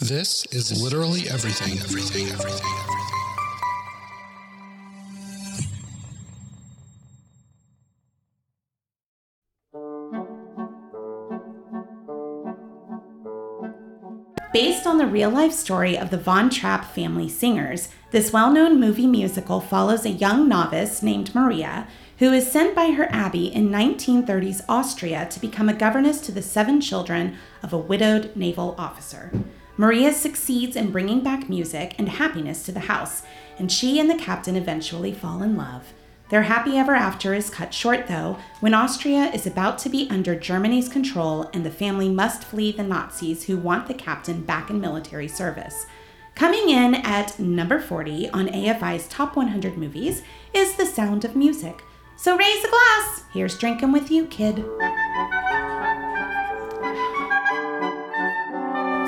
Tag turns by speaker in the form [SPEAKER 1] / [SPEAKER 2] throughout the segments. [SPEAKER 1] This is literally everything, everything, everything, everything.
[SPEAKER 2] Based on the real life story of the Von Trapp family singers, this well known movie musical follows a young novice named Maria who is sent by her abbey in 1930s Austria to become a governess to the seven children of a widowed naval officer. Maria succeeds in bringing back music and happiness to the house, and she and the captain eventually fall in love. Their happy ever after is cut short, though, when Austria is about to be under Germany's control and the family must flee the Nazis who want the captain back in military service. Coming in at number 40 on AFI's Top 100 Movies is The Sound of Music. So raise a glass! Here's drinking with you, kid. I'm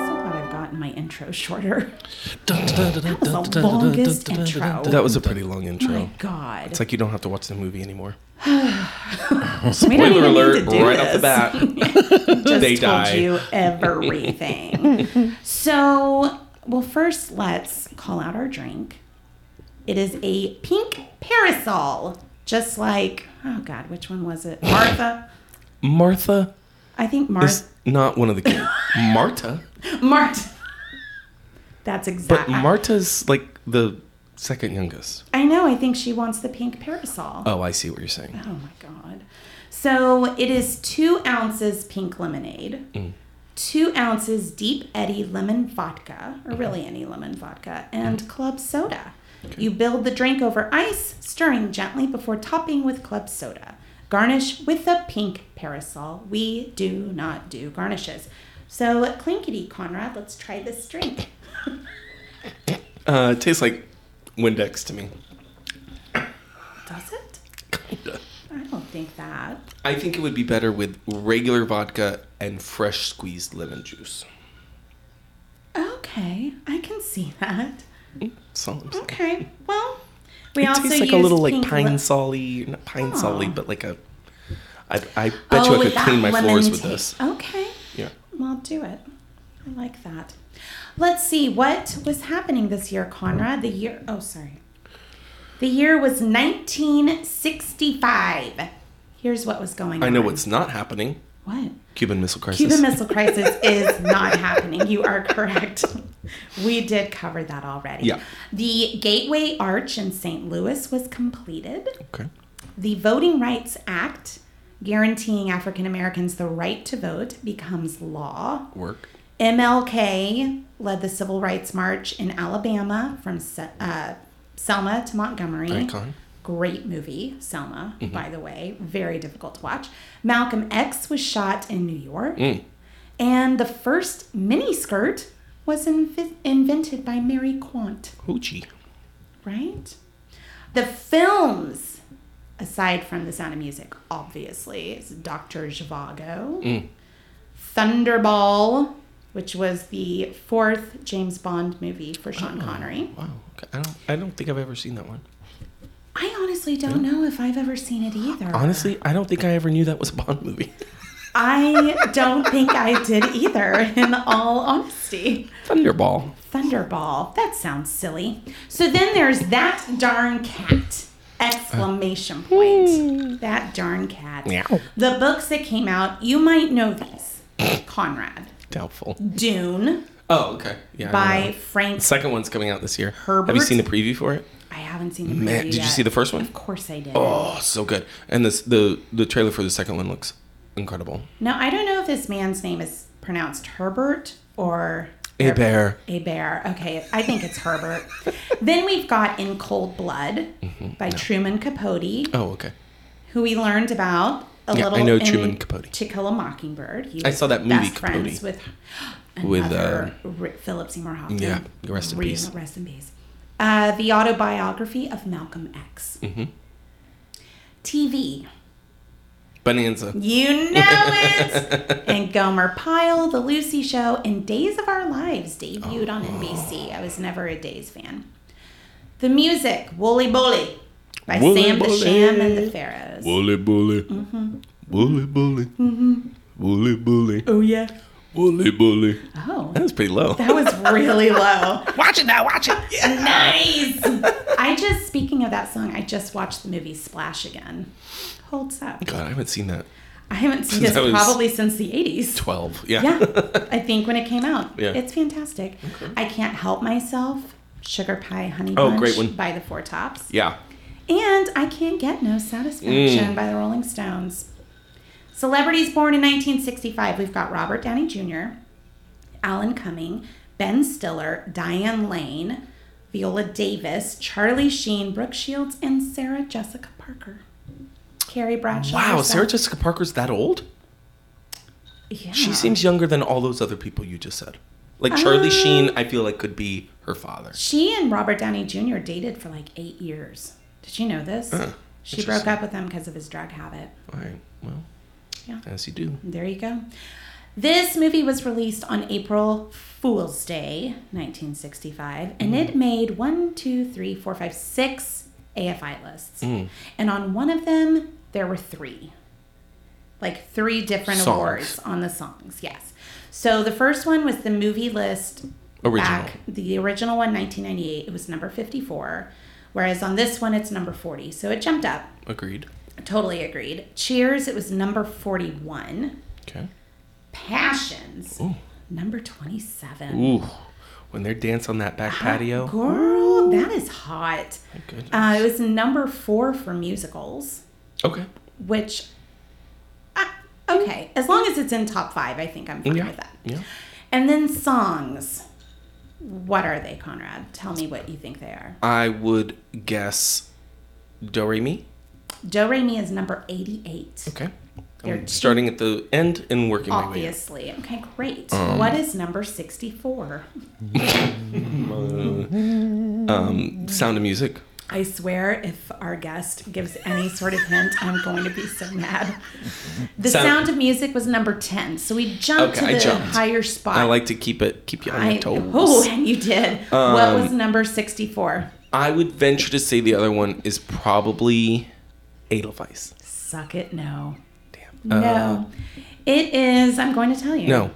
[SPEAKER 2] so glad I've gotten my intro shorter. was the longest intro. Oh
[SPEAKER 3] That was a pretty long
[SPEAKER 2] My
[SPEAKER 3] intro.
[SPEAKER 2] God.
[SPEAKER 3] It's like you don't have to watch the movie anymore.
[SPEAKER 2] We don't
[SPEAKER 3] Spoiler
[SPEAKER 2] even need
[SPEAKER 3] alert!
[SPEAKER 2] to do
[SPEAKER 3] Right off the
[SPEAKER 2] this.
[SPEAKER 3] bat,
[SPEAKER 2] just
[SPEAKER 3] They
[SPEAKER 2] told
[SPEAKER 3] die.
[SPEAKER 2] you everything. so, well, first let's call out our drink. It is a pink parasol, just like oh god, which one was it? Martha.
[SPEAKER 3] Martha
[SPEAKER 2] I think
[SPEAKER 3] is
[SPEAKER 2] Martha.
[SPEAKER 3] not one of the kids. Marta,
[SPEAKER 2] Martha. That's
[SPEAKER 3] but
[SPEAKER 2] exactly.
[SPEAKER 3] Marta's like the second youngest.
[SPEAKER 2] I know. I think she wants the pink parasol.
[SPEAKER 3] Oh, I see what you're saying.
[SPEAKER 2] Oh my god. So it is two ounces pink lemonade, two ounces deep eddy lemon vodka, or really any lemon vodka, and club soda. You build the drink over ice, stirring gently before topping with club soda. Garnish with a pink parasol. We do not do garnishes. So clinkety Conrad, let's try this drink.
[SPEAKER 3] Uh, it tastes like Windex to me.
[SPEAKER 2] Does it?
[SPEAKER 3] Kinda.
[SPEAKER 2] I don't think that.
[SPEAKER 3] I think it would be better with regular vodka and fresh squeezed lemon juice.
[SPEAKER 2] Okay, I can see that.
[SPEAKER 3] So I'm saying.
[SPEAKER 2] Okay. Well, we
[SPEAKER 3] it
[SPEAKER 2] also
[SPEAKER 3] tastes like a
[SPEAKER 2] used
[SPEAKER 3] little like
[SPEAKER 2] pink
[SPEAKER 3] pine
[SPEAKER 2] li-
[SPEAKER 3] solly, not pine solly,
[SPEAKER 2] Aw.
[SPEAKER 3] but like a. I, I bet
[SPEAKER 2] Oh,
[SPEAKER 3] you I
[SPEAKER 2] with
[SPEAKER 3] could
[SPEAKER 2] that
[SPEAKER 3] clean my
[SPEAKER 2] lemon
[SPEAKER 3] floors with
[SPEAKER 2] taste.
[SPEAKER 3] this.
[SPEAKER 2] Okay.
[SPEAKER 3] Yeah.
[SPEAKER 2] Well, do it. I like that. Let's see what was happening this year, Conrad. The year. Oh, sorry. The year was 1965. Here's what was going on.
[SPEAKER 3] I know what's not happening.
[SPEAKER 2] What?
[SPEAKER 3] Cuban Missile Crisis.
[SPEAKER 2] Cuban Missile Crisis is not happening. You are correct. We did cover that already.
[SPEAKER 3] Yeah.
[SPEAKER 2] The Gateway Arch in St. Louis was completed.
[SPEAKER 3] Okay.
[SPEAKER 2] The Voting Rights Act, guaranteeing African Americans the right to vote, becomes law.
[SPEAKER 3] Work.
[SPEAKER 2] MLK led the Civil Rights March in Alabama from Se- uh, Selma to Montgomery.
[SPEAKER 3] Icon.
[SPEAKER 2] Great movie, Selma, by the way. Very difficult to watch. Malcolm X was shot in New York. And the first miniskirt was inv- invented by Mary Quant
[SPEAKER 3] Hoochie.
[SPEAKER 2] right? The films, aside from The Sound of Music, obviously, is Dr. Zhivago, Thunderball, which was the fourth James Bond movie for Sean Connery.
[SPEAKER 3] Wow. Okay. I don't. I don't think I've ever seen that one.
[SPEAKER 2] I honestly don't know if I've ever seen it either.
[SPEAKER 3] Honestly, I don't think I ever knew that was a Bond movie.
[SPEAKER 2] I don't think I did either, in all honesty.
[SPEAKER 3] Thunderball.
[SPEAKER 2] Thunderball. That sounds silly. So then there's that darn cat. Exclamation point. That darn cat.
[SPEAKER 3] Hmm. Meow.
[SPEAKER 2] The books that came out, you might know these. Conrad.
[SPEAKER 3] Doubtful.
[SPEAKER 2] Dune
[SPEAKER 3] Oh, okay. Yeah. I
[SPEAKER 2] by
[SPEAKER 3] know.
[SPEAKER 2] Frank.
[SPEAKER 3] The second one's coming out this year. Have
[SPEAKER 2] Herbert?
[SPEAKER 3] you seen the preview for it?
[SPEAKER 2] I haven't seen the movie.
[SPEAKER 3] Man, did you
[SPEAKER 2] yet.
[SPEAKER 3] see the first one?
[SPEAKER 2] Of course I did.
[SPEAKER 3] Oh, so good. And this the the trailer for the second one looks incredible.
[SPEAKER 2] Now, I don't know if this man's name is pronounced Herbert or.
[SPEAKER 3] A bear.
[SPEAKER 2] A bear. Okay, I think it's Herbert. then we've got In Cold Blood by Truman Capote.
[SPEAKER 3] Mm-hmm. Oh, okay.
[SPEAKER 2] who we learned about a
[SPEAKER 3] Yeah, I
[SPEAKER 2] little
[SPEAKER 3] know
[SPEAKER 2] in
[SPEAKER 3] Truman Capote.
[SPEAKER 2] To Kill a Mockingbird. He
[SPEAKER 3] I
[SPEAKER 2] was
[SPEAKER 3] saw that movie,
[SPEAKER 2] best friends with
[SPEAKER 3] With, uh,
[SPEAKER 2] another Ri- Philip Seymour Hoffman.
[SPEAKER 3] yeah, rest in
[SPEAKER 2] Re-
[SPEAKER 3] peace.
[SPEAKER 2] Rest in peace. Uh, the autobiography of Malcolm X.
[SPEAKER 3] Mm-hmm.
[SPEAKER 2] TV.
[SPEAKER 3] Bonanza.
[SPEAKER 2] Mm-hmm. You know it. and Gomer Pyle, The Lucy Show, and Days of Our Lives debuted
[SPEAKER 3] Oh.
[SPEAKER 2] on NBC. I was never a Days fan. The music, Wooly Bully, by
[SPEAKER 3] Wooly
[SPEAKER 2] Sam the
[SPEAKER 3] Bully.
[SPEAKER 2] Sham and the Pharaohs.
[SPEAKER 3] Wooly bully. Wooly bully. Wooly bully.
[SPEAKER 2] Mm-hmm. Oh yeah.
[SPEAKER 3] Bully, bully.
[SPEAKER 2] Oh,
[SPEAKER 3] That was pretty low.
[SPEAKER 2] that was really low.
[SPEAKER 3] Watch it now, watch it. Yeah.
[SPEAKER 2] Nice. I just speaking of that song, I just watched the movie Splash again. Holds up.
[SPEAKER 3] God, I haven't seen that.
[SPEAKER 2] I haven't seen this
[SPEAKER 3] That was-
[SPEAKER 2] probably since the 80s.
[SPEAKER 3] 12.
[SPEAKER 2] Yeah, I think when it came out.
[SPEAKER 3] Yeah.
[SPEAKER 2] It's fantastic. I Can't Help Myself, Sugar Pie Honey
[SPEAKER 3] Oh,
[SPEAKER 2] Bunch
[SPEAKER 3] great one.
[SPEAKER 2] by the Four Tops.
[SPEAKER 3] Yeah.
[SPEAKER 2] And I Can't Get No
[SPEAKER 3] Mm.
[SPEAKER 2] Satisfaction by the Rolling Stones. Celebrities born in 1965. We've got Robert Downey Jr., Alan Cumming, Ben Stiller, Diane Lane, Viola Davis, Charlie Sheen, Brooke Shields, and Sarah Jessica Parker. Carrie Bradshaw.
[SPEAKER 3] Wow,
[SPEAKER 2] herself.
[SPEAKER 3] Sarah Jessica Parker's that old?
[SPEAKER 2] Yeah. Ah.
[SPEAKER 3] She seems younger than all those other people you just said. Like Charlie Sheen, I feel like could be her father.
[SPEAKER 2] She and Robert Downey Jr. dated for like eight years. Did you know this? she broke up with him because of his drug habit.
[SPEAKER 3] All right. Well,
[SPEAKER 2] Yeah.
[SPEAKER 3] as you do.
[SPEAKER 2] There you go. This movie was released on April Fool's Day, 1965, and
[SPEAKER 3] Mm-hmm.
[SPEAKER 2] it made one, two, three, four, five, six AFI lists.
[SPEAKER 3] Mm.
[SPEAKER 2] And on one of them, there were three. Like three different
[SPEAKER 3] Songs.
[SPEAKER 2] awards on the songs, yes. So the first one was the movie list
[SPEAKER 3] Original.
[SPEAKER 2] back, the original one, 1998. It was number 54, whereas on this one, it's number 40. So it jumped up.
[SPEAKER 3] Agreed.
[SPEAKER 2] Totally agreed. Cheers, it was number 41.
[SPEAKER 3] Okay.
[SPEAKER 2] Passions. Number 27.
[SPEAKER 3] Ooh. When they dance on that back patio.
[SPEAKER 2] Oh, Girl, that is hot.
[SPEAKER 3] Good.
[SPEAKER 2] Uh, it was number four for musicals,
[SPEAKER 3] Okay.
[SPEAKER 2] which, uh, okay, as long as it's in top five, I think I'm fine
[SPEAKER 3] Yeah.
[SPEAKER 2] with that.
[SPEAKER 3] Yeah.
[SPEAKER 2] And then songs. What are they, Conrad? Tell me what you think they are.
[SPEAKER 3] I would guess Do Re Mi.
[SPEAKER 2] Do Re Mi is number 88,
[SPEAKER 3] Okay.
[SPEAKER 2] They're
[SPEAKER 3] I'm starting at the end and working my Um, way up.
[SPEAKER 2] obviously. Okay, great. what is number 64?
[SPEAKER 3] Mm. Um, Sound of Music.
[SPEAKER 2] I swear, if our guest gives any sort of hint, I'm going to be so mad. The
[SPEAKER 3] Sound-
[SPEAKER 2] Sound of Music was number 10, so we jumped
[SPEAKER 3] Okay, I
[SPEAKER 2] to the
[SPEAKER 3] jumped.
[SPEAKER 2] higher spot.
[SPEAKER 3] I like to keep it keep you on
[SPEAKER 2] I-
[SPEAKER 3] your toes.
[SPEAKER 2] Oh, and you did. what
[SPEAKER 3] Um,
[SPEAKER 2] was number 64?
[SPEAKER 3] I would venture to say the other one is probably Edelweiss.
[SPEAKER 2] Suck it, no.
[SPEAKER 3] Damn.
[SPEAKER 2] no. It is, I'm going to tell you.
[SPEAKER 3] Uh, No.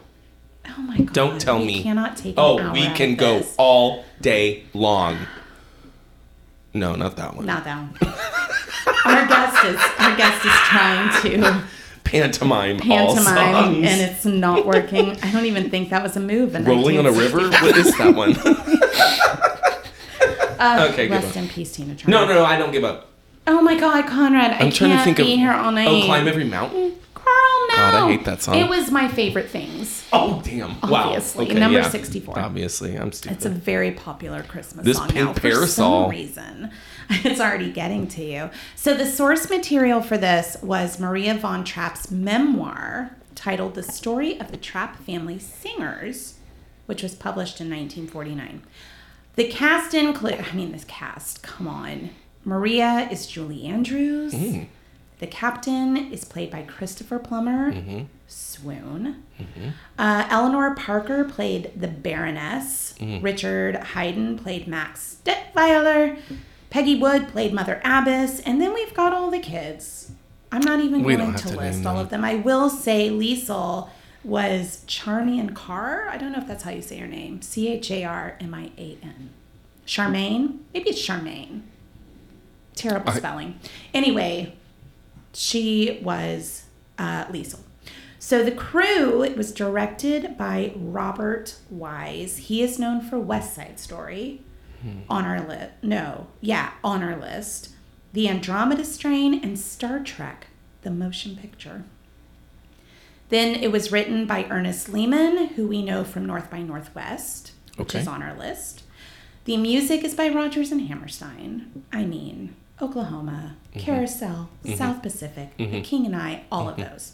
[SPEAKER 2] Oh my God.
[SPEAKER 3] Don't tell
[SPEAKER 2] we
[SPEAKER 3] me.
[SPEAKER 2] cannot take an
[SPEAKER 3] Oh,
[SPEAKER 2] hour
[SPEAKER 3] we
[SPEAKER 2] out
[SPEAKER 3] can
[SPEAKER 2] of
[SPEAKER 3] go
[SPEAKER 2] this.
[SPEAKER 3] all day long. No, not that one.
[SPEAKER 2] Not that one. our guest is our guest is trying to
[SPEAKER 3] Pantomime. Pantomime. All
[SPEAKER 2] pantomime
[SPEAKER 3] songs.
[SPEAKER 2] and it's not working. I don't even think that was a move. In
[SPEAKER 3] Rolling on a river. what is that one? okay, give
[SPEAKER 2] Uh, Rest
[SPEAKER 3] up.
[SPEAKER 2] in peace, Tina Turner.
[SPEAKER 3] No, no, no, I don't give up.
[SPEAKER 2] Oh my God, Conrad! I'm I
[SPEAKER 3] I'm
[SPEAKER 2] can
[SPEAKER 3] trying
[SPEAKER 2] not
[SPEAKER 3] to think
[SPEAKER 2] be
[SPEAKER 3] of.
[SPEAKER 2] here all night.
[SPEAKER 3] Oh, climb every
[SPEAKER 2] Mm.
[SPEAKER 3] mountain.
[SPEAKER 2] Girl, no.
[SPEAKER 3] God, I hate that song.
[SPEAKER 2] It was my favorite things.
[SPEAKER 3] Oh, damn! Wow.
[SPEAKER 2] Obviously. Number
[SPEAKER 3] yeah.
[SPEAKER 2] 64.
[SPEAKER 3] Obviously, I'm stupid.
[SPEAKER 2] It's a very popular Christmas
[SPEAKER 3] This
[SPEAKER 2] song
[SPEAKER 3] pink
[SPEAKER 2] now
[SPEAKER 3] parasol.
[SPEAKER 2] for some reason. It's already getting to you. So the source material for this was Maria von Trapp's memoir titled "The Story of the Trapp Family Singers," which was published in 1949. The cast include, I mean, this cast. Come on, Maria is Julie Andrews.
[SPEAKER 3] Mm-hmm.
[SPEAKER 2] The captain is played by Christopher Plummer.
[SPEAKER 3] Mm-hmm.
[SPEAKER 2] Swoon. Uh, Eleanor Parker played the Baroness.
[SPEAKER 3] Mm.
[SPEAKER 2] Richard Haydn played Max Detweiler. Peggy Wood played Mother Abbess. And then we've got all the kids. I'm not even
[SPEAKER 3] We don't
[SPEAKER 2] going
[SPEAKER 3] have
[SPEAKER 2] to,
[SPEAKER 3] to
[SPEAKER 2] list
[SPEAKER 3] name
[SPEAKER 2] all
[SPEAKER 3] them.
[SPEAKER 2] of them. I will say Liesel was Charmian Carr. I don't know if that's how you say her name. C H A R M I A N. Charmaine? Maybe it's Charmaine. Terrible spelling. Anyway, she was uh, Liesel. So the crew it was directed by Robert Wise. He is known for West Side Story, on our list. No, yeah, on our list, The Andromeda Strain, and Star Trek: The Motion Picture. Then it was written by Ernest Lehman, who we know from North by Northwest, which
[SPEAKER 3] Okay.
[SPEAKER 2] is on our list. The music is by Rogers and Hammerstein. I mean, Oklahoma,
[SPEAKER 3] Mm-hmm.
[SPEAKER 2] Carousel, South Pacific, The King and I, all of
[SPEAKER 3] Mm-hmm.
[SPEAKER 2] those.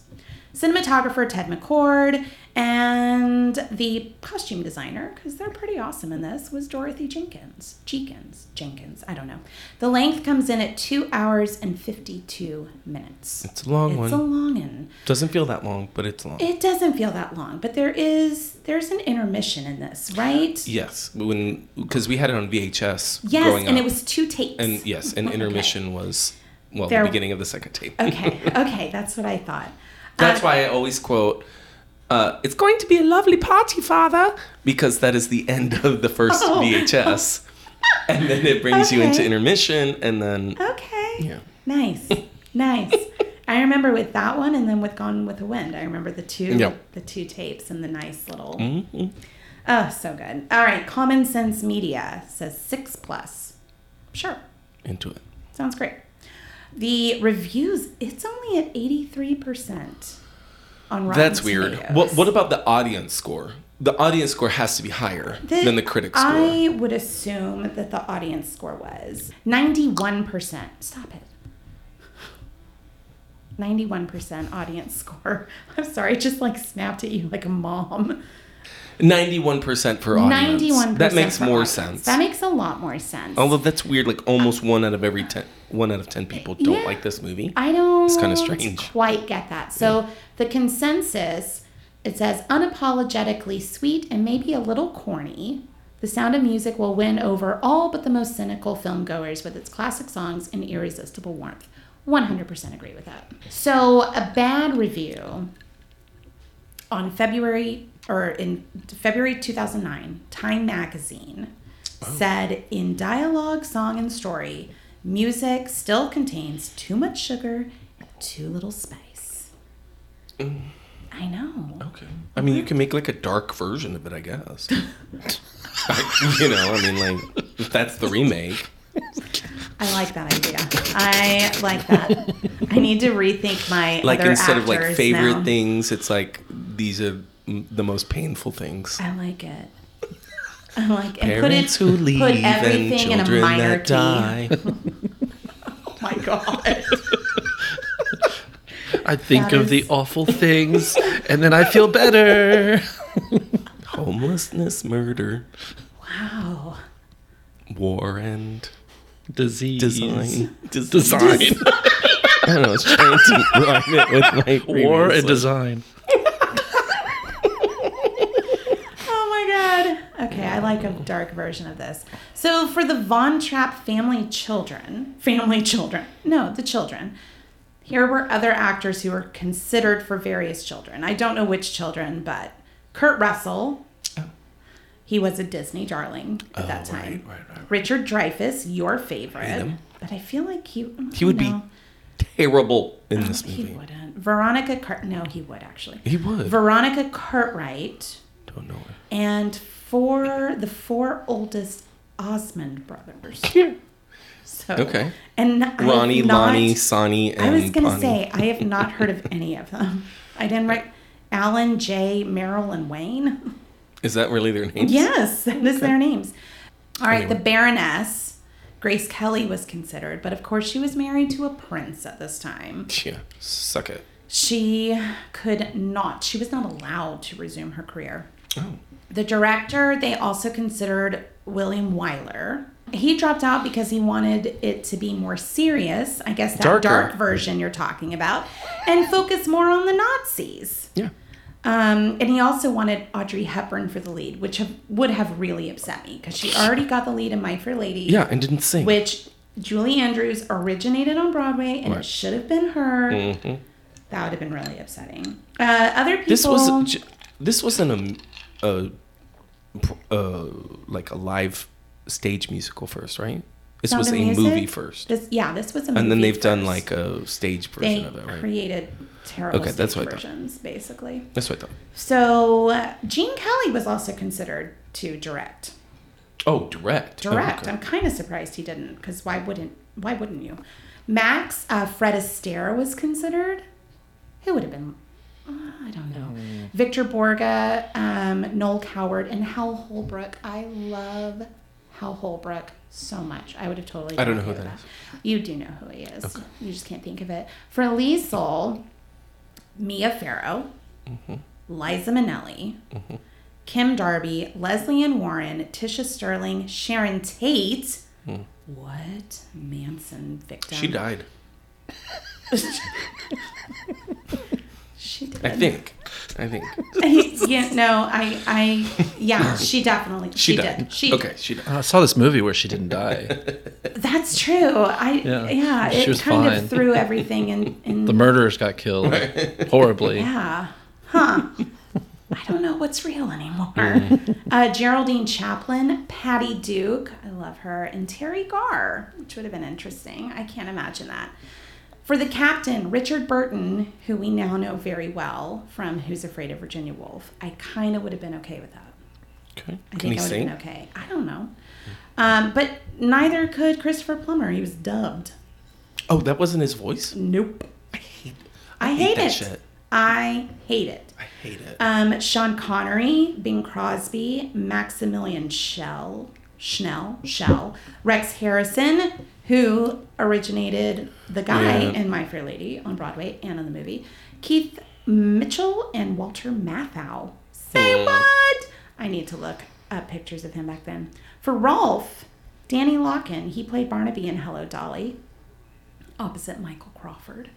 [SPEAKER 2] Cinematographer Ted McCord and the costume designer, because they're pretty awesome in this, was Dorothy Jenkins. Jenkins, Jenkins, I don't know. The length comes in at two hours and 52 minutes.
[SPEAKER 3] It's a long
[SPEAKER 2] It's
[SPEAKER 3] one.
[SPEAKER 2] a long one.
[SPEAKER 3] Doesn't feel that long, but it's long.
[SPEAKER 2] It doesn't feel that long, but there is there's an intermission in this, right?
[SPEAKER 3] yes, when because we had it on VHS
[SPEAKER 2] Yes,
[SPEAKER 3] growing
[SPEAKER 2] and
[SPEAKER 3] up,
[SPEAKER 2] it was two tapes.
[SPEAKER 3] and yes, and intermission was well
[SPEAKER 2] There-
[SPEAKER 3] the beginning of the second tape.
[SPEAKER 2] okay, okay, that's what I thought.
[SPEAKER 3] That's
[SPEAKER 2] Uh,
[SPEAKER 3] why I always quote uh, it's going to be a lovely party, Father, because that is the end of the first
[SPEAKER 2] Oh.
[SPEAKER 3] VHS. and then it brings you
[SPEAKER 2] Okay.
[SPEAKER 3] into intermission, and then
[SPEAKER 2] Okay.
[SPEAKER 3] Yeah.
[SPEAKER 2] Nice. nice. I remember with that one and then with Gone with the Wind. I remember the two
[SPEAKER 3] Yep. Mm-hmm.
[SPEAKER 2] the two tapes and the nice little Oh, so good. All right, Common Sense Media says 6 plus. Sure.
[SPEAKER 3] into it.
[SPEAKER 2] Sounds great. The reviews, it's only at 83% on Rotten
[SPEAKER 3] That's weird.
[SPEAKER 2] Tomatoes.
[SPEAKER 3] What, what about the audience score? The audience score has to be higher
[SPEAKER 2] The-
[SPEAKER 3] than the critic score.
[SPEAKER 2] I would assume that the audience score was 91%. Stop it. 91% audience score. I'm sorry, I just like snapped at you like a mom.
[SPEAKER 3] 91% for audience.
[SPEAKER 2] 91%.
[SPEAKER 3] That makes
[SPEAKER 2] for
[SPEAKER 3] more
[SPEAKER 2] audience.
[SPEAKER 3] sense. Oh,
[SPEAKER 2] That makes a lot more sense.
[SPEAKER 3] Although that's weird, like almost one out of every ten, one out of ten people don't
[SPEAKER 2] Yeah.
[SPEAKER 3] like this movie.
[SPEAKER 2] I don't it's
[SPEAKER 3] kinda strange.
[SPEAKER 2] quite get that. So the consensus it says unapologetically sweet and maybe a little corny. The Sound of Music will win over all but the most cynical filmgoers with its classic songs and irresistible warmth. 100% agree with that. So a bad review on February or in February 2009, Time magazine
[SPEAKER 3] Oh.
[SPEAKER 2] said in dialogue, song and story, music still contains too much sugar, and too little spice.
[SPEAKER 3] Mm.
[SPEAKER 2] I know.
[SPEAKER 3] Okay. I mean, you can make like a dark version of it, I guess. I- you know, I mean, like if that's the remake.
[SPEAKER 2] I like that idea. I like that. I need to rethink my
[SPEAKER 3] Like
[SPEAKER 2] other
[SPEAKER 3] instead of like
[SPEAKER 2] actors
[SPEAKER 3] favorite
[SPEAKER 2] now.
[SPEAKER 3] things, it's like these are m- the most painful things.
[SPEAKER 2] I like it. I like it. And
[SPEAKER 3] Parents
[SPEAKER 2] put it,
[SPEAKER 3] who leave
[SPEAKER 2] put
[SPEAKER 3] and
[SPEAKER 2] everything in a
[SPEAKER 3] children
[SPEAKER 2] minor
[SPEAKER 3] that
[SPEAKER 2] key.
[SPEAKER 3] die.
[SPEAKER 2] Oh my god.
[SPEAKER 4] I think
[SPEAKER 2] That
[SPEAKER 4] of the
[SPEAKER 2] is-
[SPEAKER 4] awful things and then I feel better.
[SPEAKER 3] Homelessness, murder,
[SPEAKER 2] wow.
[SPEAKER 3] war, and
[SPEAKER 4] Disease.
[SPEAKER 3] design. Des-
[SPEAKER 4] Design.
[SPEAKER 3] I don't know. I was trying to rhyme it with my
[SPEAKER 4] War
[SPEAKER 3] previous
[SPEAKER 4] and
[SPEAKER 3] one.
[SPEAKER 4] design.
[SPEAKER 2] Oh my god. Okay, I like a dark version of this. So for the Von Trapp family children, family children. No, the children. Here were other actors who were considered for various children. I don't know which children, but Kurt Russell. He was a Disney darling at that
[SPEAKER 3] Oh. right,
[SPEAKER 2] time.
[SPEAKER 3] right, right, right.
[SPEAKER 2] Richard Dreyfuss, your favorite.
[SPEAKER 3] him.
[SPEAKER 2] But I feel like he
[SPEAKER 3] He would
[SPEAKER 2] no, Oh,
[SPEAKER 3] be terrible in this
[SPEAKER 2] he
[SPEAKER 3] movie.
[SPEAKER 2] wouldn't. Veronica Cart no, he would actually.
[SPEAKER 3] He would.
[SPEAKER 2] Veronica Cartwright
[SPEAKER 3] don't know. her.
[SPEAKER 2] and for the four oldest Osmond brothers. So,
[SPEAKER 3] Okay.
[SPEAKER 2] And I have
[SPEAKER 3] Ronnie,
[SPEAKER 2] not-
[SPEAKER 3] Lonnie, Sonny, and
[SPEAKER 2] I was gonna
[SPEAKER 3] Bonnie.
[SPEAKER 2] say I have not heard of any of them. I didn't write Alan, Jay, Merrill, and Wayne.
[SPEAKER 3] Is that really their name?
[SPEAKER 2] Yes, that is their names. All right,
[SPEAKER 3] Anyway.
[SPEAKER 2] the Baroness. Grace Kelly was considered, but of course she was married to a prince at this time.
[SPEAKER 3] Yeah. Suck it.
[SPEAKER 2] She could not, she was not allowed to resume her career.
[SPEAKER 3] Oh.
[SPEAKER 2] The director, they also considered William Wyler. He dropped out because he wanted it to be more serious. I guess that
[SPEAKER 3] Darker.
[SPEAKER 2] dark version you're talking about, and focus more on the Nazis.
[SPEAKER 3] Yeah.
[SPEAKER 2] Um, and he also wanted Audrey Hepburn for the lead, which have, would have really upset me because she already got the lead in My Fair Lady
[SPEAKER 3] Yeah, and didn't sing.
[SPEAKER 2] which Julie Andrews originated on Broadway, and it
[SPEAKER 3] Right. Mm-hmm.
[SPEAKER 2] should have been her. That would have been really upsetting. Uh, other people.
[SPEAKER 3] this was j- this wasn't a, a, a like a live stage musical first, right? This
[SPEAKER 2] Sound
[SPEAKER 3] was
[SPEAKER 2] of
[SPEAKER 3] a
[SPEAKER 2] Music?
[SPEAKER 3] movie first,
[SPEAKER 2] This, yeah, this was a.
[SPEAKER 3] and then
[SPEAKER 2] movie
[SPEAKER 3] they've done
[SPEAKER 2] first.
[SPEAKER 3] like a stage version
[SPEAKER 2] They
[SPEAKER 3] of it, right?
[SPEAKER 2] created terrible
[SPEAKER 3] Okay,
[SPEAKER 2] stage
[SPEAKER 3] that's what I thought.
[SPEAKER 2] versions, basically.
[SPEAKER 3] That's what I thought.
[SPEAKER 2] So uh, Gene Kelly was also considered to direct.
[SPEAKER 3] Oh, direct. Oh,
[SPEAKER 2] Direct.
[SPEAKER 3] okay.
[SPEAKER 2] I'm kind of surprised he didn't, because why wouldn't why wouldn't you? Max uh, Fred Astaire was considered. Who would have been? uh, I don't know.
[SPEAKER 3] Hmm.
[SPEAKER 2] Victor Borga, um, Noel Coward, and Hal Holbrook. I love Hal Holbrook so much. I would have totally.
[SPEAKER 3] I don't
[SPEAKER 2] been
[SPEAKER 3] know
[SPEAKER 2] okay
[SPEAKER 3] who
[SPEAKER 2] with
[SPEAKER 3] that
[SPEAKER 2] You do know who he is. You just can't think of it. For Liesel, Mia Farrow, Liza Minnelli, Kim Darby, Leslie Ann Warren, Tisha Sterling, Sharon Tate. What Manson victim?
[SPEAKER 3] She died,
[SPEAKER 2] She did.
[SPEAKER 3] I think. I think
[SPEAKER 2] yeah, no, I, I, yeah, she definitely.
[SPEAKER 3] she,
[SPEAKER 2] She,
[SPEAKER 3] died.
[SPEAKER 2] did. She.
[SPEAKER 3] okay, she died.
[SPEAKER 4] I saw this movie where she didn't die.
[SPEAKER 2] That's true. I. Yeah.
[SPEAKER 4] Yeah,
[SPEAKER 2] it
[SPEAKER 4] she was
[SPEAKER 2] kind
[SPEAKER 4] fine.
[SPEAKER 2] of threw everything in. in
[SPEAKER 4] The murderers got killed horribly.
[SPEAKER 2] yeah. Huh. I don't know what's real anymore. Uh, Geraldine Chaplin, Patty Duke, I love her, and Terry Garr, which would have been interesting. I can't imagine that. For the captain, Richard Burton, who we now know very well from Who's Afraid of Virginia Woolf, I kind of would have been okay with that.
[SPEAKER 3] Okay.
[SPEAKER 2] I
[SPEAKER 3] Can
[SPEAKER 2] think
[SPEAKER 3] he
[SPEAKER 2] I would
[SPEAKER 3] sing?
[SPEAKER 2] have been okay. I don't know. Um, but neither could Christopher Plummer. He was dubbed.
[SPEAKER 3] Oh, that wasn't his voice.
[SPEAKER 2] Nope. I
[SPEAKER 3] hate
[SPEAKER 2] hate,
[SPEAKER 3] that
[SPEAKER 2] it.
[SPEAKER 3] shit.
[SPEAKER 2] I hate it.
[SPEAKER 3] I hate it.
[SPEAKER 2] Um, Sean Connery, Bing Crosby, Maximilian Schell, Schnell, Schell, Rex Harrison, who originated the guy
[SPEAKER 3] Yeah.
[SPEAKER 2] in My Fair Lady on Broadway and in the movie, Keith Mitchell and Walter Matthau. Say what? I need to look up pictures of him back then. For Rolf, Danny Locken, he played Barnaby in Hello Dolly opposite Michael Crawford.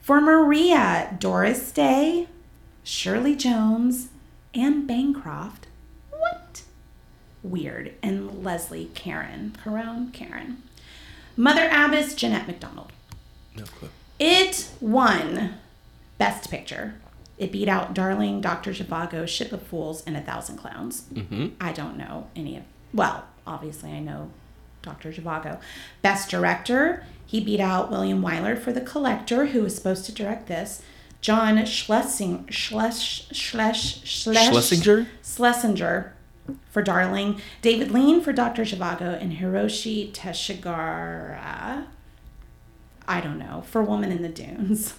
[SPEAKER 2] For Maria, Doris Day, Shirley Jones, Anne Bancroft. What? Weird. And Leslie Karen. Caron Karen. Mother Abbess, Jeanette MacDonald.
[SPEAKER 3] No
[SPEAKER 2] Uh,
[SPEAKER 3] clue.
[SPEAKER 2] It won Best Picture. It beat out Darling, Dr. Zhivago, Ship of Fools, and A Thousand Clowns. Mm-hmm. I don't know any of. Well, obviously, I know Dr. Zhivago. Best Director, he beat out William Wyler for The Collector, who was supposed to direct this. John Schlesing, Schles, Schles, Schles,
[SPEAKER 3] Schlesinger?
[SPEAKER 2] Schlesinger for Darling, David Lean for Dr. Zhivago, and Hiroshi Teshigara I don't know, for Woman in the Dunes.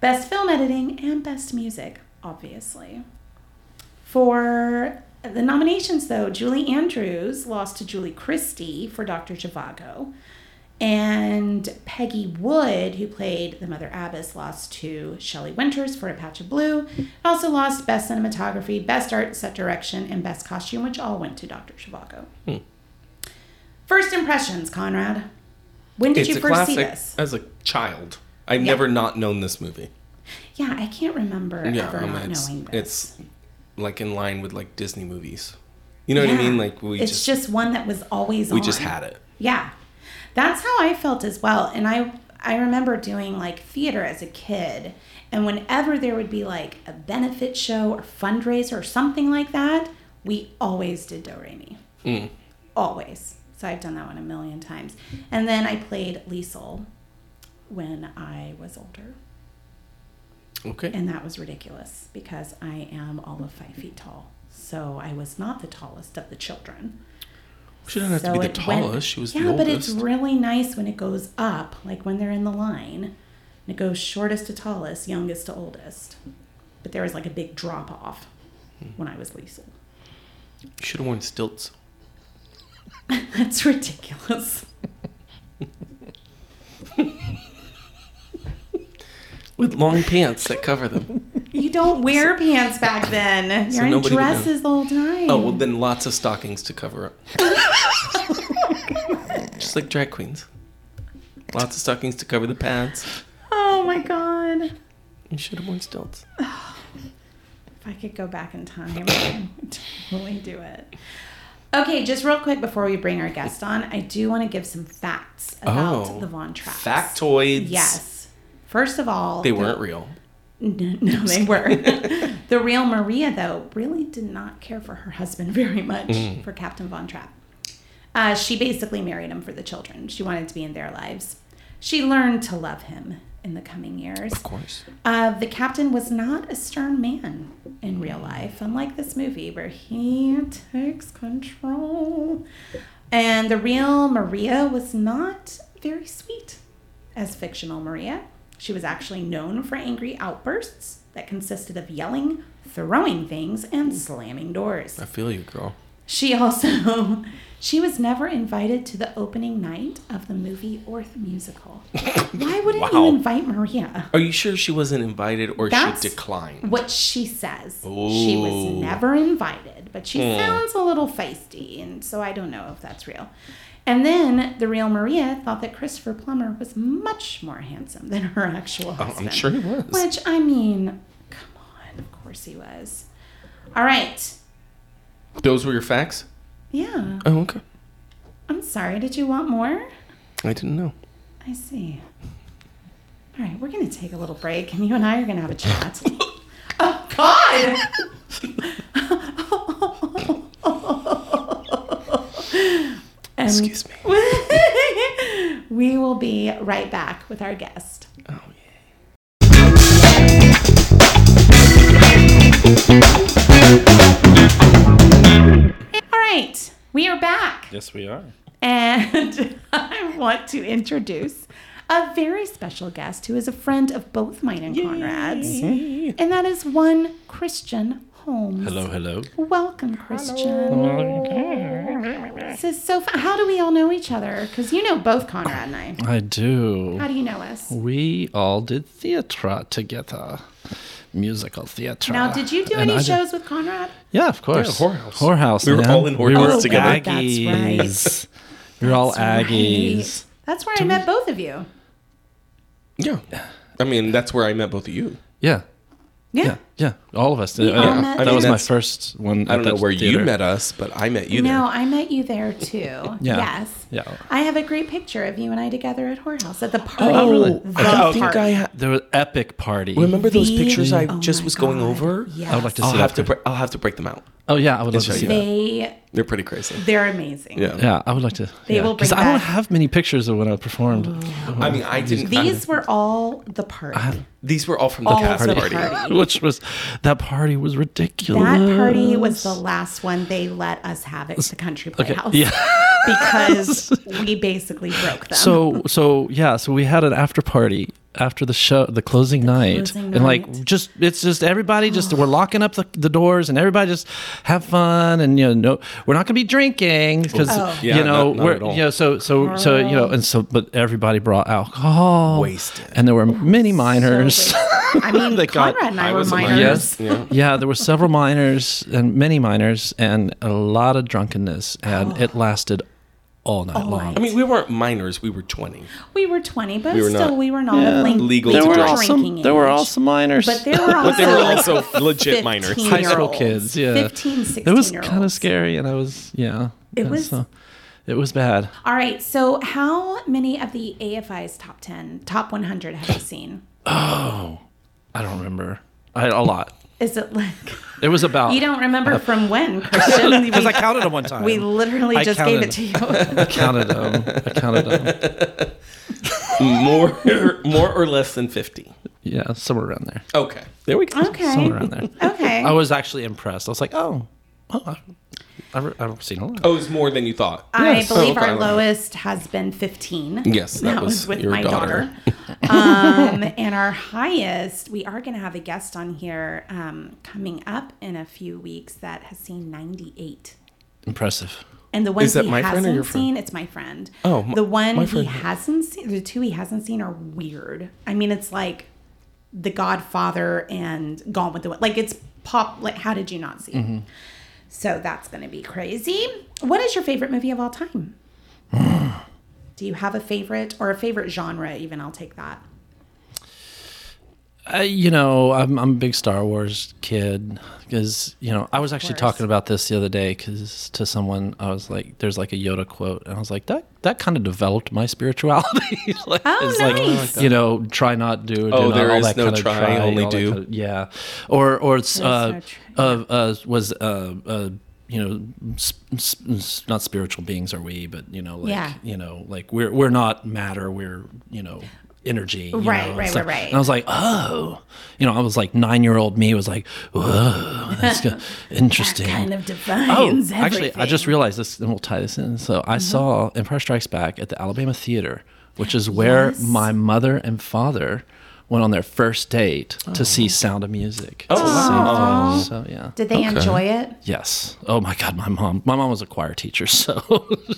[SPEAKER 2] Best film editing and best music, obviously. For the nominations, though, Julie Andrews lost to Julie Christie for Dr. Zhivago. And Peggy Wood, who played the Mother Abbess, lost to Shelley Winters for A Patch of Blue. Also lost Best Cinematography, Best Art, Set Direction, and Best Costume, which all went to Dr. Zhivago.
[SPEAKER 3] Hmm.
[SPEAKER 2] First impressions, Conrad. When did
[SPEAKER 3] it's
[SPEAKER 2] you
[SPEAKER 3] a
[SPEAKER 2] first
[SPEAKER 3] classic.
[SPEAKER 2] see this?
[SPEAKER 3] As a child, I've never not known this movie.
[SPEAKER 2] Yeah, I can't remember
[SPEAKER 3] Yeah,
[SPEAKER 2] ever
[SPEAKER 3] I mean,
[SPEAKER 2] not
[SPEAKER 3] it's,
[SPEAKER 2] knowing this.
[SPEAKER 3] it's like in line with like Disney movies. You know what
[SPEAKER 2] Yeah.
[SPEAKER 3] I mean? Like we
[SPEAKER 2] it's
[SPEAKER 3] just,
[SPEAKER 2] one that was always
[SPEAKER 3] we
[SPEAKER 2] on.
[SPEAKER 3] just had it.
[SPEAKER 2] Yeah, that's how I felt as well. And I I remember doing like theater as a kid, and whenever there would be like a benefit show or fundraiser or something like that, we always did Do Re Mi.
[SPEAKER 3] Mm.
[SPEAKER 2] Always. So I've done that one a million times. And then I played Liesel when I was older.
[SPEAKER 3] Okay.
[SPEAKER 2] And that was ridiculous because I am all of five feet tall. So I was not the tallest of the children.
[SPEAKER 3] She didn't have
[SPEAKER 2] So
[SPEAKER 3] to be the
[SPEAKER 2] it went-
[SPEAKER 3] tallest. she was
[SPEAKER 2] yeah,
[SPEAKER 3] the oldest.
[SPEAKER 2] but it's really nice when it goes up, like when they're in the line, and it goes shortest to tallest, youngest to oldest. But there was like a big drop off
[SPEAKER 3] Hmm.
[SPEAKER 2] when I was Liesel.
[SPEAKER 3] You should have worn stilts.
[SPEAKER 2] That's ridiculous.
[SPEAKER 3] With long pants that cover them.
[SPEAKER 2] You don't wear pants back then. You're in
[SPEAKER 3] nobody would know.
[SPEAKER 2] dresses the whole time.
[SPEAKER 3] Oh, well, then lots of stockings to cover up. Just like drag queens. Lots of stockings to cover the pants.
[SPEAKER 2] oh my god.
[SPEAKER 3] You should have worn stilts.
[SPEAKER 2] If I could go back in time, I would totally do it. Okay, just real quick before we bring our guest on, I do want to give some facts about
[SPEAKER 3] Oh,
[SPEAKER 2] the Von Trapps.
[SPEAKER 3] Factoids.
[SPEAKER 2] Yes. First of all,
[SPEAKER 3] They weren't real.
[SPEAKER 2] No, no, they were. the real Maria, though, really did not care for her husband very much,
[SPEAKER 3] Mm.
[SPEAKER 2] for Captain Von Trapp. Uh, she basically married him for the children. She wanted to be in their lives. She learned to love him in the coming years.
[SPEAKER 3] Of course.
[SPEAKER 2] Uh, the captain was not a stern man in real life, unlike this movie where he takes control. And the real Maria was not very sweet as fictional Maria. She was actually known for angry outbursts that consisted of yelling, throwing things, and slamming doors.
[SPEAKER 3] I feel you, girl.
[SPEAKER 2] She also she was never invited to the opening night of the movie or the musical. Why wouldn't
[SPEAKER 3] Wow.
[SPEAKER 2] you invite Maria?
[SPEAKER 3] Are you sure she wasn't invited or
[SPEAKER 2] That's
[SPEAKER 3] she declined?
[SPEAKER 2] What she says. She was
[SPEAKER 3] Ooh. Hmm.
[SPEAKER 2] never invited, but she sounds a little feisty, and so I don't know if that's real. And then the real Maria thought that Christopher Plummer was much more handsome than her actual
[SPEAKER 3] Oh, I'm
[SPEAKER 2] husband.
[SPEAKER 3] sure he was.
[SPEAKER 2] Which, I mean, come on, of course he was. All right.
[SPEAKER 3] Those were your facts?
[SPEAKER 2] Yeah.
[SPEAKER 3] Oh, okay.
[SPEAKER 2] I'm sorry. Did you want more?
[SPEAKER 3] I didn't know.
[SPEAKER 2] I see. All right, we're going to take a little break, and you and I are going to have a chat. Oh, God! And
[SPEAKER 3] Excuse me.
[SPEAKER 2] we will be right back with our guest.
[SPEAKER 3] Oh,
[SPEAKER 2] All right, we are back.
[SPEAKER 3] Yes, we are.
[SPEAKER 2] And I want to introduce a very special guest who is a friend of both mine and Conrad's. And that is one Christian Holmes.
[SPEAKER 4] Hello, hello.
[SPEAKER 2] Welcome, Christian. This is so fun. How do we all know each other? Because you know both Conrad and I.
[SPEAKER 4] I do.
[SPEAKER 2] How do you know us?
[SPEAKER 4] We all did theatre together. Musical theatre.
[SPEAKER 2] Now, did you do
[SPEAKER 4] And
[SPEAKER 2] any
[SPEAKER 4] I did-
[SPEAKER 2] shows with Conrad?
[SPEAKER 4] Yeah, of course.
[SPEAKER 3] Yeah, Whorehouse.
[SPEAKER 4] Whorehouse.
[SPEAKER 3] We were
[SPEAKER 4] man.
[SPEAKER 3] all in
[SPEAKER 4] We were
[SPEAKER 3] Whorehouse together.
[SPEAKER 2] That's right.
[SPEAKER 4] Aggies. we were all
[SPEAKER 2] That's right.
[SPEAKER 4] Aggies.
[SPEAKER 2] That's where I met both of you.
[SPEAKER 3] Yeah. I mean, that's where I met both of you.
[SPEAKER 4] Yeah.
[SPEAKER 2] Yeah.
[SPEAKER 4] Yeah. Yeah. All of us. Uh,
[SPEAKER 2] all
[SPEAKER 4] uh,
[SPEAKER 2] met
[SPEAKER 4] that
[SPEAKER 3] there.
[SPEAKER 4] was my
[SPEAKER 3] That's-
[SPEAKER 4] first one.
[SPEAKER 3] I don't
[SPEAKER 4] at
[SPEAKER 3] know
[SPEAKER 4] the
[SPEAKER 3] where you
[SPEAKER 4] theater.
[SPEAKER 3] met us, but I met you
[SPEAKER 2] No,
[SPEAKER 3] there.
[SPEAKER 2] I met you there too.
[SPEAKER 4] Yeah.
[SPEAKER 2] Yes.
[SPEAKER 4] Yeah.
[SPEAKER 2] I have a great picture of you and I together at Whorehouse at the party.
[SPEAKER 4] Oh, really?
[SPEAKER 2] The
[SPEAKER 3] I think
[SPEAKER 2] party.
[SPEAKER 3] I ha-
[SPEAKER 4] There was epic party.
[SPEAKER 3] remember those
[SPEAKER 2] The-
[SPEAKER 3] pictures I
[SPEAKER 2] oh
[SPEAKER 3] just
[SPEAKER 2] my
[SPEAKER 3] was going
[SPEAKER 2] God,
[SPEAKER 3] over.
[SPEAKER 2] Yes.
[SPEAKER 4] I would like to
[SPEAKER 3] I'll
[SPEAKER 4] see
[SPEAKER 3] have
[SPEAKER 4] that.
[SPEAKER 3] to.
[SPEAKER 4] picture.
[SPEAKER 3] Bre- I'll have to break them out.
[SPEAKER 4] oh yeah, I would love to
[SPEAKER 3] It's
[SPEAKER 4] see that.
[SPEAKER 2] They
[SPEAKER 3] They're pretty crazy.
[SPEAKER 2] they're amazing.
[SPEAKER 3] Yeah.
[SPEAKER 4] Yeah, I would like to.
[SPEAKER 2] They
[SPEAKER 4] yeah.
[SPEAKER 2] will
[SPEAKER 4] 'Cause
[SPEAKER 2] bring
[SPEAKER 4] I don't
[SPEAKER 2] back-
[SPEAKER 4] have many pictures of when I performed.
[SPEAKER 3] I mean, I didn't.
[SPEAKER 2] These were all the party.
[SPEAKER 3] these were all from the
[SPEAKER 2] All
[SPEAKER 3] cast
[SPEAKER 2] the
[SPEAKER 3] party.
[SPEAKER 2] party.
[SPEAKER 4] Which was that party was ridiculous.
[SPEAKER 2] That party was the last one they let us have at the country playhouse
[SPEAKER 4] Yeah.
[SPEAKER 2] because we basically broke them.
[SPEAKER 4] So so yeah, so we had an after party after the show, the closing, night,
[SPEAKER 2] closing
[SPEAKER 4] and like
[SPEAKER 2] night.
[SPEAKER 4] just it's just everybody just we're locking up the, the doors and everybody just have fun and you know no, we're not gonna be drinking because
[SPEAKER 2] Oh.
[SPEAKER 4] you
[SPEAKER 3] Yeah,
[SPEAKER 4] know
[SPEAKER 3] not- not
[SPEAKER 4] we're
[SPEAKER 3] at all.
[SPEAKER 4] you know so so so you know and so but everybody brought alcohol
[SPEAKER 3] Wasted.
[SPEAKER 4] and there were many minors.
[SPEAKER 2] So wait. I mean,
[SPEAKER 4] They got-
[SPEAKER 2] Conrad and I,
[SPEAKER 3] I
[SPEAKER 2] were
[SPEAKER 3] was a minor.
[SPEAKER 2] minors.
[SPEAKER 4] Yes.
[SPEAKER 3] Yeah.
[SPEAKER 4] Yeah. there were several minors and many minors and a lot of drunkenness and it lasted all
[SPEAKER 2] Oh
[SPEAKER 4] night long.
[SPEAKER 3] I mean, we weren't minors. We were twenty.
[SPEAKER 2] We were 20, but
[SPEAKER 3] We were
[SPEAKER 2] still,
[SPEAKER 3] not-
[SPEAKER 2] we were not of like,
[SPEAKER 3] Legal
[SPEAKER 4] There
[SPEAKER 3] to
[SPEAKER 4] were
[SPEAKER 3] drink.
[SPEAKER 4] also
[SPEAKER 2] drinking
[SPEAKER 4] there were
[SPEAKER 2] age.
[SPEAKER 4] also minors.
[SPEAKER 2] But they were also,
[SPEAKER 3] But they were
[SPEAKER 2] like,
[SPEAKER 3] also legit
[SPEAKER 2] 15
[SPEAKER 3] minors.
[SPEAKER 2] year
[SPEAKER 4] high school
[SPEAKER 2] olds,
[SPEAKER 4] kids, yeah.
[SPEAKER 2] 15, 16
[SPEAKER 4] It was
[SPEAKER 2] year
[SPEAKER 4] kind of
[SPEAKER 2] olds.
[SPEAKER 4] scary and I was yeah.
[SPEAKER 2] It
[SPEAKER 4] and
[SPEAKER 2] was-
[SPEAKER 4] so- it was bad.
[SPEAKER 2] All right. So, how many of the AFI's top 10, top 100 have you seen?
[SPEAKER 4] I don't remember. I a lot.
[SPEAKER 2] Is it like
[SPEAKER 4] It was about
[SPEAKER 2] you don't remember from when, Christian?
[SPEAKER 4] because Uh, I counted them one time.
[SPEAKER 2] We literally
[SPEAKER 4] I
[SPEAKER 2] just gave it to you.
[SPEAKER 4] I counted them. I counted them.
[SPEAKER 3] More, more or less than fifty.
[SPEAKER 4] Yeah, somewhere around there.
[SPEAKER 3] Okay. There we go.
[SPEAKER 4] Somewhere
[SPEAKER 2] Okay.
[SPEAKER 4] around there.
[SPEAKER 2] Okay.
[SPEAKER 4] I was actually impressed. I was like, oh, oh I- I've, I've seen a lot.
[SPEAKER 3] Oh, it's more than you thought.
[SPEAKER 2] I
[SPEAKER 4] Yes.
[SPEAKER 2] believe
[SPEAKER 3] Oh,
[SPEAKER 2] our
[SPEAKER 3] okay.
[SPEAKER 2] lowest has been 15.
[SPEAKER 3] Yes, that was your daughter.
[SPEAKER 2] um, and our highest, we are going to have a guest on here um, coming up in a few weeks that has seen 98.
[SPEAKER 4] Impressive.
[SPEAKER 2] And the ones
[SPEAKER 3] Is that
[SPEAKER 2] he
[SPEAKER 3] my friend or
[SPEAKER 2] hasn't
[SPEAKER 3] your friend?
[SPEAKER 2] seen, it's my friend.
[SPEAKER 3] Oh, my-
[SPEAKER 2] the one
[SPEAKER 3] my
[SPEAKER 2] he
[SPEAKER 3] friend.
[SPEAKER 2] hasn't seen, the two he hasn't seen are weird. I mean, it's like The Godfather and Gone with the Wind. Like it's pop. Like how did you not see?
[SPEAKER 3] Mm-hmm.
[SPEAKER 2] it? So that's gonna be crazy. What is your favorite movie of all time? Do you have a favorite or a favorite genre? Even I'll take that.
[SPEAKER 4] Uh, you know, I'm, I'm a big Star Wars kid because you know I was actually
[SPEAKER 2] course.
[SPEAKER 4] talking about this the other day because to someone I was like, "There's like a Yoda quote," and I was like, "That that kind of developed my spirituality." like,
[SPEAKER 2] Oh, nice.
[SPEAKER 4] you know, try not do. do
[SPEAKER 3] Oh,
[SPEAKER 4] not,
[SPEAKER 3] there
[SPEAKER 4] all
[SPEAKER 3] is
[SPEAKER 4] that
[SPEAKER 3] no
[SPEAKER 4] kind of
[SPEAKER 3] try, only
[SPEAKER 4] all that
[SPEAKER 3] do.
[SPEAKER 4] kind of- yeah, or or it's
[SPEAKER 2] There's
[SPEAKER 4] uh,
[SPEAKER 2] no try.
[SPEAKER 4] uh, uh was uh, uh you know s- s- s- not spiritual beings are we, but you know like
[SPEAKER 2] Yeah.
[SPEAKER 4] you know like we're we're not matter, we're you know energy you
[SPEAKER 2] Right,
[SPEAKER 4] know,
[SPEAKER 2] right,
[SPEAKER 4] it's
[SPEAKER 2] right,
[SPEAKER 4] like-
[SPEAKER 2] right.
[SPEAKER 4] And I was like, oh, you know, I was like nine year old me was like, whoa, that's go- interesting.
[SPEAKER 2] Kind of defines
[SPEAKER 4] oh,
[SPEAKER 2] everything. Mm-hmm.
[SPEAKER 4] actually, I just realized this, and we'll tie this in. So I saw Empire Strikes Back at the Alabama Theater, which is where
[SPEAKER 2] Yes.
[SPEAKER 4] my mother and father went on their first date to
[SPEAKER 2] Oh.
[SPEAKER 4] see Sound of Music.
[SPEAKER 3] Oh,
[SPEAKER 4] It's the same
[SPEAKER 2] wow.
[SPEAKER 4] thing. So yeah.
[SPEAKER 2] Did they enjoy it?
[SPEAKER 4] Yes. Oh my God, my mom. My mom was a choir teacher, so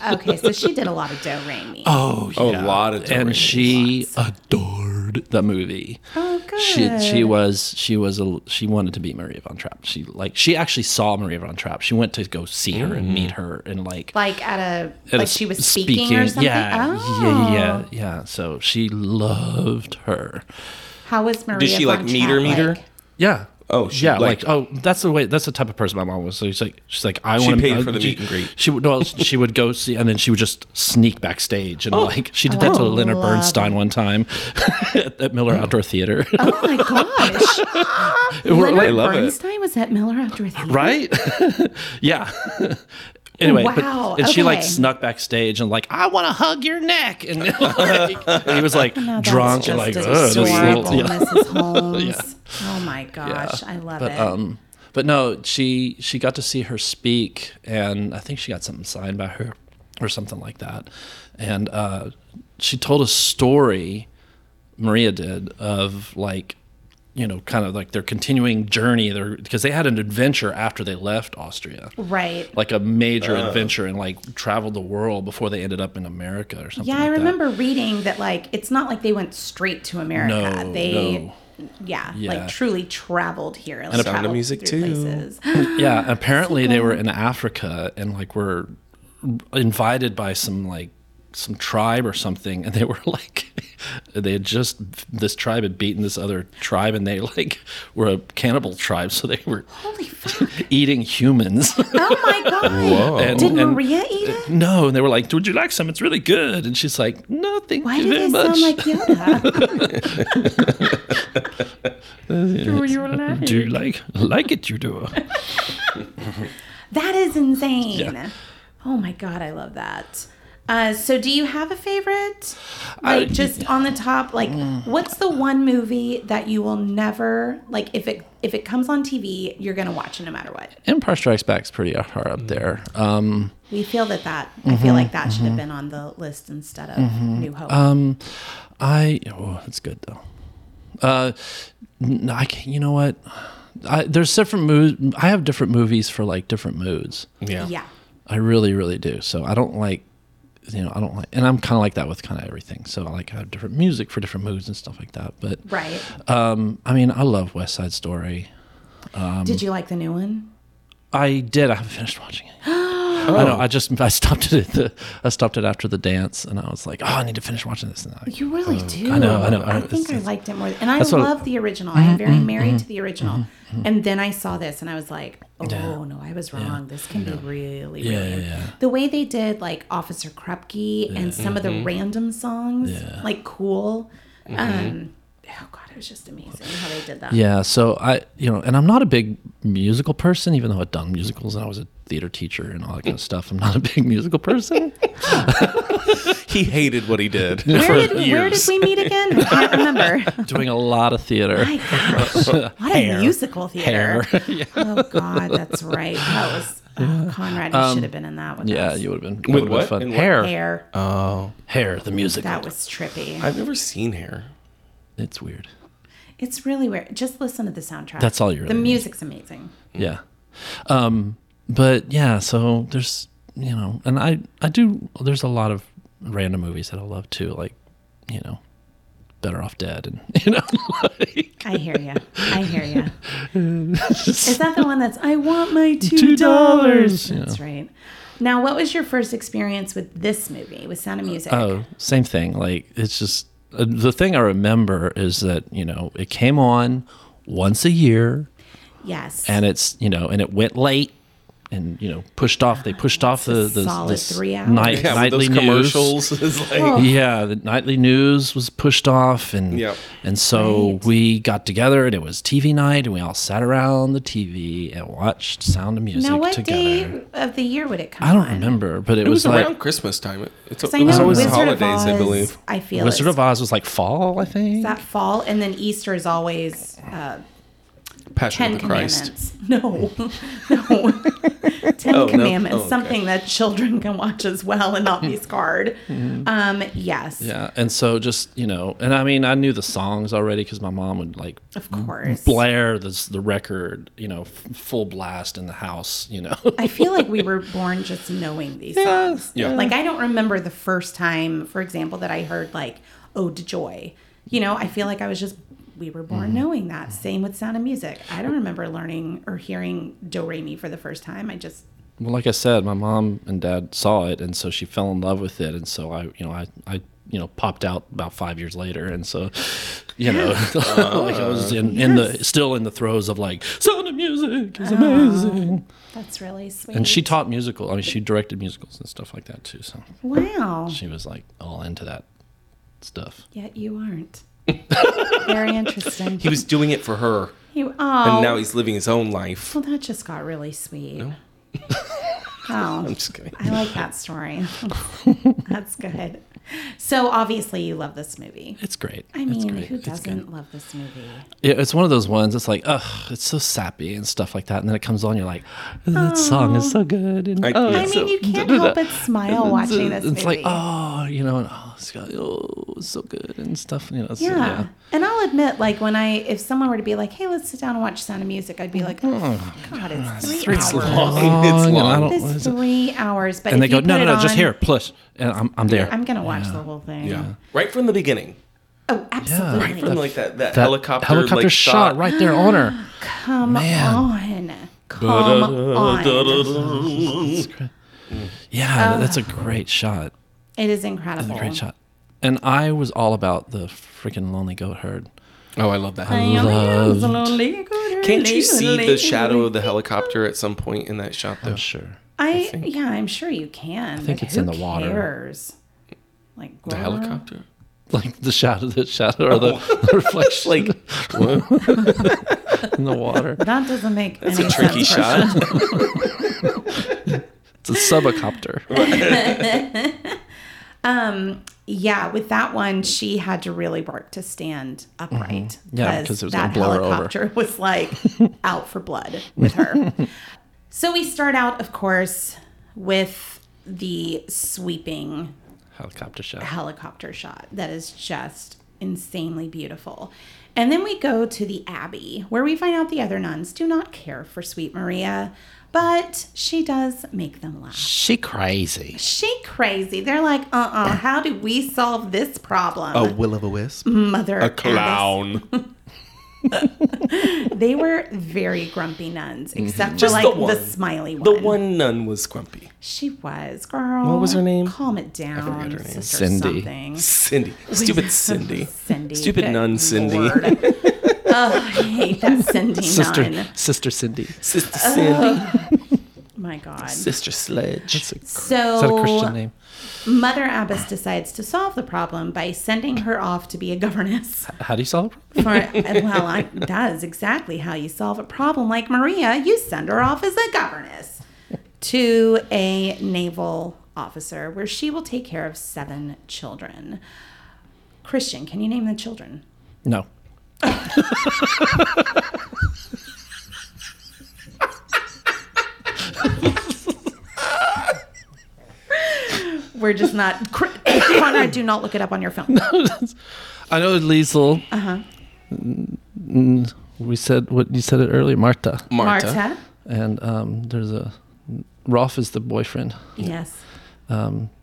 [SPEAKER 2] Okay, so she did a lot of do re mi.
[SPEAKER 4] Oh,
[SPEAKER 3] A
[SPEAKER 4] yeah.
[SPEAKER 3] lot of
[SPEAKER 4] and
[SPEAKER 3] Doraemon.
[SPEAKER 4] she adored the movie.
[SPEAKER 2] Oh,
[SPEAKER 4] She she
[SPEAKER 2] good.
[SPEAKER 4] was she was a she wanted to be Maria von Trapp. She like she actually saw Maria von Trapp. She went to go see her and
[SPEAKER 3] Mm.
[SPEAKER 4] meet her and like
[SPEAKER 2] Like at a
[SPEAKER 4] at a
[SPEAKER 2] like she was
[SPEAKER 4] s-
[SPEAKER 2] speaking, or something.
[SPEAKER 4] Yeah,
[SPEAKER 2] Oh.
[SPEAKER 4] yeah, yeah, yeah. So she loved her.
[SPEAKER 2] Oh, How was Maria?
[SPEAKER 3] Did she like
[SPEAKER 2] von
[SPEAKER 3] meter
[SPEAKER 2] Trapp
[SPEAKER 3] meter?
[SPEAKER 2] like?
[SPEAKER 4] Yeah.
[SPEAKER 3] Oh, she,
[SPEAKER 4] yeah, like, oh, that's the way. That's the type of person my mom was. So she's like, she's like, I want.
[SPEAKER 3] paid for the meet and greet.
[SPEAKER 4] She would, well, she would go see, and then she would just sneak backstage, and like she did that to
[SPEAKER 2] Oh,
[SPEAKER 4] Leonard
[SPEAKER 2] love
[SPEAKER 4] Bernstein one time at, at Miller Outdoor Theater,
[SPEAKER 2] Oh my gosh.
[SPEAKER 4] We're
[SPEAKER 2] Leonard
[SPEAKER 4] like-
[SPEAKER 3] love it.
[SPEAKER 2] Bernstein was at Miller Outdoor Theater.
[SPEAKER 4] right? yeah. Anyway, but-
[SPEAKER 2] Wow,
[SPEAKER 4] and she like
[SPEAKER 2] okay.
[SPEAKER 4] snuck backstage and like, I want to hug your neck, and, like, and he was like
[SPEAKER 2] No, that's
[SPEAKER 4] drunk
[SPEAKER 2] just
[SPEAKER 4] and like, "Ugh, this is
[SPEAKER 2] adorable,
[SPEAKER 4] little-" yeah.
[SPEAKER 2] Mrs. Holmes. Oh my gosh, I love it.
[SPEAKER 4] Um, but no, she she got to see her speak, and I think she got something signed by her or something like that. And uh, she told a story Maria did of like you know kind of like their continuing journey their because they had an adventure after they left Austria.
[SPEAKER 2] right.
[SPEAKER 4] Like a major adventure and like traveled the world before they ended up in America or something.
[SPEAKER 2] Yeah,
[SPEAKER 4] like
[SPEAKER 2] I
[SPEAKER 4] that.
[SPEAKER 2] remember reading that like it's not like they went straight to America.
[SPEAKER 4] No,
[SPEAKER 2] they yeah,
[SPEAKER 4] Yeah.
[SPEAKER 2] like truly traveled here. Like,
[SPEAKER 3] Sound of
[SPEAKER 2] traveled
[SPEAKER 3] Music
[SPEAKER 2] through
[SPEAKER 3] too.
[SPEAKER 2] Places.
[SPEAKER 4] yeah apparently they were in africa and like were invited by some like some tribe or something and they were like they had just this tribe had beaten this other tribe and they like were a cannibal tribe so they were
[SPEAKER 2] Holy fuck.
[SPEAKER 4] eating humans
[SPEAKER 2] Oh my god.
[SPEAKER 4] And-
[SPEAKER 2] Did
[SPEAKER 4] and-
[SPEAKER 2] Maria eat it?
[SPEAKER 4] no and they were like would you like some it's really good and she's like no thank
[SPEAKER 2] Why
[SPEAKER 4] you
[SPEAKER 2] do
[SPEAKER 4] very
[SPEAKER 2] they
[SPEAKER 4] much
[SPEAKER 2] sound like Yoda? Through your life.
[SPEAKER 4] do you like like it you do
[SPEAKER 2] That is insane.
[SPEAKER 4] Yeah.
[SPEAKER 2] Oh my god, I love that. Uh, so, do you have a favorite?
[SPEAKER 4] I-
[SPEAKER 2] Like, just on the top, like, what's the one movie that you will never like? If it if it comes on TV, you're gonna watch it no matter what.
[SPEAKER 4] empire strikes back's pretty hard up there um
[SPEAKER 2] We feel that that I
[SPEAKER 4] Mm-hmm.
[SPEAKER 2] feel like that should have been on the list instead of New Hope.
[SPEAKER 4] Uh, Um, I oh, that's good though. Uh, n- I can, you know what? I, there's different moods. I have different movies for like different moods.
[SPEAKER 3] yeah.
[SPEAKER 2] yeah,
[SPEAKER 4] I really, really do. So I don't like, you know, I don't like, and I'm kind of like that with kind of everything. So I like I have different music for different moods and stuff like that. But
[SPEAKER 2] right.
[SPEAKER 4] um, I mean, I love West Side Story. um,
[SPEAKER 2] Did you like the new one?
[SPEAKER 4] I did. I haven't finished watching it. I know. I just I stopped it. At the, I stopped it after the dance, and I was like, oh, I need to finish watching this. And I,
[SPEAKER 2] You really do.
[SPEAKER 4] Uh, I know, I know.
[SPEAKER 2] I
[SPEAKER 4] I-
[SPEAKER 2] think I
[SPEAKER 4] it's-
[SPEAKER 2] liked it more, and I
[SPEAKER 4] That's what- mm-hmm,
[SPEAKER 2] love the original. I am very married to the original. And then I saw this, and I was like, "Oh no, I was wrong. This can be really,
[SPEAKER 4] yeah,
[SPEAKER 2] really."
[SPEAKER 4] yeah, yeah.
[SPEAKER 2] The way they did like Officer Krupke and some of the random songs, like cool. Um, oh god, it was just amazing how they did that.
[SPEAKER 4] Yeah, so I, you know, and I'm not a big musical person, even though I've done musicals and I was a theater teacher and all that kind of stuff. I'm not a big musical person.
[SPEAKER 3] He hated what he did.
[SPEAKER 2] Where did, where did we meet again? I can't remember.
[SPEAKER 4] Doing a lot of theater.
[SPEAKER 2] My gosh, what a musical theater!
[SPEAKER 4] Hair.
[SPEAKER 2] Oh God, that's right. That was oh, Conrad. You should have been in that with
[SPEAKER 4] Um, Yeah,
[SPEAKER 2] us.
[SPEAKER 4] you would have been.
[SPEAKER 3] With
[SPEAKER 4] would've been
[SPEAKER 3] what?
[SPEAKER 4] Fun.
[SPEAKER 3] In what?
[SPEAKER 4] Hair.
[SPEAKER 2] hair.
[SPEAKER 4] Oh.
[SPEAKER 3] Oh.
[SPEAKER 4] Hair, the musical.
[SPEAKER 2] That was trippy.
[SPEAKER 3] I've never seen hair.
[SPEAKER 4] it's weird.
[SPEAKER 2] it's really weird. Just listen to the soundtrack.
[SPEAKER 4] That's all you
[SPEAKER 2] The
[SPEAKER 4] really need.
[SPEAKER 2] music's amazing.
[SPEAKER 4] Yeah. Um, but yeah, so there's, you know, and I, I do, there's a lot of random movies that I love too, like, you know, Better Off Dead and, you know, like,
[SPEAKER 2] I hear you. I hear you. Is that the one that's I want my two dollars?
[SPEAKER 4] $2, yeah.
[SPEAKER 2] That's right. Now, what was your first experience with this movie, with Sound of Music?
[SPEAKER 4] Oh, same thing. Like it's just uh, the thing I remember is that you know it came on once a year,
[SPEAKER 2] yes.
[SPEAKER 4] and it's you know and it went late, and you know pushed off. They pushed off the
[SPEAKER 2] That's a
[SPEAKER 4] the
[SPEAKER 2] solid
[SPEAKER 4] this
[SPEAKER 2] three hours.
[SPEAKER 4] night
[SPEAKER 3] Yeah, with
[SPEAKER 4] nightly
[SPEAKER 3] those
[SPEAKER 4] commercials.
[SPEAKER 3] commercials. It's like,
[SPEAKER 2] Oh.
[SPEAKER 4] Yeah, the nightly news was pushed off, and
[SPEAKER 3] Yep.
[SPEAKER 4] and so
[SPEAKER 2] Right.
[SPEAKER 4] we got together, and it was TV night, and we all sat around the TV and watched Sound of Music
[SPEAKER 2] now, what
[SPEAKER 4] together.
[SPEAKER 2] day of the year would it come?
[SPEAKER 4] I don't
[SPEAKER 2] on?
[SPEAKER 4] remember, but it,
[SPEAKER 3] it was
[SPEAKER 4] was, like
[SPEAKER 3] around Christmas time. It, it's,
[SPEAKER 2] So I
[SPEAKER 3] it was
[SPEAKER 2] know
[SPEAKER 3] always
[SPEAKER 2] Wizard
[SPEAKER 3] the holidays,
[SPEAKER 2] of Oz,
[SPEAKER 3] I believe.
[SPEAKER 2] I feel
[SPEAKER 4] Wizard
[SPEAKER 2] is
[SPEAKER 4] of Oz was like fall, I think.
[SPEAKER 2] that fall, and then Easter is always uh,
[SPEAKER 3] Passion
[SPEAKER 2] Ten
[SPEAKER 3] of the Christ.
[SPEAKER 2] Commandments. No, no. Ten Commandments.
[SPEAKER 3] no. Oh, okay. Mm-hmm.
[SPEAKER 2] Something that children can watch as well and not be scarred. Um, yes,
[SPEAKER 4] Yeah, and so just you know, and I mean, I knew the songs already because my mom would like
[SPEAKER 2] of course.
[SPEAKER 4] blare the the record, you know, f- full blast in the house, you know.
[SPEAKER 2] I feel like we were born just knowing these songs.
[SPEAKER 3] Yeah.
[SPEAKER 2] Like I don't remember the first time, for example, that I heard like "Ode to Joy." You know, I feel like I was just we were born
[SPEAKER 3] Mm-hmm.
[SPEAKER 2] knowing that. Same with Sound of Music. I don't remember learning or hearing Do Re Mi for the first time. I just
[SPEAKER 4] well, like I said, my mom and dad saw it, and so she fell in love with it, and so I, you know, I I you know popped out about five years later, and so you know like I was in, in the still in the throes of like Sound of Music is amazing,
[SPEAKER 2] That's really sweet.
[SPEAKER 4] and she taught musical. I mean, she directed musicals and stuff like that too. So
[SPEAKER 2] Wow.
[SPEAKER 4] she was like all into that stuff.
[SPEAKER 2] Yet you aren't. Very interesting.
[SPEAKER 3] He was doing it for her,
[SPEAKER 2] You,
[SPEAKER 3] and
[SPEAKER 2] oh,
[SPEAKER 3] now he's living his own life.
[SPEAKER 2] well, that just got really sweet. oh,
[SPEAKER 3] I'm just kidding.
[SPEAKER 2] I like that story. That's good. So obviously, you love this movie.
[SPEAKER 4] It's great.
[SPEAKER 2] I
[SPEAKER 4] it's
[SPEAKER 2] mean,
[SPEAKER 4] great.
[SPEAKER 2] who
[SPEAKER 4] It's good.
[SPEAKER 2] doesn't love this movie?
[SPEAKER 4] Yeah, it's one of those ones. It's like, ugh, it's so sappy and stuff like that. And then it comes on, you're like, that song is so good. And,
[SPEAKER 3] I-
[SPEAKER 4] oh,
[SPEAKER 3] yeah.
[SPEAKER 2] I
[SPEAKER 4] it's
[SPEAKER 2] mean,
[SPEAKER 4] so-
[SPEAKER 2] you can't
[SPEAKER 4] da-da-da."
[SPEAKER 2] help but smile watching this
[SPEAKER 4] it's
[SPEAKER 2] movie.
[SPEAKER 4] like, oh, you know, and, oh, it's got, oh, it's so good and stuff. You know, so,
[SPEAKER 2] yeah.
[SPEAKER 4] yeah.
[SPEAKER 2] And I'll admit, like when I, if someone were to be like, "Hey, let's sit down and watch Sound of Music," I'd be
[SPEAKER 4] Mm.
[SPEAKER 2] like, "Oh, God, it's three,
[SPEAKER 3] It's
[SPEAKER 2] hours.
[SPEAKER 3] long.
[SPEAKER 4] Long,
[SPEAKER 3] It's
[SPEAKER 4] and I
[SPEAKER 3] long.
[SPEAKER 4] don't-
[SPEAKER 2] It's
[SPEAKER 4] What is it?
[SPEAKER 2] three hours." But
[SPEAKER 4] And they
[SPEAKER 2] if
[SPEAKER 4] go,
[SPEAKER 2] you
[SPEAKER 4] no,
[SPEAKER 2] put
[SPEAKER 4] no,
[SPEAKER 2] it
[SPEAKER 4] no, just
[SPEAKER 2] on,
[SPEAKER 4] here, push. And I'm, I'm there.
[SPEAKER 2] I'm gonna watch the whole thing.
[SPEAKER 3] Yeah. Right from the beginning.
[SPEAKER 2] Oh, absolutely.
[SPEAKER 3] Right from like that, that,
[SPEAKER 4] That
[SPEAKER 3] helicopter,
[SPEAKER 4] helicopter
[SPEAKER 3] like,
[SPEAKER 4] shot
[SPEAKER 3] shot.
[SPEAKER 4] right there on her.
[SPEAKER 2] Come
[SPEAKER 4] Man.
[SPEAKER 2] on. Come on. Oh.
[SPEAKER 4] Yeah, that's a great shot.
[SPEAKER 2] It is incredible.
[SPEAKER 4] Great shot. And I was all about the freaking Lonely Goat Herd.
[SPEAKER 3] Oh, I love that.
[SPEAKER 2] I am absolutely good.
[SPEAKER 3] Can't you see the shadow of the helicopter at some point in that shot, though?
[SPEAKER 4] I'm sure.
[SPEAKER 2] I, yeah, I'm sure you can. I
[SPEAKER 4] think it's in the water.
[SPEAKER 2] Cares? Like
[SPEAKER 3] The helicopter.
[SPEAKER 4] like the shadow, the shadow, or the, the reflection, in the water.
[SPEAKER 2] That doesn't make any
[SPEAKER 3] Tricky
[SPEAKER 2] sense.
[SPEAKER 3] shot.
[SPEAKER 4] It's a subacopter.
[SPEAKER 2] Yeah, with that one, she had to really work to stand upright.
[SPEAKER 4] Mm-hmm. Yeah, because it was gonna
[SPEAKER 2] that
[SPEAKER 4] blow her over.
[SPEAKER 2] helicopter was like out for blood with her. so we start out, of course, with the sweeping
[SPEAKER 4] Helicopter shot.
[SPEAKER 2] helicopter shot that is just insanely beautiful. And then we go to the Abbey, where we find out the other nuns do not care for Sweet Maria, but she does make them laugh.
[SPEAKER 5] She crazy.
[SPEAKER 2] She crazy. They're like, uh uh how do we solve this problem?
[SPEAKER 4] Oh,
[SPEAKER 3] will of a wisp.
[SPEAKER 2] Mother
[SPEAKER 3] A
[SPEAKER 2] Abbess.
[SPEAKER 3] clown.
[SPEAKER 2] They were very grumpy nuns, except for
[SPEAKER 3] Mm-hmm. Just
[SPEAKER 2] like
[SPEAKER 3] the
[SPEAKER 2] the,
[SPEAKER 3] one.
[SPEAKER 2] smiley one.
[SPEAKER 3] The one nun was grumpy.
[SPEAKER 2] She was, girl.
[SPEAKER 3] What was her name?
[SPEAKER 2] Calm it down.
[SPEAKER 3] her name.
[SPEAKER 2] Sister
[SPEAKER 4] Cindy.
[SPEAKER 2] Something.
[SPEAKER 3] Cindy. Stupid Cindy.
[SPEAKER 2] Cindy.
[SPEAKER 3] Stupid
[SPEAKER 2] Good
[SPEAKER 3] nun Cindy.
[SPEAKER 2] Lord. oh, I hate that Cindy
[SPEAKER 4] Sister,
[SPEAKER 2] nun.
[SPEAKER 4] Sister Cindy.
[SPEAKER 3] Sister
[SPEAKER 2] Uh-huh.
[SPEAKER 3] Cindy.
[SPEAKER 2] My God.
[SPEAKER 3] Sister Sledge.
[SPEAKER 2] So
[SPEAKER 4] Is that a
[SPEAKER 2] Oh.
[SPEAKER 4] Christian name?
[SPEAKER 2] Mother Abbess decides to solve the problem by sending her off to be a governess.
[SPEAKER 4] How do you solve it?
[SPEAKER 2] For, well, I, that is exactly how you solve a problem like Maria. You send her off as a governess to a naval officer where she will take care of seven children. Christian, can you name the children?
[SPEAKER 4] No.
[SPEAKER 2] We're just not. Cr- Connor, do not look it up on your phone.
[SPEAKER 4] I know Liesl. Uh huh. We said what you said it earlier, Marta.
[SPEAKER 3] Marta.
[SPEAKER 2] Marta?
[SPEAKER 4] And um, there's a Rolf is the boyfriend. Um,
[SPEAKER 2] Yes.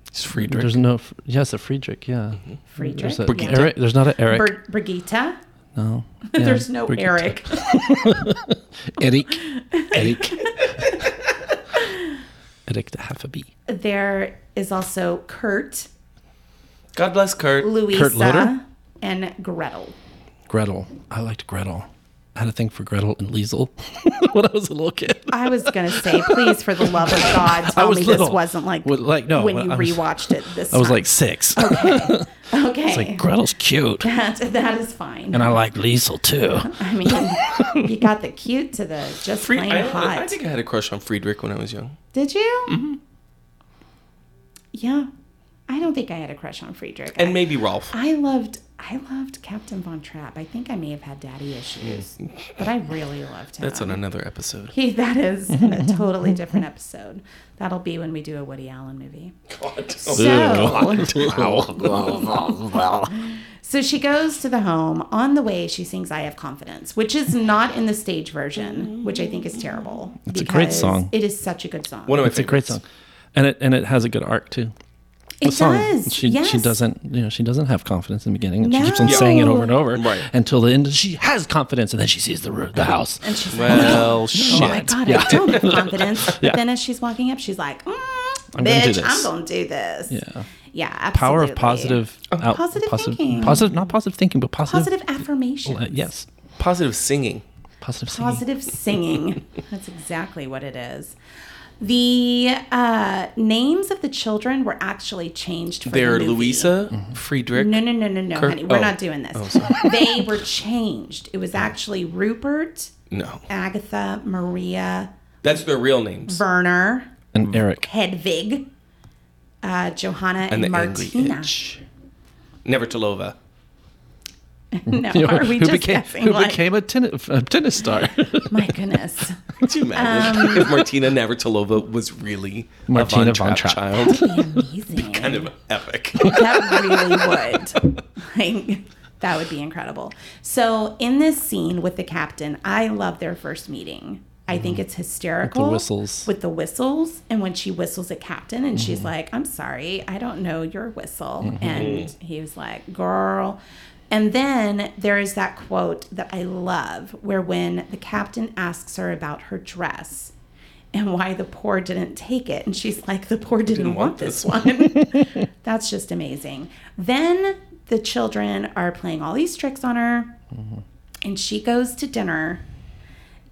[SPEAKER 3] It's Friedrich.
[SPEAKER 4] There's no yes, a Friedrich. Yeah.
[SPEAKER 2] Mm-hmm. Friedrich.
[SPEAKER 4] There's, a
[SPEAKER 2] yeah.
[SPEAKER 4] Eric, there's not an Eric.
[SPEAKER 2] Br- Brigitte.
[SPEAKER 4] no. Yeah,
[SPEAKER 2] There's no
[SPEAKER 4] Brigitte.
[SPEAKER 2] Eric.
[SPEAKER 5] Eric. Eric.
[SPEAKER 4] Eric the half a bee.
[SPEAKER 2] There is also Kurt,
[SPEAKER 3] God bless Kurt.
[SPEAKER 4] Loder?
[SPEAKER 2] Louisa, and Gretel.
[SPEAKER 4] Gretel. I liked Gretel. I had a thing for Gretel and Liesel when I was a little kid.
[SPEAKER 2] I was gonna say, please, for the love of God, tell
[SPEAKER 4] was
[SPEAKER 2] me
[SPEAKER 4] little.
[SPEAKER 2] this wasn't like
[SPEAKER 4] Well, like, no,
[SPEAKER 2] when
[SPEAKER 4] I
[SPEAKER 2] you
[SPEAKER 4] was-
[SPEAKER 2] rewatched it this
[SPEAKER 4] I was
[SPEAKER 2] time.
[SPEAKER 4] like six.
[SPEAKER 2] okay,
[SPEAKER 4] Like Gretel's cute,
[SPEAKER 2] that, that is fine.
[SPEAKER 4] and I like Liesel too.
[SPEAKER 2] I mean, you got the cute to the just
[SPEAKER 3] Fried-
[SPEAKER 2] plain
[SPEAKER 3] I,
[SPEAKER 2] hot.
[SPEAKER 3] I think I had a crush on Friedrich when I was young.
[SPEAKER 2] Did you?
[SPEAKER 4] Mm-hmm.
[SPEAKER 2] Yeah, I don't think I had a crush on Friedrich.
[SPEAKER 3] And maybe Rolf.
[SPEAKER 2] I loved I loved Captain Von Trapp. I think I may have had daddy issues, but I really loved him.
[SPEAKER 3] That's on another episode.
[SPEAKER 2] He, that is in a totally different episode. That'll be when we do a Woody Allen movie. So she goes to the home. On the way, she sings I Have Confidence, which is not in the stage version, which I think is terrible. It's
[SPEAKER 4] a great song.
[SPEAKER 2] It is such a good song.
[SPEAKER 3] One of my
[SPEAKER 4] It's a great song, and it and it has a good arc too.
[SPEAKER 2] it
[SPEAKER 4] The song
[SPEAKER 2] does.
[SPEAKER 4] she
[SPEAKER 2] yes.
[SPEAKER 4] she doesn't you know she doesn't have confidence in the beginning, and she keeps on
[SPEAKER 2] No.
[SPEAKER 4] saying it over and over
[SPEAKER 3] Right.
[SPEAKER 4] until the end. She has confidence, and then she sees the ro- the house.
[SPEAKER 2] And she's like,
[SPEAKER 3] Well,
[SPEAKER 2] oh
[SPEAKER 3] shit.
[SPEAKER 2] my God, I don't have confidence. But then as she's walking up, she's like, mm,
[SPEAKER 4] gonna do
[SPEAKER 2] bitch,
[SPEAKER 4] this.
[SPEAKER 2] I'm going to do this.
[SPEAKER 4] Yeah.
[SPEAKER 2] Yeah, absolutely.
[SPEAKER 4] Power of positive, out,
[SPEAKER 2] Oh, Positive thinking.
[SPEAKER 4] positive, not positive thinking, but positive.
[SPEAKER 2] positive affirmation.
[SPEAKER 4] uh, yes,
[SPEAKER 3] Positive singing.
[SPEAKER 4] positive. Singing.
[SPEAKER 2] Positive singing. That's exactly what it is. The uh, names of the children were actually changed. For the
[SPEAKER 3] They're
[SPEAKER 2] movie.
[SPEAKER 3] Louisa,
[SPEAKER 4] Mm-hmm.
[SPEAKER 3] Friedrich.
[SPEAKER 2] No, no, no, no, no,
[SPEAKER 3] Kirk-
[SPEAKER 2] honey. We're
[SPEAKER 3] oh.
[SPEAKER 2] not doing this. they were changed. It was actually Rupert,
[SPEAKER 3] No.
[SPEAKER 2] Agatha, Maria,
[SPEAKER 3] That's their real names.
[SPEAKER 2] Werner,
[SPEAKER 4] and Eric.
[SPEAKER 2] Hedvig, uh, Johanna, and,
[SPEAKER 3] and the angry
[SPEAKER 2] Martina.
[SPEAKER 3] itch. Nevertilova.
[SPEAKER 2] No, are we just
[SPEAKER 4] became,
[SPEAKER 2] guessing?
[SPEAKER 4] who
[SPEAKER 2] like,
[SPEAKER 4] became a, tennis, a tennis star?
[SPEAKER 2] my goodness.
[SPEAKER 3] Could you imagine
[SPEAKER 2] Um,
[SPEAKER 3] if Martina Navratilova was really
[SPEAKER 5] Martina
[SPEAKER 3] a Von
[SPEAKER 5] Von
[SPEAKER 3] Trapp
[SPEAKER 5] Trapp.
[SPEAKER 3] child?
[SPEAKER 2] Amazing.
[SPEAKER 3] kind of epic.
[SPEAKER 2] that really would. Like, that would be incredible. So, in this scene with the captain, I love their first meeting. I think it's hysterical.
[SPEAKER 4] whistles.
[SPEAKER 2] With the whistles. And when she whistles at Captain and she's like, I'm sorry, I don't know your whistle. And he was like, girl. And then there is that quote that I love where when the captain asks her about her dress and why the poor didn't take it, and she's like, the poor didn't, want, this one. That's just amazing. Then the children are playing all these tricks on her, and she goes to dinner,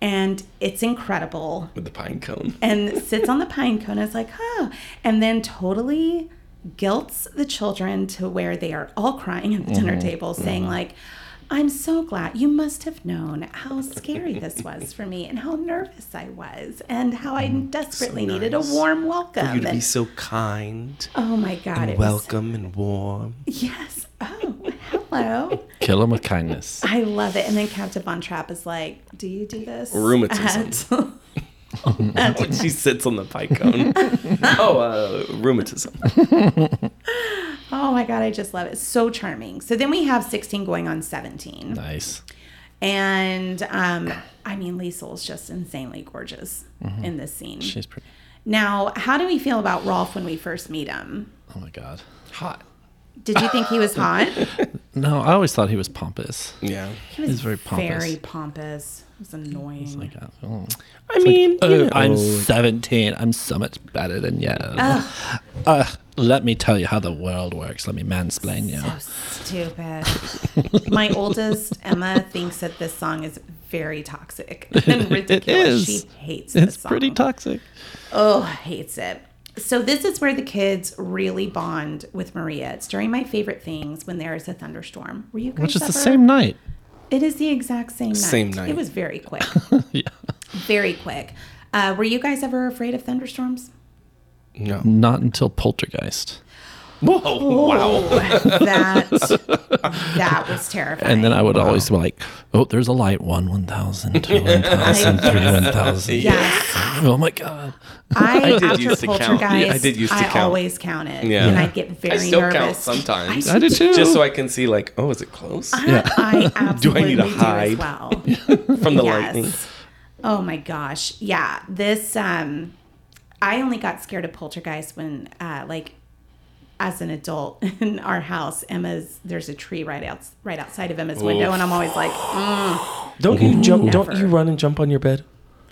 [SPEAKER 2] and it's incredible.
[SPEAKER 3] With the pine cone.
[SPEAKER 2] And sits on the pine cone and is like, huh. And then totally guilts the children to where they are all crying at the
[SPEAKER 3] Mm-hmm.
[SPEAKER 2] dinner table, saying, like, I'm so glad you must have known how scary this was for me and how nervous I was and how I desperately needed a
[SPEAKER 3] Mm-hmm. nice.
[SPEAKER 2] warm welcome.
[SPEAKER 3] You'd be
[SPEAKER 2] And-
[SPEAKER 3] so kind,
[SPEAKER 2] oh my God. it was-
[SPEAKER 3] welcome, and warm.
[SPEAKER 2] Yes. Oh, hello.
[SPEAKER 4] Kill him with kindness.
[SPEAKER 2] I love it. And then Captain Von Trapp is like, "Do you do this?"
[SPEAKER 3] Rheumatism. when she sits on the pine cone. oh, uh, rheumatism.
[SPEAKER 2] oh my god, I just love it. So charming. So then we have 16 going on 17,
[SPEAKER 4] Nice.
[SPEAKER 2] and um, I mean, Liesl's just insanely gorgeous in this scene.
[SPEAKER 4] Mm-hmm. She's pretty.
[SPEAKER 2] now, how do we feel about Rolf when we first meet him?
[SPEAKER 4] Oh my god.
[SPEAKER 3] Hot.
[SPEAKER 2] Did you think he was hot?
[SPEAKER 4] No, I always thought he was pompous.
[SPEAKER 3] Yeah.
[SPEAKER 2] He was
[SPEAKER 4] He's very pompous.
[SPEAKER 2] Very pompous. It was annoying.
[SPEAKER 4] Like, uh, oh.
[SPEAKER 3] I mean, you
[SPEAKER 4] Oh,
[SPEAKER 3] know.
[SPEAKER 4] I'm 17. I'm so much better than you. Uh, let me tell you how the world works. Let me mansplain you.
[SPEAKER 2] Stupid. My oldest Emma thinks that this song is very toxic and ridiculous.
[SPEAKER 4] is.
[SPEAKER 2] She hates this
[SPEAKER 4] It's
[SPEAKER 2] song.
[SPEAKER 4] pretty toxic.
[SPEAKER 2] Oh, hates it. So this is where the kids really bond with Maria. It's during my favorite things when there is a thunderstorm. Were you guys
[SPEAKER 4] Which is the
[SPEAKER 2] ever-
[SPEAKER 4] same night.
[SPEAKER 2] It is the exact same night.
[SPEAKER 3] Same night.
[SPEAKER 2] It was very quick.
[SPEAKER 4] Yeah.
[SPEAKER 2] very quick. Uh, were you guys ever afraid of thunderstorms?
[SPEAKER 3] no.
[SPEAKER 4] Not until Poltergeist.
[SPEAKER 3] Whoa! Wow.
[SPEAKER 2] that that was terrifying.
[SPEAKER 4] And then I would always be like, oh, there's a light. One, 1,000, two, 1,000, three, 1,000.
[SPEAKER 2] yes.
[SPEAKER 4] Oh my God.
[SPEAKER 2] I,
[SPEAKER 3] did
[SPEAKER 2] after
[SPEAKER 3] used to count.
[SPEAKER 2] poltergeist,
[SPEAKER 3] Yeah, I did used to count.
[SPEAKER 2] always count it,
[SPEAKER 3] Yeah.
[SPEAKER 2] and I get very
[SPEAKER 3] I still
[SPEAKER 2] nervous.
[SPEAKER 3] count sometimes.
[SPEAKER 4] I do too.
[SPEAKER 3] Just so I can see, like, oh, is it close
[SPEAKER 2] I absolutely do,
[SPEAKER 3] need to
[SPEAKER 2] as
[SPEAKER 3] hide?
[SPEAKER 2] well.
[SPEAKER 3] from the lightning?
[SPEAKER 2] yes. Oh my gosh, yeah. This um, I only got scared of poltergeist when uh, like. As an adult in our house, Emma's there's a tree right out right outside of Emma's window, and I'm always like,
[SPEAKER 3] Don't you jump? Don't
[SPEAKER 2] Never.
[SPEAKER 3] you run and jump on your bed?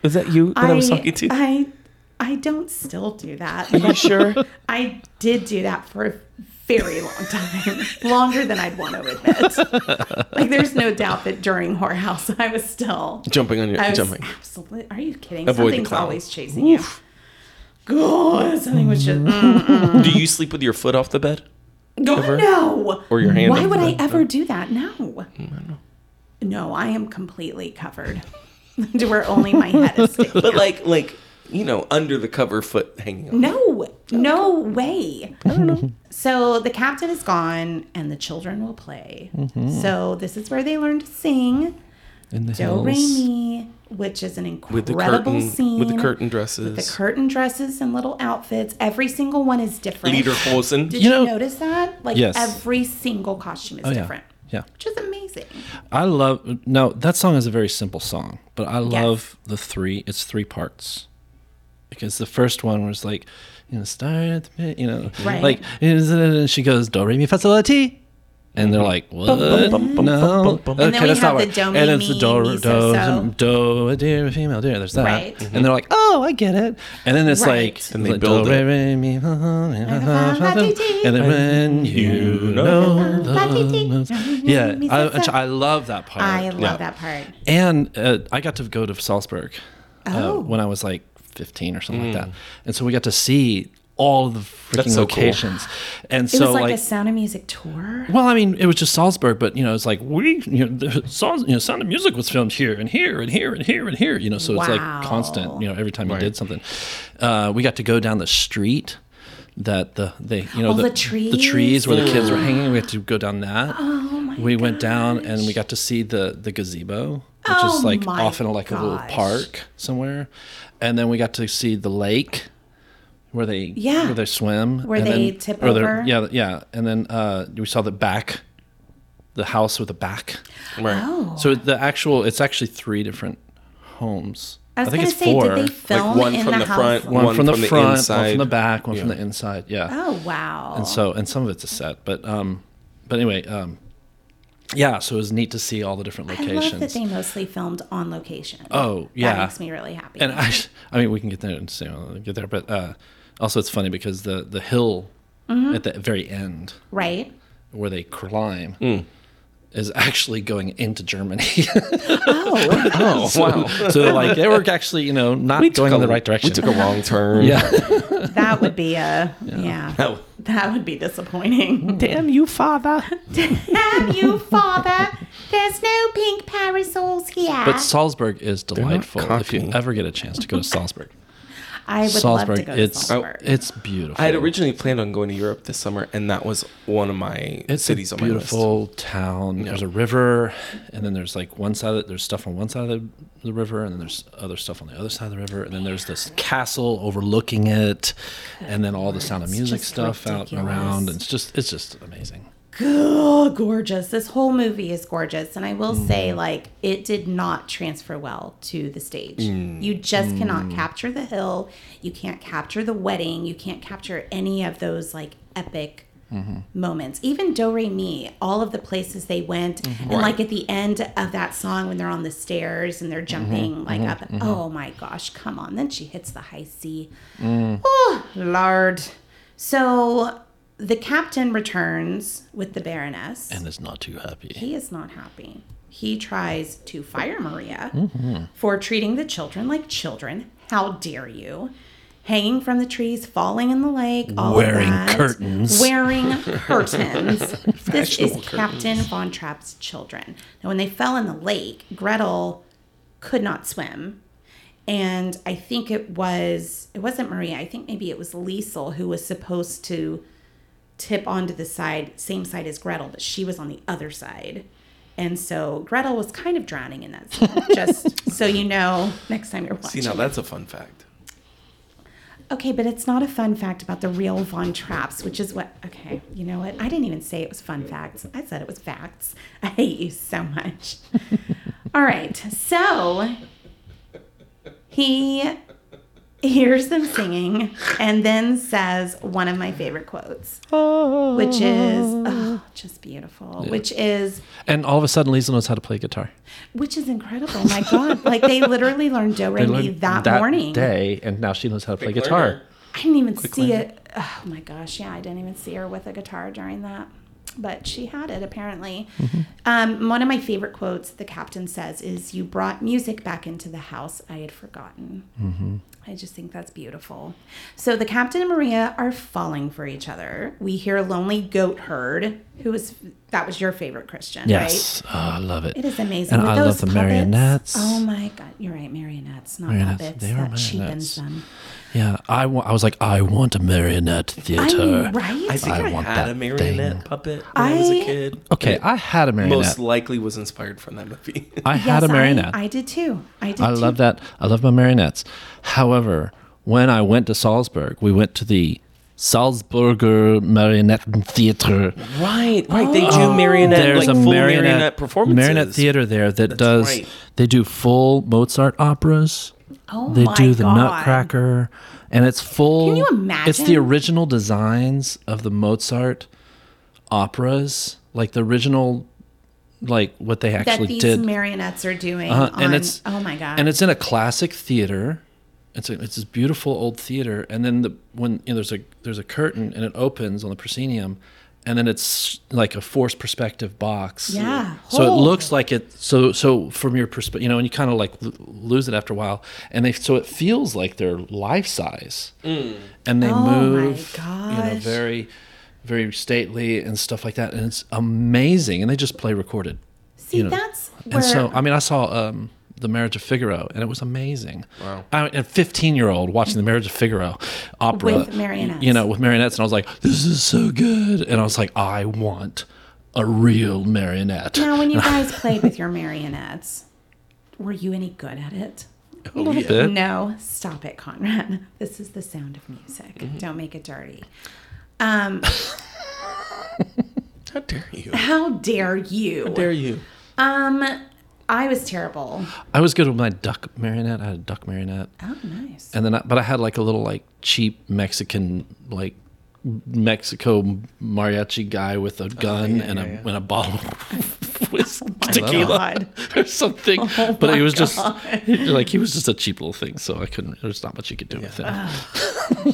[SPEAKER 3] Is that you that I, was talking to?
[SPEAKER 2] I, I don't still do that.
[SPEAKER 3] Are you sure?
[SPEAKER 2] I did do that for a very long time, longer than I'd want to admit. like, there's no doubt that during Horror House, I was still
[SPEAKER 3] jumping on your
[SPEAKER 2] I was
[SPEAKER 3] jumping.
[SPEAKER 2] Absolutely. Are you kidding?
[SPEAKER 3] Avoid the
[SPEAKER 2] Something's
[SPEAKER 3] clown.
[SPEAKER 2] always chasing you. God, something was
[SPEAKER 3] Mm.
[SPEAKER 2] just. mm.
[SPEAKER 3] Do you sleep with your foot off the bed?
[SPEAKER 2] God,
[SPEAKER 3] Ever?
[SPEAKER 2] no.
[SPEAKER 3] Or your hand
[SPEAKER 2] Why
[SPEAKER 3] on
[SPEAKER 2] would
[SPEAKER 3] the
[SPEAKER 2] I
[SPEAKER 3] bed?
[SPEAKER 2] ever do that?
[SPEAKER 3] Mm,
[SPEAKER 2] No. No, I am completely covered to where only my head is sticking.
[SPEAKER 3] But
[SPEAKER 2] out.
[SPEAKER 3] like, like you know, under the cover, foot hanging. Out.
[SPEAKER 2] No, no way. So the captain is gone and the children will play.
[SPEAKER 3] Mm-hmm.
[SPEAKER 2] So this is where they learn to sing
[SPEAKER 4] In the
[SPEAKER 2] Do
[SPEAKER 4] hills.
[SPEAKER 2] Re Mi, which is an incredible
[SPEAKER 3] With the curtain,
[SPEAKER 2] scene.
[SPEAKER 3] with the curtain dresses,
[SPEAKER 2] With the curtain dresses and little outfits. Every single one is different.
[SPEAKER 3] Lederhosen.
[SPEAKER 2] Did you,
[SPEAKER 4] You know-
[SPEAKER 2] notice that? Like
[SPEAKER 4] Yes.
[SPEAKER 2] every single costume is
[SPEAKER 4] Oh, yeah.
[SPEAKER 2] different.
[SPEAKER 4] Yeah.
[SPEAKER 2] Which is amazing.
[SPEAKER 4] I love no. That song is a very simple song, but I love the three. It's three parts because the first one was like, you know, start at the bit, you know,
[SPEAKER 2] Right.
[SPEAKER 4] like is it- and she goes do re mi fa sol la ti, And they're like, what? No.
[SPEAKER 2] then we have the
[SPEAKER 4] right.
[SPEAKER 2] Domi
[SPEAKER 4] And it's the
[SPEAKER 2] Mi,
[SPEAKER 4] do,
[SPEAKER 2] Mi,
[SPEAKER 4] do,
[SPEAKER 2] So, so.
[SPEAKER 4] do, do, a deer, a female deer. There's that.
[SPEAKER 2] Right.
[SPEAKER 4] And they're like, oh, I get it. And then it's
[SPEAKER 2] Right.
[SPEAKER 4] like,
[SPEAKER 3] Then they
[SPEAKER 4] like,
[SPEAKER 3] build
[SPEAKER 4] do,
[SPEAKER 3] it.
[SPEAKER 4] re, re, mi, fa, fa, mi, fa, fa, fa,
[SPEAKER 2] Ba, dee,
[SPEAKER 4] fa.
[SPEAKER 2] dee.
[SPEAKER 4] And then when you know the
[SPEAKER 2] Ba, dee, dee.
[SPEAKER 4] loves-
[SPEAKER 2] Mi,
[SPEAKER 4] Yeah,
[SPEAKER 2] mi,
[SPEAKER 4] I,
[SPEAKER 2] so, so.
[SPEAKER 4] which I love that part.
[SPEAKER 2] I love
[SPEAKER 3] Yeah.
[SPEAKER 2] that part.
[SPEAKER 4] And uh, I got to go to Salzburg uh,
[SPEAKER 2] Oh.
[SPEAKER 4] when I was like 15 or something like that. And so we got to see all the freaking
[SPEAKER 3] That's so cool.
[SPEAKER 4] locations. And
[SPEAKER 2] It
[SPEAKER 4] so
[SPEAKER 2] was like,
[SPEAKER 4] like
[SPEAKER 2] a Sound of Music tour.
[SPEAKER 4] well, I mean, it was just Salzburg, but you know, it's like we, you know, the songs, you know, Sound of Music was filmed here and here and here and here and here, you know, so it's
[SPEAKER 2] Wow.
[SPEAKER 4] like constant, you know, every time you did something. Uh, we got to go down the street that the they, you know,
[SPEAKER 2] Oh, the
[SPEAKER 4] the
[SPEAKER 2] trees.
[SPEAKER 4] trees where the kids were hanging. We had to go down that. Oh my We went down and we got to see the the gazebo, which
[SPEAKER 2] Oh
[SPEAKER 4] is like
[SPEAKER 2] my
[SPEAKER 4] off in like a little
[SPEAKER 2] gosh.
[SPEAKER 4] park somewhere, and then we got to see the lake. Where they
[SPEAKER 2] Yeah.
[SPEAKER 4] where they swim
[SPEAKER 2] Where
[SPEAKER 4] and
[SPEAKER 2] they
[SPEAKER 4] then-
[SPEAKER 2] tip
[SPEAKER 4] or they're-
[SPEAKER 2] over.
[SPEAKER 4] Yeah, yeah, and then uh, we saw the back, the house with the back.
[SPEAKER 3] Right.
[SPEAKER 2] Oh.
[SPEAKER 4] So the actual, it's actually three different homes.
[SPEAKER 2] I was
[SPEAKER 4] think
[SPEAKER 2] gonna
[SPEAKER 4] it's
[SPEAKER 2] say,
[SPEAKER 4] four.
[SPEAKER 2] did they film
[SPEAKER 3] one
[SPEAKER 2] in
[SPEAKER 3] from
[SPEAKER 2] the,
[SPEAKER 3] the
[SPEAKER 2] house?
[SPEAKER 3] front,
[SPEAKER 4] one,
[SPEAKER 3] one
[SPEAKER 4] from the
[SPEAKER 3] from the
[SPEAKER 4] front, one
[SPEAKER 3] inside?
[SPEAKER 4] from the back, one from the inside. Yeah.
[SPEAKER 2] Oh wow.
[SPEAKER 4] And so, and some of it's a set, but um, but anyway, um, yeah. So it was neat to see all the different
[SPEAKER 2] I
[SPEAKER 4] locations.
[SPEAKER 2] love that they mostly filmed on location.
[SPEAKER 4] Oh, yeah.
[SPEAKER 2] that makes me really happy.
[SPEAKER 4] and I, I mean, we can get there and see, I'll get there, but uh, also it's funny because the the hill
[SPEAKER 2] Mm-hmm.
[SPEAKER 4] at the very end
[SPEAKER 2] right?
[SPEAKER 4] where they climb
[SPEAKER 3] Hmm.
[SPEAKER 4] is actually going into Germany.
[SPEAKER 2] Oh,
[SPEAKER 3] Oh wow.
[SPEAKER 4] so they're like they were actually, you know, not going in the right direction.
[SPEAKER 3] We took a wrong turn.
[SPEAKER 4] yeah.
[SPEAKER 2] that would be a yeah.
[SPEAKER 3] Oh,
[SPEAKER 2] That would be disappointing.
[SPEAKER 4] Damn you, father.
[SPEAKER 2] Damn you, father! There's no pink parasols here.
[SPEAKER 4] But Salzburg is
[SPEAKER 3] not
[SPEAKER 4] delightful. If you
[SPEAKER 3] copying.
[SPEAKER 4] ever get a chance to go to Salzburg,
[SPEAKER 2] I would
[SPEAKER 4] Salzburg,
[SPEAKER 2] love to go to
[SPEAKER 4] it's Oh.
[SPEAKER 2] Salzburg.
[SPEAKER 4] it's beautiful.
[SPEAKER 3] I had originally planned on going to Europe this summer, and that was one of my
[SPEAKER 4] it's
[SPEAKER 3] cities
[SPEAKER 4] a
[SPEAKER 3] on my list.
[SPEAKER 4] beautiful town. There's a river, and then there's like one side. Of, there's stuff on one side of the, the river, and then there's other stuff on the other side of the river, and then there's this castle overlooking it, and then all the Sound of Music
[SPEAKER 2] just
[SPEAKER 4] stuff out and
[SPEAKER 2] ridiculous.
[SPEAKER 4] around. And it's just it's just amazing.
[SPEAKER 2] Gah, gorgeous. This whole movie is gorgeous, and I will
[SPEAKER 4] Mm.
[SPEAKER 2] say, like, it did not transfer well to the stage.
[SPEAKER 4] Mm.
[SPEAKER 2] You just cannot capture the hill. You can't capture the wedding. You can't capture any of those like epic moments. Even Do Re Mi, all of the places they went, and like at the end of that song when they're on the stairs and they're jumping like up. Oh my gosh, come on! Then she hits the high C. Oh, lard. So the captain returns with the Baroness.
[SPEAKER 4] And it's not too happy.
[SPEAKER 2] he is not happy. He tries to fire Maria
[SPEAKER 4] Mm-hmm.
[SPEAKER 2] for treating the children like children. How dare you? Hanging from the trees, falling in the lake, all of
[SPEAKER 4] Wearing
[SPEAKER 2] that.
[SPEAKER 4] curtains.
[SPEAKER 2] Wearing curtains. this is Captain Von Trapp's children. Now, when they fell in the lake, Gretel could not swim and I think it was it wasn't Maria. I think maybe it was Liesel who was supposed to tip onto the side, same side as Gretel, but she was on the other side. And so Gretel was kind of drowning in that scene. Just so you know, next time you're
[SPEAKER 3] See,
[SPEAKER 2] watching.
[SPEAKER 3] now that's a fun fact.
[SPEAKER 2] okay, but it's not a fun fact about the real Von Traps, which is what. Okay, you know what? I didn't even say it was fun facts. I said it was facts. I hate you so much. All right, so he hears them singing and then says one of my favorite quotes, which is oh, just beautiful, which is
[SPEAKER 4] And all of a sudden, Lisa knows how to play guitar.
[SPEAKER 2] which is incredible. My God, like they literally learned do re mi
[SPEAKER 4] learned
[SPEAKER 2] that, morning.
[SPEAKER 4] day, and now she knows how to play
[SPEAKER 3] Quick
[SPEAKER 4] guitar.
[SPEAKER 3] learner.
[SPEAKER 2] I didn't even see it. Oh my gosh, yeah, I didn't even see her with a guitar during that. But she had it apparently.
[SPEAKER 4] Mm-hmm.
[SPEAKER 2] Um, one of my favorite quotes the captain says is, You brought music back into the house I had forgotten.
[SPEAKER 4] Mm-hmm.
[SPEAKER 2] I just think that's beautiful. So the captain and Maria are falling for each other. We hear Lonely Goat Herd, who was, that was your favorite Christian, right?
[SPEAKER 4] Yes, Oh, I love it.
[SPEAKER 2] It is amazing.
[SPEAKER 4] And
[SPEAKER 2] With
[SPEAKER 4] I
[SPEAKER 2] those
[SPEAKER 4] love the
[SPEAKER 2] puppets.
[SPEAKER 4] marionettes.
[SPEAKER 2] Oh my God. You're right. Marionettes, not
[SPEAKER 4] Marionettes.
[SPEAKER 2] puppets.
[SPEAKER 4] They
[SPEAKER 2] that
[SPEAKER 4] are
[SPEAKER 2] cheapens
[SPEAKER 4] marionettes.
[SPEAKER 2] them.
[SPEAKER 4] Yeah, I wa- I was like, I want a marionette
[SPEAKER 2] I
[SPEAKER 4] theater.
[SPEAKER 2] mean, right?
[SPEAKER 3] I think
[SPEAKER 4] uh, I
[SPEAKER 3] I,
[SPEAKER 4] want
[SPEAKER 3] had
[SPEAKER 4] that
[SPEAKER 3] a marionette
[SPEAKER 4] thing.
[SPEAKER 3] puppet when I, was
[SPEAKER 2] I-
[SPEAKER 3] a kid.
[SPEAKER 4] Okay,
[SPEAKER 3] It
[SPEAKER 4] I had a marionette.
[SPEAKER 3] most likely was inspired from that movie.
[SPEAKER 4] I had a
[SPEAKER 2] Yes, I-
[SPEAKER 4] marionette.
[SPEAKER 2] I,
[SPEAKER 4] I,
[SPEAKER 2] did too. I did. too.
[SPEAKER 4] love that. I love my marionettes. However, when I went to Salzburg, we went to the Salzburger Marionettentheater.
[SPEAKER 3] right, right. They do
[SPEAKER 4] Oh, There's
[SPEAKER 3] marionette, like
[SPEAKER 4] a
[SPEAKER 3] full
[SPEAKER 4] marionette,
[SPEAKER 3] marionette, performances.
[SPEAKER 4] marionette theater there that
[SPEAKER 3] That's
[SPEAKER 4] does.
[SPEAKER 3] right.
[SPEAKER 4] They do full Mozart operas.
[SPEAKER 2] Oh
[SPEAKER 4] They
[SPEAKER 2] my
[SPEAKER 4] do the
[SPEAKER 2] God.
[SPEAKER 4] Nutcracker, and it's full.
[SPEAKER 2] Can you
[SPEAKER 4] It's the
[SPEAKER 2] imagine?
[SPEAKER 4] original designs of the Mozart operas. like the original, like what they
[SPEAKER 2] that
[SPEAKER 4] actually
[SPEAKER 2] these
[SPEAKER 4] did.
[SPEAKER 2] marionettes are doing.
[SPEAKER 4] Uh-huh,
[SPEAKER 2] on,
[SPEAKER 4] and it's
[SPEAKER 2] oh my god,
[SPEAKER 4] and it's in a classic theater. It's a, it's this beautiful old theater, and then the when you know, there's a there's a curtain and it opens on the proscenium, and then it's like a forced perspective box.
[SPEAKER 2] Yeah,
[SPEAKER 4] So it
[SPEAKER 2] whole.
[SPEAKER 4] looks like it. So so from your perspective, you know, and you kind of like l- lose it after a while, and they so it feels like they're life size, and they
[SPEAKER 2] Oh my
[SPEAKER 4] move, you know,
[SPEAKER 2] gosh.
[SPEAKER 4] very very stately and stuff like that, and it's amazing, and they just play recorded.
[SPEAKER 2] see
[SPEAKER 4] you know,
[SPEAKER 2] that's where
[SPEAKER 4] And so, I mean, I saw um, The Marriage of Figaro, and it was amazing. Wow. I, a 15 year old watching The Marriage of Figaro opera.
[SPEAKER 2] With marionettes.
[SPEAKER 4] You know, with marionettes. And I was like, this is so good. And I was like, I want a real marionette.
[SPEAKER 2] now when you guys played with your marionettes, were you any good at it?
[SPEAKER 4] A little bit.
[SPEAKER 2] No, stop it, Conrad. This is the sound of music.
[SPEAKER 4] Mm-hmm.
[SPEAKER 2] Don't make it dirty. Um,
[SPEAKER 3] How dare you?
[SPEAKER 2] how dare you?
[SPEAKER 3] dare you?
[SPEAKER 2] Um, I was terrible.
[SPEAKER 4] I was good with my duck marionette. I had a duck marionette.
[SPEAKER 2] Oh, nice.
[SPEAKER 4] And then, I, but I had like a little like cheap Mexican, like, Mexico mariachi guy with a gun and, a, and a bottle of whiskey. tequila.
[SPEAKER 2] God.
[SPEAKER 4] or something.
[SPEAKER 2] Oh
[SPEAKER 4] but it was just like he was just a cheap little thing, so I couldn't. There's not much you could do with him.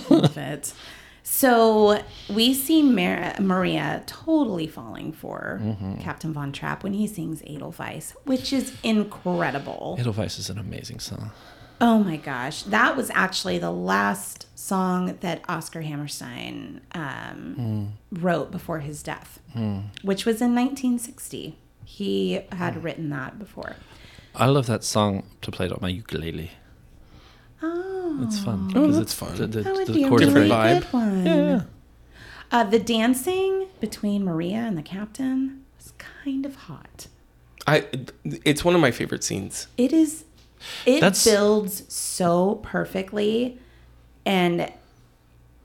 [SPEAKER 2] Love it. So we see Mar- Maria totally falling for
[SPEAKER 4] Mm-hmm.
[SPEAKER 2] Captain Von Trapp when he sings Edelweiss, which is incredible.
[SPEAKER 4] Edelweiss is an amazing song.
[SPEAKER 2] Oh my gosh, that was actually the last song that Oscar Hammerstein um,
[SPEAKER 4] Hmm.
[SPEAKER 2] wrote before his death, which was in 1960. He
[SPEAKER 4] Hmm.
[SPEAKER 2] had written that before.
[SPEAKER 4] I love that song to play it on my ukulele.
[SPEAKER 2] Oh,
[SPEAKER 4] It's fun. 'cause
[SPEAKER 3] that's
[SPEAKER 4] it's-
[SPEAKER 3] fun.
[SPEAKER 4] The, the,
[SPEAKER 2] that would
[SPEAKER 4] the
[SPEAKER 2] be a
[SPEAKER 4] chords are
[SPEAKER 2] really
[SPEAKER 4] very-
[SPEAKER 3] vibe.
[SPEAKER 2] good one.
[SPEAKER 4] Yeah.
[SPEAKER 2] Uh, the dancing between Maria and the captain was kind of hot.
[SPEAKER 3] I. It's one of my favorite scenes.
[SPEAKER 2] It is. It
[SPEAKER 4] That's-
[SPEAKER 2] builds so perfectly, and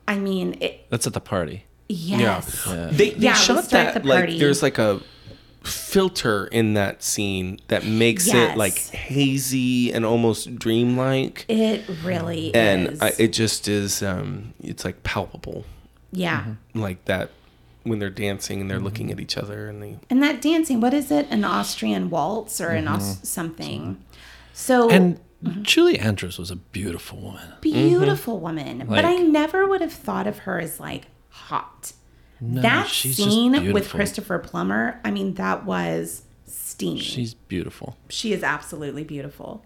[SPEAKER 2] I mean, it,
[SPEAKER 4] That's at the party.
[SPEAKER 2] yes.
[SPEAKER 3] They, they
[SPEAKER 2] Yeah, we
[SPEAKER 3] shot
[SPEAKER 2] start
[SPEAKER 3] that
[SPEAKER 2] the
[SPEAKER 3] like
[SPEAKER 2] party.
[SPEAKER 3] there's like a filter in that scene that makes
[SPEAKER 2] Yes.
[SPEAKER 3] it like hazy and almost dreamlike,
[SPEAKER 2] It really is.
[SPEAKER 3] and I, it just is. Um, it's like palpable,
[SPEAKER 2] yeah.
[SPEAKER 4] Mm-hmm.
[SPEAKER 3] like that when they're dancing
[SPEAKER 2] Mm-hmm.
[SPEAKER 3] and they're looking at each other and they
[SPEAKER 2] And that dancing, what is it? An Austrian waltz or an aus- something. So
[SPEAKER 4] Mm-hmm. And
[SPEAKER 2] Mm-hmm.
[SPEAKER 4] Julie Andrews was a beautiful woman.
[SPEAKER 2] beautiful woman, but I
[SPEAKER 4] Like-
[SPEAKER 2] never would have thought of her as like hot. that
[SPEAKER 4] she's just
[SPEAKER 2] scene with
[SPEAKER 4] beautiful.
[SPEAKER 2] Christopher Plummer, I mean, that was steam.
[SPEAKER 4] She's beautiful.
[SPEAKER 2] she is absolutely beautiful.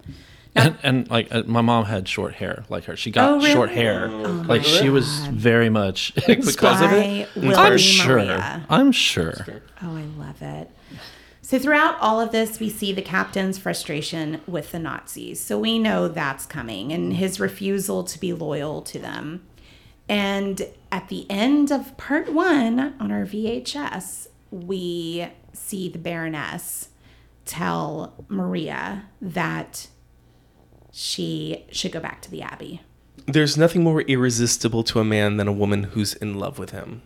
[SPEAKER 4] And, and like uh, my mom had short hair like her. She got
[SPEAKER 2] Oh, really?
[SPEAKER 4] short hair. like she was very much because of it.
[SPEAKER 2] I will
[SPEAKER 4] I'm
[SPEAKER 2] be
[SPEAKER 4] sure.
[SPEAKER 2] Maria.
[SPEAKER 4] I'm sure.
[SPEAKER 2] Oh, I love it. So throughout all of this, we see the captain's frustration with the Nazis. So we know that's coming and his refusal to be loyal to them. And at the end of part one on our VHS, we see the Baroness tell Maria that she should go back to the Abbey.
[SPEAKER 3] There's nothing more irresistible to a man than a woman who's in love with him.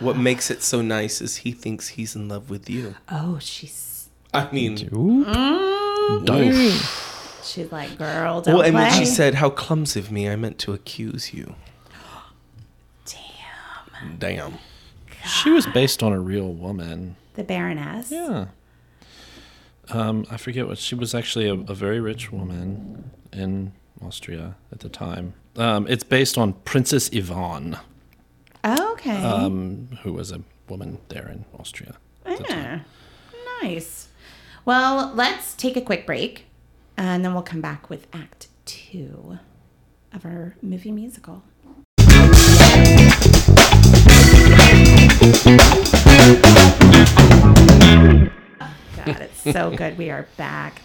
[SPEAKER 3] What makes it so nice is he thinks he's in love with you.
[SPEAKER 2] Oh, she's
[SPEAKER 3] I mean,
[SPEAKER 4] Mm, Doof.
[SPEAKER 2] she's like, girl, don't
[SPEAKER 3] well, and when
[SPEAKER 2] play.
[SPEAKER 3] she said, "How clumsy of me! I meant to accuse you." Damn. Damn.
[SPEAKER 4] She was based on a real woman.
[SPEAKER 2] the Baroness.
[SPEAKER 4] Yeah. Um, I forget what she was actually a, a very rich woman in Austria at the time. Um, it's based on Princess Yvonne,
[SPEAKER 2] Oh, okay.
[SPEAKER 3] Uh,
[SPEAKER 4] um, who was a woman there in Austria.
[SPEAKER 2] Yeah. Nice. Well, let's take a quick break and then we'll come back with Act Two of our movie musical. Oh, God, it's so good. We are back.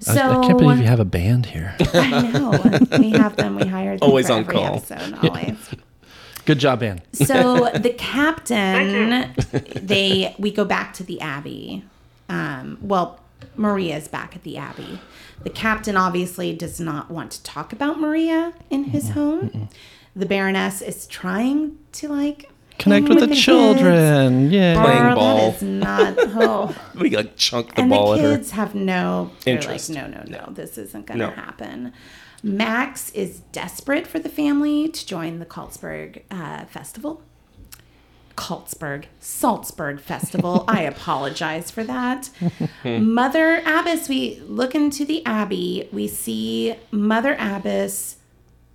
[SPEAKER 2] So
[SPEAKER 4] I can't believe you have a band here.
[SPEAKER 2] I know we have them. We hired them
[SPEAKER 3] Always
[SPEAKER 2] for
[SPEAKER 3] on
[SPEAKER 2] every
[SPEAKER 3] call.
[SPEAKER 2] Episode, always.
[SPEAKER 4] Good job, Anne.
[SPEAKER 2] So the captain, they we go back to the abbey. Um, well, Maria's back at the abbey. The captain obviously does not want to talk about Maria in his home. The baroness is trying to like
[SPEAKER 4] Connect
[SPEAKER 2] hang
[SPEAKER 4] with the
[SPEAKER 2] kids.
[SPEAKER 4] children.
[SPEAKER 2] Girl,
[SPEAKER 4] Yeah.
[SPEAKER 3] Playing ball.
[SPEAKER 2] That is not. Oh.
[SPEAKER 3] We like chunk the
[SPEAKER 2] and
[SPEAKER 3] ball
[SPEAKER 2] the
[SPEAKER 3] at her.
[SPEAKER 2] kids have no they're
[SPEAKER 3] Interest.
[SPEAKER 2] Like, no, no, no, this isn't going to
[SPEAKER 3] No.
[SPEAKER 2] happen. Max is desperate for the family to join the Carlsberg uh, festival. Salzburg, Salzburg Festival. I apologize for that. Mother Abbess, we look into the abbey. We see Mother Abbess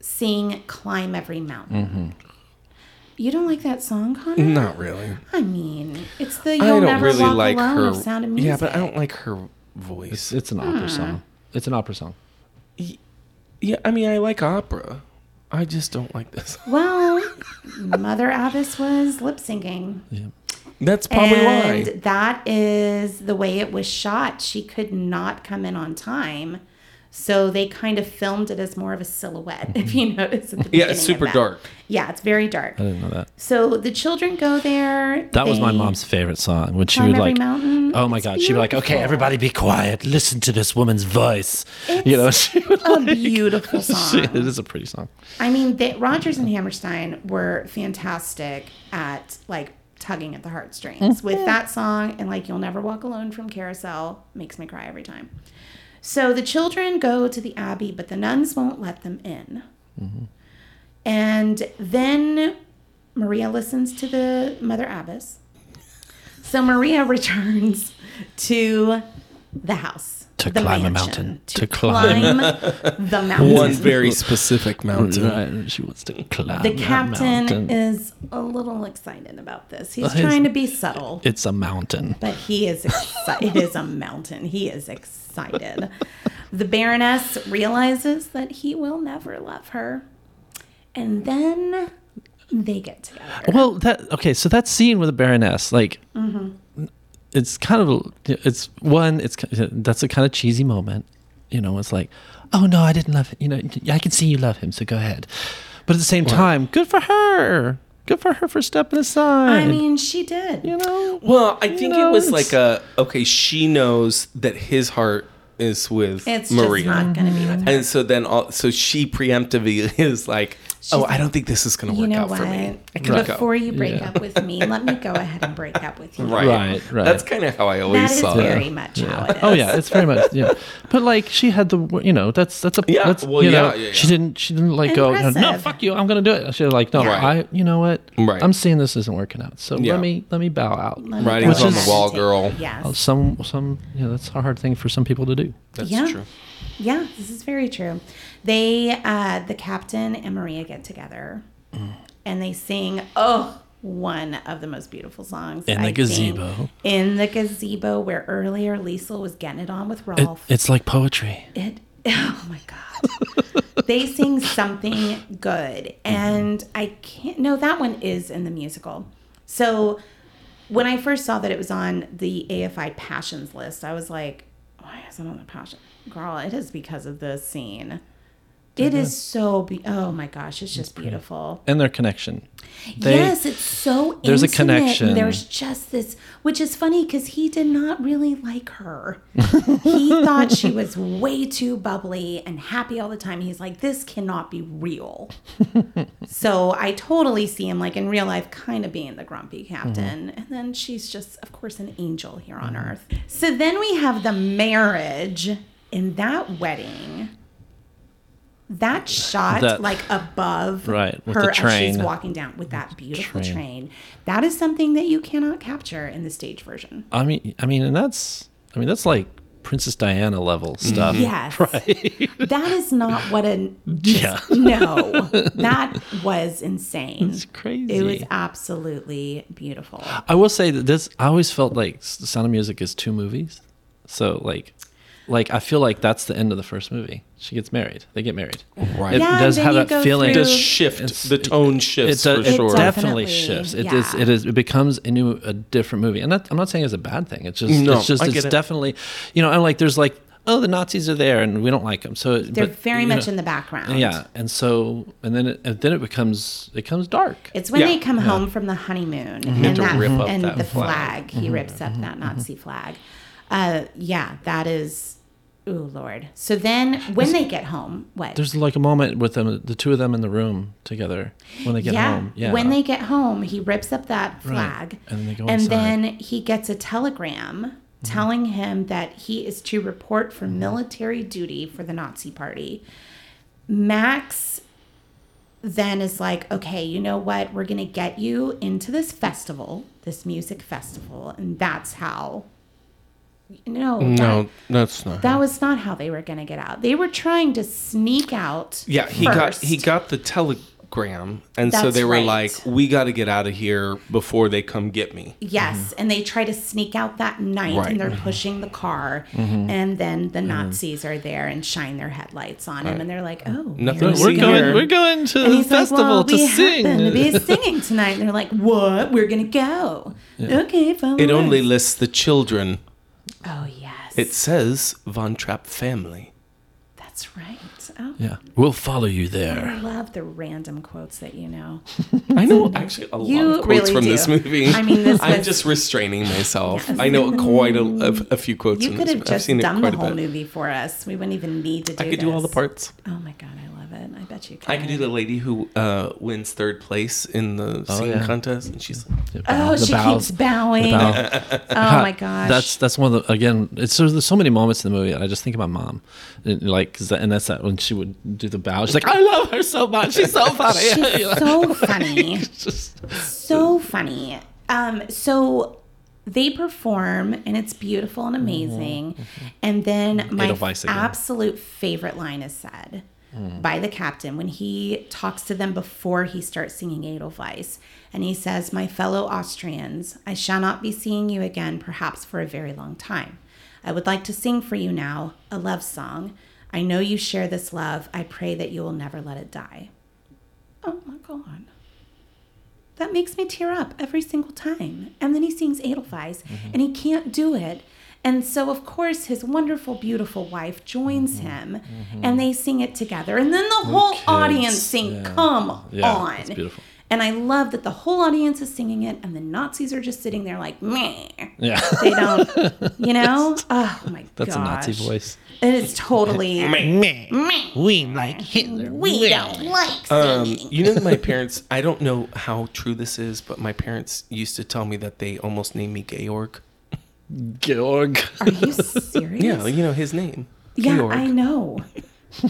[SPEAKER 2] sing Climb Every Mountain.
[SPEAKER 3] Mm-hmm.
[SPEAKER 2] You don't like that song, Connor?
[SPEAKER 3] Not really.
[SPEAKER 2] I mean, it's the
[SPEAKER 3] I
[SPEAKER 2] You'll
[SPEAKER 3] don't
[SPEAKER 2] Never
[SPEAKER 3] really
[SPEAKER 2] Walk
[SPEAKER 3] like
[SPEAKER 2] Alone
[SPEAKER 3] her.
[SPEAKER 2] of Sound of Music.
[SPEAKER 3] yeah, but I don't like her voice.
[SPEAKER 4] It's, it's an opera song. It's an opera song.
[SPEAKER 3] yeah, I mean, I like opera. I just don't like this.
[SPEAKER 2] Well, Mother Abbess was lip syncing.
[SPEAKER 3] That's probably
[SPEAKER 2] and
[SPEAKER 3] why.
[SPEAKER 2] that is the way it was shot. She could not come in on time. So they kind of filmed it as more of a silhouette, if you notice. At the
[SPEAKER 3] Yeah, it's
[SPEAKER 2] beginning of
[SPEAKER 3] super
[SPEAKER 2] that.
[SPEAKER 3] dark.
[SPEAKER 2] Yeah, it's very dark.
[SPEAKER 4] I didn't know that.
[SPEAKER 2] So the children go there.
[SPEAKER 4] Uh, That was my
[SPEAKER 2] they
[SPEAKER 4] mom's favorite song when she
[SPEAKER 2] Climb
[SPEAKER 4] would
[SPEAKER 2] every
[SPEAKER 4] like,
[SPEAKER 2] mountain.
[SPEAKER 4] oh my
[SPEAKER 2] It's
[SPEAKER 4] god, she'd be like, okay,
[SPEAKER 2] beautiful.
[SPEAKER 4] everybody be quiet, listen to this woman's voice. you know, she would
[SPEAKER 2] A beautiful
[SPEAKER 4] she,
[SPEAKER 2] song.
[SPEAKER 4] it is a pretty song.
[SPEAKER 2] I mean, they, Rogers and Hammerstein were fantastic at like tugging at the heartstrings
[SPEAKER 4] Mm-hmm.
[SPEAKER 2] with that song and like "You'll Never Walk Alone" from Carousel makes me cry every time. So the children go to the abbey, but the nuns won't let them in.
[SPEAKER 4] Mm-hmm.
[SPEAKER 2] And then Maria listens to the Mother Abbess. So Maria returns to the house.
[SPEAKER 4] To
[SPEAKER 2] the
[SPEAKER 4] climb a mountain.
[SPEAKER 2] To,
[SPEAKER 4] To
[SPEAKER 2] climb,
[SPEAKER 4] climb.
[SPEAKER 2] the mountain.
[SPEAKER 3] One very specific mountain.
[SPEAKER 4] Right, She wants to climb
[SPEAKER 2] The
[SPEAKER 4] that
[SPEAKER 2] captain
[SPEAKER 4] mountain.
[SPEAKER 2] is a little excited about this. He's
[SPEAKER 4] his-
[SPEAKER 2] trying to be subtle,
[SPEAKER 4] it's a mountain.
[SPEAKER 2] but he is excited. it is a mountain. He is excited. the Baroness realizes that he will never love her. And then they get together.
[SPEAKER 4] Well, that okay. So that scene with the Baroness, like,
[SPEAKER 2] Mm-hmm.
[SPEAKER 4] it's kind of it's one. It's ki- that's a kind of cheesy moment. You know, it's like, oh no, I didn't love him. You know, I can see you love him, so go ahead. But at the same time, good for her. Good for her for stepping aside.
[SPEAKER 2] I mean, she did.
[SPEAKER 4] you know,
[SPEAKER 3] Well, I think
[SPEAKER 4] know,
[SPEAKER 3] it was like
[SPEAKER 4] it's-
[SPEAKER 3] a okay. She knows that his heart is with
[SPEAKER 2] It's
[SPEAKER 3] Maria,
[SPEAKER 2] just not going to be with her.
[SPEAKER 3] and so then all, so she preemptively is like, "Oh, I don't think this is going to
[SPEAKER 2] You
[SPEAKER 3] work
[SPEAKER 2] know
[SPEAKER 3] out
[SPEAKER 2] what?
[SPEAKER 3] for me." I can go.
[SPEAKER 2] Before you break
[SPEAKER 4] Yeah.
[SPEAKER 2] up with me, let me go ahead and break up with you.
[SPEAKER 3] right,
[SPEAKER 4] Right, right.
[SPEAKER 3] That's kind of how I always
[SPEAKER 2] That is
[SPEAKER 3] saw it.
[SPEAKER 2] very much how it is.
[SPEAKER 4] oh yeah, it's very much yeah. But like, she had the wor- you know that's that's a
[SPEAKER 3] Yeah,
[SPEAKER 4] That's,
[SPEAKER 3] well,
[SPEAKER 4] you
[SPEAKER 3] yeah,
[SPEAKER 4] know,
[SPEAKER 3] yeah, yeah.
[SPEAKER 4] She didn't she didn't like go no, no
[SPEAKER 2] Impressive.
[SPEAKER 4] fuck you I'm gonna do it. She was like no
[SPEAKER 2] Yeah.
[SPEAKER 4] I you know what
[SPEAKER 3] Right.
[SPEAKER 4] I'm seeing this isn't working out so
[SPEAKER 3] Yeah.
[SPEAKER 4] let me let me bow out.
[SPEAKER 2] Let me
[SPEAKER 3] Writing's
[SPEAKER 2] go
[SPEAKER 4] on the
[SPEAKER 2] ahead
[SPEAKER 3] wall,
[SPEAKER 2] and take-
[SPEAKER 3] girl.
[SPEAKER 2] Yes.
[SPEAKER 4] some some you know that's a hard thing for some people to do
[SPEAKER 3] That's
[SPEAKER 2] Yeah.
[SPEAKER 3] true.
[SPEAKER 2] Yeah, this is very true. They, uh, the captain and Maria get together and they sing, oh, one of the most beautiful songs
[SPEAKER 4] In the
[SPEAKER 2] think.
[SPEAKER 4] gazebo.
[SPEAKER 2] In the gazebo, where earlier Liesel was getting it on with Rolf.
[SPEAKER 4] it's like poetry
[SPEAKER 2] It, oh my God. they sing something good. And I can't, no, that one is in the musical. So when I first saw that it was on the AFI Passions list, I was like, why is it on the Passion? Girl, it is because of the scene. It is so, be- oh my gosh, it's just beautiful.
[SPEAKER 4] and their connection they
[SPEAKER 2] yes, it's so
[SPEAKER 4] There's a
[SPEAKER 2] intimate, and
[SPEAKER 4] connection.
[SPEAKER 2] There's just this, which is funny because he did not really like her. he thought she was way too bubbly and happy all the time. He's like, this cannot be real. so I totally see him, like in real life, kind of being the grumpy captain.
[SPEAKER 4] Mm-hmm.
[SPEAKER 2] And then she's just, of course, an angel here on earth. So then we have the marriage in that wedding. That shot,
[SPEAKER 4] That-
[SPEAKER 2] like above
[SPEAKER 4] Right, with
[SPEAKER 2] her
[SPEAKER 4] the
[SPEAKER 2] as she's
[SPEAKER 4] train.
[SPEAKER 2] walking down with that beautiful train. That is something that you cannot capture in the stage version.
[SPEAKER 4] I mean I mean and that's I mean that's like Princess Diana level
[SPEAKER 3] Mm-hmm. Um,
[SPEAKER 4] stuff
[SPEAKER 2] Yes. That is not what a
[SPEAKER 4] yeah
[SPEAKER 2] no. That was insane. It's
[SPEAKER 4] crazy.
[SPEAKER 2] It was absolutely beautiful.
[SPEAKER 4] I will say that this I always felt like S- The Sound of Music is two movies so like like I feel like that's the end of the first movie she gets married they get married
[SPEAKER 3] Right.
[SPEAKER 4] it
[SPEAKER 2] Yeah, and
[SPEAKER 4] does
[SPEAKER 2] then
[SPEAKER 4] have
[SPEAKER 2] you
[SPEAKER 4] that
[SPEAKER 2] go
[SPEAKER 4] feeling
[SPEAKER 2] through-
[SPEAKER 3] Does shift
[SPEAKER 4] It's-
[SPEAKER 3] the tone shifts
[SPEAKER 4] it, does,
[SPEAKER 3] for
[SPEAKER 4] it
[SPEAKER 3] sure.
[SPEAKER 4] definitely
[SPEAKER 2] Definitely,
[SPEAKER 4] shifts. It is.
[SPEAKER 2] yeah.
[SPEAKER 4] It is. It becomes a new, a different movie. And that, I'm not saying it's a bad thing. It's just.
[SPEAKER 3] No,
[SPEAKER 4] it's just.
[SPEAKER 3] I
[SPEAKER 4] It's
[SPEAKER 3] get it.
[SPEAKER 4] definitely. You know, I'm like. There's like. Oh, the Nazis are there, and we don't like them. So
[SPEAKER 2] They're very much in the background.
[SPEAKER 4] Yeah, and so and then it, and then it becomes it becomes dark.
[SPEAKER 2] It's when
[SPEAKER 3] Yeah.
[SPEAKER 2] they come home from the honeymoon
[SPEAKER 3] have
[SPEAKER 2] and,
[SPEAKER 3] to
[SPEAKER 2] that,
[SPEAKER 3] rip up
[SPEAKER 2] and
[SPEAKER 3] that
[SPEAKER 2] the flag.
[SPEAKER 3] flag. Mm-hmm.
[SPEAKER 2] He rips up that Nazi flag. Uh, yeah, that is. Ooh, Lord. So then when they get home, what?
[SPEAKER 4] There's like a moment with them, the two of them in the room together when they get
[SPEAKER 2] yeah.
[SPEAKER 4] home. Yeah,
[SPEAKER 2] When they get home, he rips up that flag.
[SPEAKER 4] And then they go
[SPEAKER 2] And
[SPEAKER 4] inside. Mm-hmm.
[SPEAKER 2] then he gets a telegram telling him that he is to report for military duty for the Nazi party. Max then is like, okay, you know what? We're going to get you into this festival, this music festival. And that's how. No,
[SPEAKER 3] No,
[SPEAKER 2] that,
[SPEAKER 3] that's not.
[SPEAKER 2] that was not how they were going to get out. They were trying to sneak out.
[SPEAKER 3] yeah, he got he
[SPEAKER 2] first.
[SPEAKER 3] got the telegram, and so
[SPEAKER 2] That's
[SPEAKER 3] they were
[SPEAKER 2] right.
[SPEAKER 3] like, "We got to get out of here before they come get me."
[SPEAKER 2] Yes, and they try to sneak out that night,
[SPEAKER 3] Mm-hmm. Right. Mm-hmm.
[SPEAKER 2] and they're pushing the car, and then the Nazis are there and shine their headlights on him, and they're like, "Oh,
[SPEAKER 3] Mm-hmm. Nothing
[SPEAKER 2] you're
[SPEAKER 3] to
[SPEAKER 4] We're
[SPEAKER 3] see
[SPEAKER 2] here."
[SPEAKER 4] going.
[SPEAKER 3] here.
[SPEAKER 4] We're going to
[SPEAKER 2] And
[SPEAKER 4] the
[SPEAKER 2] he's
[SPEAKER 4] festival
[SPEAKER 2] like, well,
[SPEAKER 4] to
[SPEAKER 2] we
[SPEAKER 4] sing.
[SPEAKER 2] happen to be singing tonight. And they're like, "What? We're gonna go? Okay, follow
[SPEAKER 3] It only
[SPEAKER 2] us."
[SPEAKER 3] lists the children.
[SPEAKER 2] Oh yes,
[SPEAKER 3] It says Von Trapp family.
[SPEAKER 2] that's right. Oh,
[SPEAKER 4] yeah, we'll follow you there.
[SPEAKER 2] I love the random quotes that you know.
[SPEAKER 3] I know actually a
[SPEAKER 2] You
[SPEAKER 3] lot of quotes
[SPEAKER 2] really
[SPEAKER 3] from
[SPEAKER 2] do.
[SPEAKER 3] this movie.
[SPEAKER 2] I mean, this
[SPEAKER 3] I'm
[SPEAKER 2] was-
[SPEAKER 3] just restraining myself. I know quite a, a- a few quotes.
[SPEAKER 2] You
[SPEAKER 3] from
[SPEAKER 2] could
[SPEAKER 3] this
[SPEAKER 2] have
[SPEAKER 3] movie.
[SPEAKER 2] just
[SPEAKER 3] I've seen
[SPEAKER 2] done
[SPEAKER 3] it
[SPEAKER 2] the
[SPEAKER 3] quite a
[SPEAKER 2] whole
[SPEAKER 3] bit.
[SPEAKER 2] movie for us. We wouldn't even need to do.
[SPEAKER 3] I could do all the
[SPEAKER 2] this.
[SPEAKER 3] parts.
[SPEAKER 2] Oh my god, I love it. I bet you could.
[SPEAKER 3] I could do the lady who uh, wins third place in the singing
[SPEAKER 4] yeah.
[SPEAKER 3] contest, and she's like,
[SPEAKER 2] Oh, she keeps bowing. Oh my gosh,
[SPEAKER 4] That's that's one of the again. It's so there's so many moments in the movie, and I just think of my mom, and like 'cause that- and that's that when she would do the bow. She's like, I love her so much. She's so funny. You
[SPEAKER 2] She's so
[SPEAKER 4] know?
[SPEAKER 2] funny.
[SPEAKER 4] Just-
[SPEAKER 2] so funny. Um, so they perform and it's beautiful and
[SPEAKER 4] Mm-hmm.
[SPEAKER 2] amazing. And then my
[SPEAKER 4] Edelweiss again. Mm.
[SPEAKER 2] absolute favorite line is said by the captain when he talks to them before he starts singing Edelweiss. And he says, My fellow Austrians, I shall not be seeing you again, perhaps for a very long time. I would like to sing for you now a love song. I know you share this love. I pray that you will never let it die. Oh my God. That makes me tear up every single time. And then he sings Edelweiss
[SPEAKER 4] Mm-hmm.
[SPEAKER 2] and he can't do it. And so, of course, his wonderful, beautiful wife joins him and they sing it together. And then the whole
[SPEAKER 4] Mm-hmm. kids,
[SPEAKER 2] audience sing,
[SPEAKER 4] yeah.
[SPEAKER 2] Come
[SPEAKER 4] Yeah,
[SPEAKER 2] on.
[SPEAKER 4] it's beautiful.
[SPEAKER 2] And I love that the whole audience is singing it and the Nazis are just sitting there like, meh.
[SPEAKER 4] yeah,
[SPEAKER 2] They don't, you know? Oh my god.
[SPEAKER 4] that's a Nazi voice.
[SPEAKER 2] It is totally.
[SPEAKER 5] We like Hitler.
[SPEAKER 2] we don't like
[SPEAKER 3] um,
[SPEAKER 2] singing.
[SPEAKER 3] you know, my parents. I don't know how true this is, but my parents used to tell me that they almost named me Georg.
[SPEAKER 4] Georg.
[SPEAKER 2] Are you serious?
[SPEAKER 3] Yeah, you know his name.
[SPEAKER 2] Yeah,
[SPEAKER 3] Georg.
[SPEAKER 2] I know.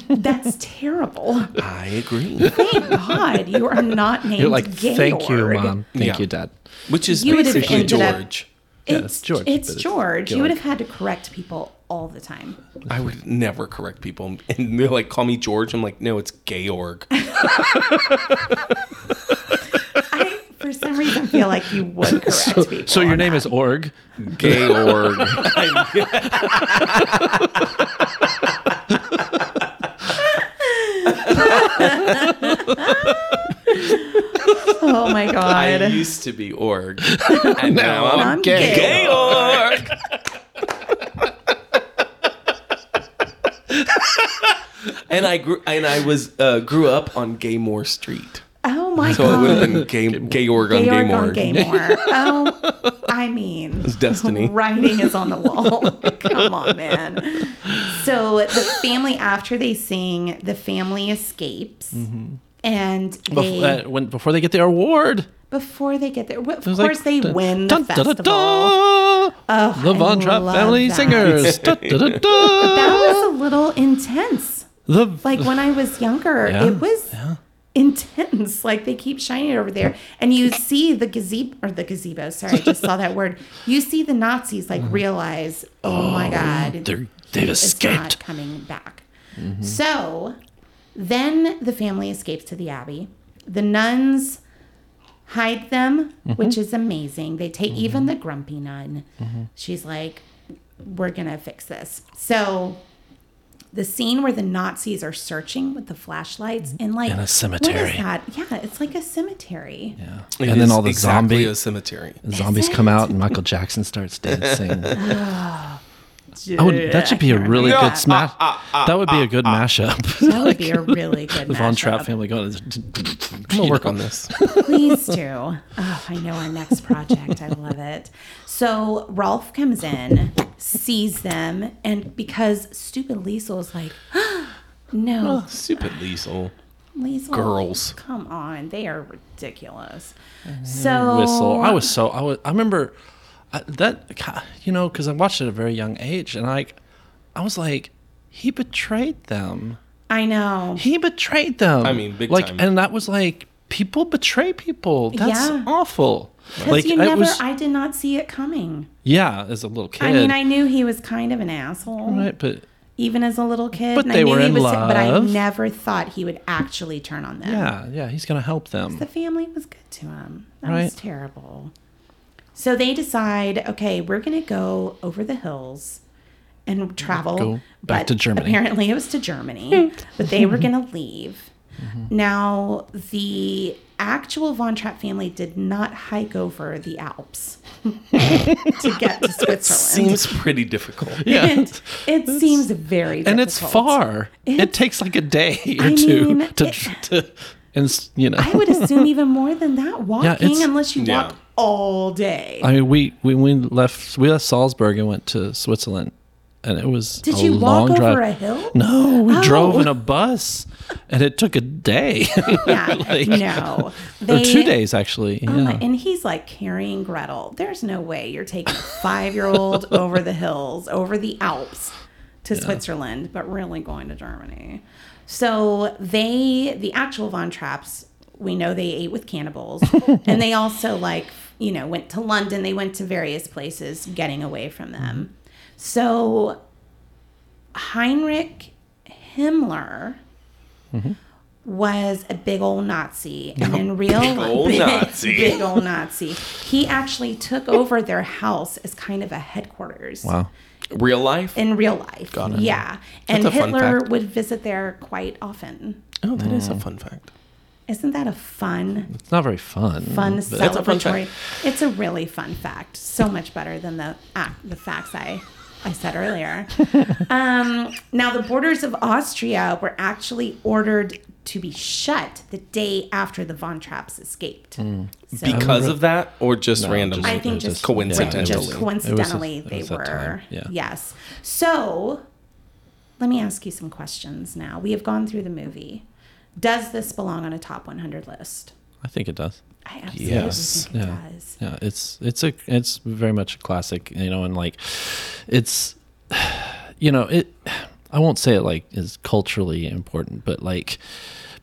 [SPEAKER 2] That's terrible.
[SPEAKER 3] I agree.
[SPEAKER 2] Thank God you are not named
[SPEAKER 4] You're like,
[SPEAKER 2] Georg.
[SPEAKER 4] thank you, mom. Thank
[SPEAKER 3] Yeah.
[SPEAKER 4] you, dad.
[SPEAKER 3] Which is
[SPEAKER 2] You would have
[SPEAKER 3] basically
[SPEAKER 2] ended up-
[SPEAKER 3] George.
[SPEAKER 2] It's,
[SPEAKER 4] it's
[SPEAKER 2] George.
[SPEAKER 4] George,
[SPEAKER 2] It's
[SPEAKER 4] but it's
[SPEAKER 2] George. You would
[SPEAKER 4] Georg.
[SPEAKER 2] have had to correct people all the time.
[SPEAKER 3] I would never correct people, and they're like, "Call me George." I'm like, "No, it's Georg."
[SPEAKER 2] I, for some reason, feel like you would correct people.
[SPEAKER 4] So your
[SPEAKER 2] on
[SPEAKER 4] name
[SPEAKER 2] that.
[SPEAKER 4] is Org.
[SPEAKER 3] Georg.
[SPEAKER 2] Oh my God.
[SPEAKER 3] I used to be Org, and now I'm
[SPEAKER 2] I'm gay.
[SPEAKER 3] Georg. and I grew and I was uh, grew up on Gaymore Street,
[SPEAKER 2] Oh my
[SPEAKER 3] so it would
[SPEAKER 2] God.
[SPEAKER 3] have been Gay Gayorg on
[SPEAKER 2] Georg on
[SPEAKER 3] Gaymore.
[SPEAKER 2] Gaymore. Oh, I mean,
[SPEAKER 3] destiny.
[SPEAKER 2] Writing is on the wall. Come on, man. So the family, after they sing, the family escapes, and they
[SPEAKER 4] Before, Mm-hmm. uh, when before they get their award,
[SPEAKER 2] before they get there, well, of
[SPEAKER 4] It was
[SPEAKER 2] course
[SPEAKER 4] like,
[SPEAKER 2] they
[SPEAKER 4] dun-
[SPEAKER 2] win the
[SPEAKER 4] dun- dun- dun-
[SPEAKER 2] festival. Oh,
[SPEAKER 4] dun. the Von
[SPEAKER 2] I
[SPEAKER 4] Trapp
[SPEAKER 2] love
[SPEAKER 4] Family
[SPEAKER 2] that.
[SPEAKER 4] Singers. Dun- dun- dun- dun.
[SPEAKER 2] That was a little intense.
[SPEAKER 4] The
[SPEAKER 2] Like when I was younger,
[SPEAKER 4] Yeah,
[SPEAKER 2] it was. Intense, like they keep shining it over there, and you see the gazebo or the gazebo. Sorry, I just saw that word. You see the Nazis like realize, oh, my god,
[SPEAKER 4] Mm-hmm. they're- they've
[SPEAKER 2] he is
[SPEAKER 4] escaped.
[SPEAKER 2] not coming back. So then the family escapes to the abbey. The nuns hide them,
[SPEAKER 4] Mm-hmm.
[SPEAKER 2] which is amazing. They take even the grumpy nun.
[SPEAKER 4] Mm-hmm.
[SPEAKER 2] She's like, we're going to fix this. So the scene where the Nazis are searching with the flashlights and like
[SPEAKER 4] Mm-hmm. In a
[SPEAKER 2] what is
[SPEAKER 4] cemetery.
[SPEAKER 2] that? Yeah, it's like a cemetery.
[SPEAKER 3] It
[SPEAKER 4] and then
[SPEAKER 3] is
[SPEAKER 4] all the
[SPEAKER 3] exactly
[SPEAKER 4] zombie
[SPEAKER 3] a cemetery.
[SPEAKER 4] zombies come out, and Michael Jackson starts dancing. Oh, that should be a really
[SPEAKER 2] Yeah. Ah,
[SPEAKER 4] good smash. that would be a good mashup.
[SPEAKER 2] That would be a really good
[SPEAKER 4] The Von
[SPEAKER 2] mashup.
[SPEAKER 4] Trapp family going. I'm
[SPEAKER 3] We'll
[SPEAKER 4] gonna
[SPEAKER 3] work on this.
[SPEAKER 2] Please do. Oh, I know our next project. I love it. So Rolf comes in, sees them, and because stupid Liesel's like, no,
[SPEAKER 3] Stupid Liesel.
[SPEAKER 2] Liesel.
[SPEAKER 3] Girls.
[SPEAKER 2] Come on. They are ridiculous. So.
[SPEAKER 4] Mm-hmm. whistle. I was so I was. I remember I, that ca- you know because I watched it at a very young age, and I, I was like, he betrayed them.
[SPEAKER 2] I know.
[SPEAKER 4] He betrayed them.
[SPEAKER 3] I mean, big
[SPEAKER 4] like,
[SPEAKER 3] time.
[SPEAKER 4] and that was like people betray people. That's
[SPEAKER 2] Yeah.
[SPEAKER 4] awful.
[SPEAKER 2] Because
[SPEAKER 4] Like
[SPEAKER 2] you
[SPEAKER 4] it
[SPEAKER 2] never,
[SPEAKER 4] was,
[SPEAKER 2] I did not see it coming.
[SPEAKER 4] yeah, as a little kid.
[SPEAKER 2] I mean, I knew he was kind of an asshole,
[SPEAKER 4] right, but
[SPEAKER 2] even as a little kid.
[SPEAKER 4] But
[SPEAKER 2] and I
[SPEAKER 4] they
[SPEAKER 2] knew
[SPEAKER 4] were
[SPEAKER 2] he
[SPEAKER 4] in
[SPEAKER 2] was, But I
[SPEAKER 4] love.
[SPEAKER 2] never thought he would actually turn on them.
[SPEAKER 4] yeah, yeah, he's gonna help them.
[SPEAKER 2] The family was good to him. That was
[SPEAKER 4] Right.
[SPEAKER 2] terrible. So they decide, okay, we're going to go over the hills and travel.
[SPEAKER 4] Go back
[SPEAKER 2] But
[SPEAKER 4] to Germany.
[SPEAKER 2] Apparently it was to Germany, but they were going to leave.
[SPEAKER 4] Mm-hmm.
[SPEAKER 2] Now, the actual Von Trapp family did not hike over the Alps to get to Switzerland.
[SPEAKER 3] Seems pretty difficult.
[SPEAKER 4] yeah,
[SPEAKER 2] it, it seems very difficult.
[SPEAKER 4] and it's far.
[SPEAKER 2] It's-
[SPEAKER 4] it takes like a day or
[SPEAKER 2] I
[SPEAKER 4] two
[SPEAKER 2] mean,
[SPEAKER 4] to,
[SPEAKER 2] it-
[SPEAKER 4] to, and s- you know.
[SPEAKER 2] I would assume even more than that walking,
[SPEAKER 4] it's-
[SPEAKER 2] unless you
[SPEAKER 3] Yeah.
[SPEAKER 2] walk all day.
[SPEAKER 4] I mean, we we we left we left Salzburg and went to Switzerland, and it was
[SPEAKER 2] Did
[SPEAKER 4] a
[SPEAKER 2] you walk
[SPEAKER 4] long
[SPEAKER 2] over
[SPEAKER 4] drive.
[SPEAKER 2] a hill?
[SPEAKER 4] No, we
[SPEAKER 2] Oh.
[SPEAKER 4] drove in a bus, and it took a day
[SPEAKER 2] Yeah, no. They,
[SPEAKER 4] or two days actually.
[SPEAKER 2] Oh
[SPEAKER 4] yeah.
[SPEAKER 2] my- and he's like carrying Gretel. There's no way you're taking a five year old over the hills, over the Alps to Switzerland, but really going to Germany. So they, the actual Von Trapps, we know they ate with cannibals. and they also, like, you know, went to London. They went to various places getting away from them. So Heinrich Himmler
[SPEAKER 3] Mm-hmm.
[SPEAKER 2] was a big old Nazi, and in real big
[SPEAKER 3] ol' Nazi.
[SPEAKER 2] big old Nazi, he actually took over their house as kind of a headquarters.
[SPEAKER 4] wow.
[SPEAKER 3] Real life?
[SPEAKER 2] In real life, yeah, and
[SPEAKER 3] That's a fun
[SPEAKER 2] Hitler
[SPEAKER 3] fact.
[SPEAKER 2] would visit there quite often.
[SPEAKER 3] Oh, that
[SPEAKER 2] Mm.
[SPEAKER 3] is a fun fact.
[SPEAKER 2] Isn't that a fun,
[SPEAKER 4] It's not very fun.
[SPEAKER 2] fun
[SPEAKER 4] but-
[SPEAKER 3] That's a fun
[SPEAKER 2] celebratory? it's a really fun fact. So much better than the act, the facts I. I said earlier. um, now, the borders of Austria were actually ordered to be shut the day after the Von Trapps escaped. So-
[SPEAKER 3] Because of that or just
[SPEAKER 4] No,
[SPEAKER 3] randomly?
[SPEAKER 2] I
[SPEAKER 4] It
[SPEAKER 2] think
[SPEAKER 4] was
[SPEAKER 2] just
[SPEAKER 4] just-
[SPEAKER 3] coincidentally.
[SPEAKER 2] just
[SPEAKER 3] It was
[SPEAKER 2] coincidentally,
[SPEAKER 4] just- it
[SPEAKER 2] they
[SPEAKER 4] was that
[SPEAKER 2] were.
[SPEAKER 4] time, yeah.
[SPEAKER 2] Yes. So, let me ask you some questions now. We have gone through the movie. Does this belong on a top 100 list?
[SPEAKER 4] I think it does.
[SPEAKER 2] I absolutely
[SPEAKER 3] Yes.
[SPEAKER 2] think it
[SPEAKER 4] Yeah.
[SPEAKER 2] does.
[SPEAKER 4] Yeah. It's it's a it's very much a classic, you know, and like it's you know, it I won't say it like is culturally important, but like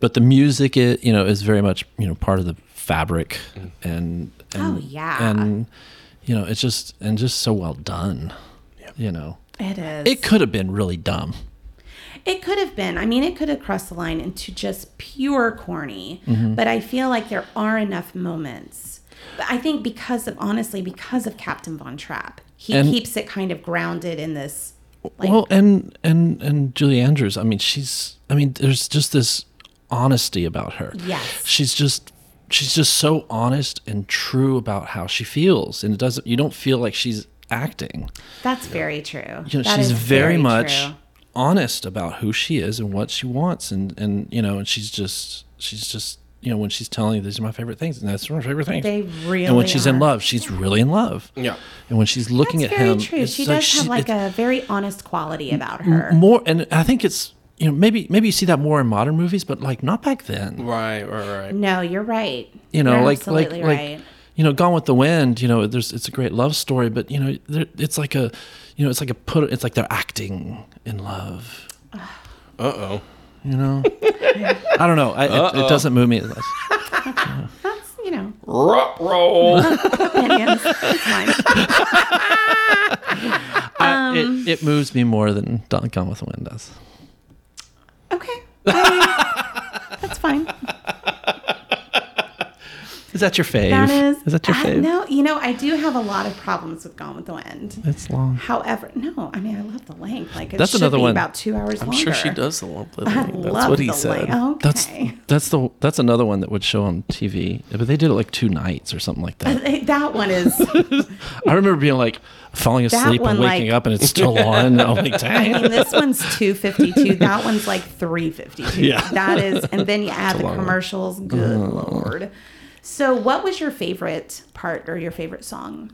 [SPEAKER 4] but the music it you know is very much, you know, part of the fabric and, and
[SPEAKER 2] Oh, yeah.
[SPEAKER 4] And you know, it's just and just so well done. You know.
[SPEAKER 2] It is.
[SPEAKER 4] It could have been really dumb.
[SPEAKER 2] It could have been. I mean, it could have crossed the line into just pure corny,
[SPEAKER 4] Mm-hmm.
[SPEAKER 2] but I feel like there are enough moments. But I think because of, honestly, because of Captain Von Trapp, he
[SPEAKER 4] And-
[SPEAKER 2] keeps it kind of grounded in this. Like,
[SPEAKER 4] well and and and julie andrews i mean she's i mean there's just this honesty about her
[SPEAKER 2] Yes.
[SPEAKER 4] she's just she's just so honest and true about how she feels and it doesn't you don't feel like she's acting
[SPEAKER 2] that's very true.
[SPEAKER 4] you know
[SPEAKER 2] That
[SPEAKER 4] she's
[SPEAKER 2] is
[SPEAKER 4] very, much
[SPEAKER 2] true.
[SPEAKER 4] honest about who she is and what she wants and and you know and she's just she's just you know when she's telling you these are my favorite things and that's my favorite things
[SPEAKER 2] They
[SPEAKER 4] and
[SPEAKER 2] really
[SPEAKER 4] when she's in
[SPEAKER 2] are.
[SPEAKER 4] love she's really in love
[SPEAKER 3] Yeah.
[SPEAKER 4] and when she's looking
[SPEAKER 2] That's
[SPEAKER 4] at
[SPEAKER 2] very
[SPEAKER 4] him
[SPEAKER 2] true.
[SPEAKER 4] it's
[SPEAKER 2] She
[SPEAKER 4] like
[SPEAKER 2] does have like
[SPEAKER 4] it's-
[SPEAKER 2] a very honest quality about her.
[SPEAKER 4] more and i think it's you know maybe maybe you see that more in modern movies but like not back then
[SPEAKER 3] Right, right, right.
[SPEAKER 2] no, you're right.
[SPEAKER 4] you know
[SPEAKER 2] You're
[SPEAKER 4] like like
[SPEAKER 2] absolutely
[SPEAKER 4] like you know gone with the wind you know there's it's a great love story but you know there, it's like a you know it's like a put it's like they're acting in love
[SPEAKER 3] Uh oh.
[SPEAKER 4] you know i don't know I, it, it doesn't move me as much.
[SPEAKER 2] That's you know
[SPEAKER 3] Ruh roll.
[SPEAKER 2] opinions. It's fine. Um,
[SPEAKER 4] I- it, it moves me more than Don- gone with the wind does
[SPEAKER 2] Okay. I mean, That's fine.
[SPEAKER 4] is that your fave
[SPEAKER 2] That is.
[SPEAKER 4] that your
[SPEAKER 2] I-
[SPEAKER 4] fave
[SPEAKER 2] No, you know I do have a lot of problems with Gone with the Wind.
[SPEAKER 4] it's long
[SPEAKER 2] However, no, I mean I love the length. Like it
[SPEAKER 4] That's
[SPEAKER 2] should
[SPEAKER 4] another
[SPEAKER 2] be
[SPEAKER 4] one.
[SPEAKER 2] about two hours
[SPEAKER 3] I'm
[SPEAKER 2] longer.
[SPEAKER 3] sure she does the lump living.
[SPEAKER 2] I
[SPEAKER 3] That's
[SPEAKER 2] love
[SPEAKER 3] what he
[SPEAKER 2] the
[SPEAKER 3] said.
[SPEAKER 2] length.
[SPEAKER 4] that's
[SPEAKER 2] Okay.
[SPEAKER 4] that's the that's another one that would show on TV, but they did it like two nights or something like that.
[SPEAKER 2] that one is
[SPEAKER 4] I remember being like falling asleep
[SPEAKER 2] one,
[SPEAKER 4] and waking
[SPEAKER 2] like-
[SPEAKER 4] up and it's still on. I'm like, dang.
[SPEAKER 2] I mean, this one's two fifty two. That one's like three fifty two.
[SPEAKER 4] Yeah.
[SPEAKER 2] That is, and then you add the commercials. Good lord. So, what was your favorite part or your favorite song?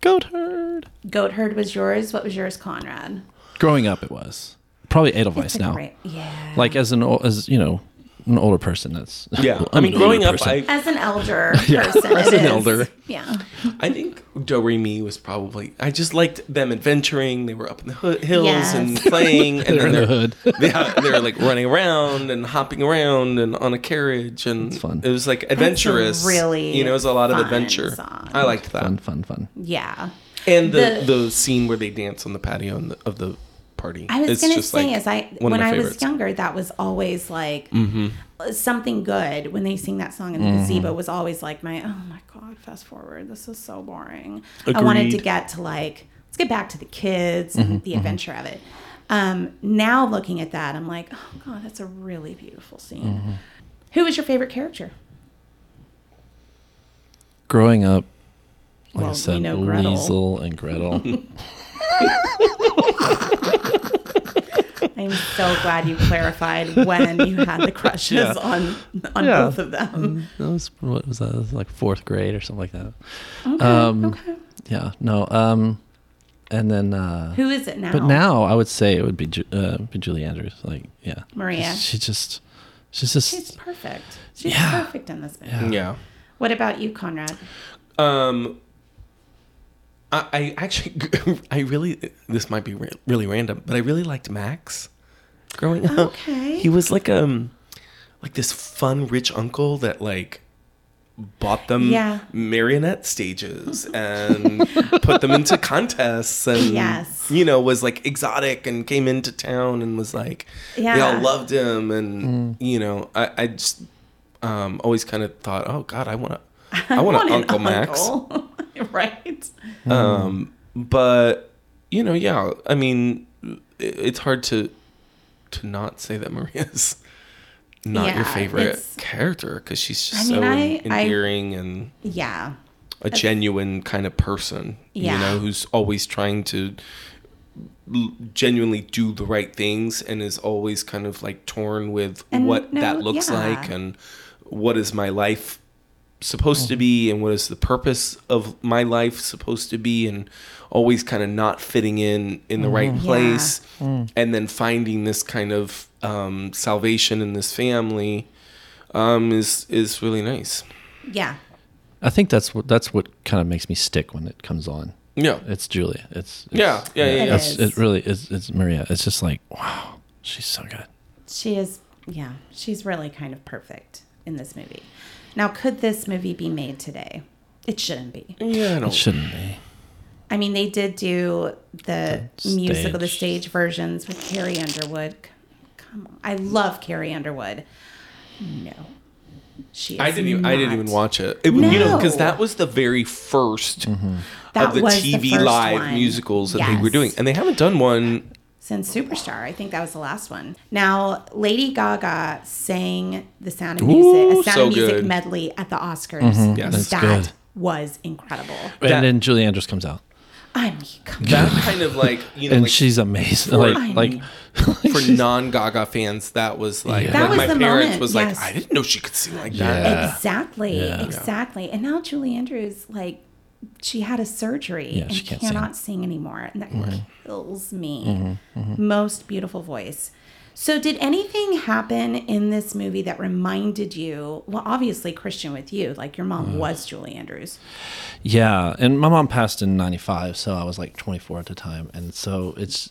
[SPEAKER 4] Goat herd.
[SPEAKER 2] Goat herd was yours. What was yours, Conrad?
[SPEAKER 4] Growing up, it was probably Edelweiss now.
[SPEAKER 2] Right. Yeah.
[SPEAKER 4] Like as an ol- as you know, an older person. That's
[SPEAKER 3] Yeah.
[SPEAKER 4] Well,
[SPEAKER 3] I
[SPEAKER 4] I'm
[SPEAKER 3] mean,
[SPEAKER 4] an older
[SPEAKER 3] growing up,
[SPEAKER 4] person.
[SPEAKER 3] I,
[SPEAKER 2] As an elder person.
[SPEAKER 3] As
[SPEAKER 2] it
[SPEAKER 3] an
[SPEAKER 2] is.
[SPEAKER 3] elder.
[SPEAKER 2] Yeah.
[SPEAKER 3] I think Do Re Mi was probably. I just liked them adventuring. They were up in the ho- hills
[SPEAKER 2] Yes.
[SPEAKER 3] and playing, and
[SPEAKER 4] They're
[SPEAKER 3] then
[SPEAKER 4] in the
[SPEAKER 3] they're
[SPEAKER 4] hood.
[SPEAKER 3] they, they're like running around and hopping around and on a carriage, and
[SPEAKER 4] fun.
[SPEAKER 3] it was like adventurous.
[SPEAKER 2] really
[SPEAKER 3] you know, it was a lot of
[SPEAKER 2] fun
[SPEAKER 3] adventure.
[SPEAKER 2] song.
[SPEAKER 3] I liked that,
[SPEAKER 4] fun, fun, fun.
[SPEAKER 2] Yeah.
[SPEAKER 3] and the,
[SPEAKER 2] The-
[SPEAKER 3] the scene where they dance on the patio in the, of the party.
[SPEAKER 2] I was
[SPEAKER 3] It's
[SPEAKER 2] gonna
[SPEAKER 3] just,
[SPEAKER 2] say,
[SPEAKER 3] like,
[SPEAKER 2] as I
[SPEAKER 3] one of
[SPEAKER 2] when
[SPEAKER 3] my
[SPEAKER 2] I was
[SPEAKER 3] favorites. Mm-hmm.
[SPEAKER 2] younger, that was always like something good. When they sing that song in the gazebo, was always like my oh my god, fast forward, this is so boring. I wanted to
[SPEAKER 3] Agreed. Mm-hmm.
[SPEAKER 2] get to like let's get back to the kids and the adventure of it. Um, now looking at that, I'm like, oh god, that's a really beautiful scene.
[SPEAKER 3] Mm-hmm.
[SPEAKER 2] Who was your favorite character?
[SPEAKER 4] Growing up, like
[SPEAKER 2] Well,
[SPEAKER 4] I
[SPEAKER 2] we
[SPEAKER 4] said,
[SPEAKER 2] know Gretel.
[SPEAKER 4] Liesel and Gretel.
[SPEAKER 2] I'm so glad you clarified when you had the crushes on on
[SPEAKER 4] Yeah.
[SPEAKER 2] both of them.
[SPEAKER 4] that was what was that? It was like fourth grade or something like that.
[SPEAKER 2] Okay,
[SPEAKER 4] Um,
[SPEAKER 3] Mm-hmm.
[SPEAKER 2] okay.
[SPEAKER 4] Yeah, no. Um, and then, uh,
[SPEAKER 2] Who is it now?
[SPEAKER 4] but now I would say it would be Ju- uh, be Julie Andrews. Like, yeah,
[SPEAKER 2] Maria.
[SPEAKER 4] She just, she's just.
[SPEAKER 2] She's perfect. She's
[SPEAKER 4] Yeah.
[SPEAKER 2] perfect in this movie.
[SPEAKER 3] yeah.
[SPEAKER 2] What about you, Conrad?
[SPEAKER 3] Um, I, I actually, I really, this might be re- really random, but I really liked Max growing up.
[SPEAKER 2] Okay.
[SPEAKER 3] He was like um, like this fun rich uncle that like bought them
[SPEAKER 2] Yeah.
[SPEAKER 3] marionette stages and put them into contests and
[SPEAKER 2] Yes.
[SPEAKER 3] you know was like exotic and came into town and was like they
[SPEAKER 2] Yeah.
[SPEAKER 3] all loved him and you know I, I just um always kind of thought oh god I want to I want an
[SPEAKER 2] an
[SPEAKER 3] Uncle Max
[SPEAKER 2] uncle. right?
[SPEAKER 3] um, but you know, yeah. I mean, it, it's hard to to not say that Maria's not
[SPEAKER 2] Yeah,
[SPEAKER 3] your favorite
[SPEAKER 2] it's-
[SPEAKER 3] character because she's just
[SPEAKER 2] I mean,
[SPEAKER 3] so
[SPEAKER 2] I- I-
[SPEAKER 3] endearing and
[SPEAKER 2] Yeah.
[SPEAKER 3] a genuine kind of person.
[SPEAKER 2] Yeah.
[SPEAKER 3] You know, who's always trying to l- genuinely do the right things and is always kind of like torn with
[SPEAKER 2] And
[SPEAKER 3] what
[SPEAKER 2] no-
[SPEAKER 3] that looks
[SPEAKER 2] yeah.
[SPEAKER 3] like and what is my life supposed to
[SPEAKER 2] Mm-hmm.
[SPEAKER 3] be and what is the purpose of my life supposed to be and always kind of not fitting in in the
[SPEAKER 2] Mm-hmm.
[SPEAKER 3] right place
[SPEAKER 2] Mm.
[SPEAKER 3] and then finding this kind of um, salvation in this family um, is is really nice
[SPEAKER 2] Yeah.
[SPEAKER 4] I think that's what that's what kind of makes me stick when it comes on.
[SPEAKER 3] yeah
[SPEAKER 4] It's Julia. It's, it's
[SPEAKER 3] Yeah, yeah, yeah,
[SPEAKER 2] yeah.
[SPEAKER 4] It's,
[SPEAKER 2] It is.
[SPEAKER 4] it really is. It's Maria. It's just like wow, she's so good.
[SPEAKER 2] She is yeah, she's really kind of perfect in this movie. Now could this movie be made today? It shouldn't be.
[SPEAKER 3] yeah I don't
[SPEAKER 4] It shouldn't be.
[SPEAKER 2] I mean, they did do the,
[SPEAKER 4] The
[SPEAKER 2] musical, the
[SPEAKER 4] stage.
[SPEAKER 2] stage versions with Carrie Underwood. C- Come on, I love Carrie Underwood. No, she. Is
[SPEAKER 3] I didn't. Even, I didn't
[SPEAKER 2] not.
[SPEAKER 3] even watch it. Mm-hmm. It- You know, because
[SPEAKER 2] No.
[SPEAKER 3] that was the very 1st
[SPEAKER 2] That
[SPEAKER 3] of the
[SPEAKER 2] was
[SPEAKER 3] TV
[SPEAKER 2] first
[SPEAKER 3] live
[SPEAKER 2] one.
[SPEAKER 3] musicals that they were
[SPEAKER 2] Yes.
[SPEAKER 3] doing, and they haven't done one.
[SPEAKER 2] since Superstar. I think that was the last one. Now, Lady Gaga sang the Sound of Music,
[SPEAKER 3] Ooh,
[SPEAKER 2] a Sound
[SPEAKER 3] so
[SPEAKER 2] of Music
[SPEAKER 3] good.
[SPEAKER 2] medley at the Oscars.
[SPEAKER 3] Yes.
[SPEAKER 4] Mm-hmm. That's
[SPEAKER 2] that
[SPEAKER 4] good.
[SPEAKER 2] was incredible.
[SPEAKER 3] That-
[SPEAKER 4] and then Julie Andrews comes out,
[SPEAKER 2] I mean, come on.
[SPEAKER 3] That kind of like you know,
[SPEAKER 4] and
[SPEAKER 3] like,
[SPEAKER 4] she's amazing.
[SPEAKER 2] I
[SPEAKER 4] Like like
[SPEAKER 3] for non-Gaga fans, that was like
[SPEAKER 4] Yeah. That
[SPEAKER 3] like,
[SPEAKER 2] was
[SPEAKER 3] my
[SPEAKER 2] the
[SPEAKER 3] parents
[SPEAKER 2] moment,
[SPEAKER 3] was
[SPEAKER 2] yes.
[SPEAKER 3] like, I didn't know she could sing like that.
[SPEAKER 4] yeah.
[SPEAKER 2] Exactly,
[SPEAKER 4] Yeah.
[SPEAKER 2] exactly. And now Julie Andrews, like, she had a surgery
[SPEAKER 4] Yeah,
[SPEAKER 2] and
[SPEAKER 4] she can't Mm-hmm.
[SPEAKER 2] cannot sing. anymore, and that kills me. Most beautiful voice. So, did anything happen in this movie that reminded you? Well, obviously, Christian with you, like your mom
[SPEAKER 4] Mm-hmm.
[SPEAKER 2] was Julie Andrews.
[SPEAKER 4] Yeah, and my mom passed in '95, so I was like 24 at the time, and so it's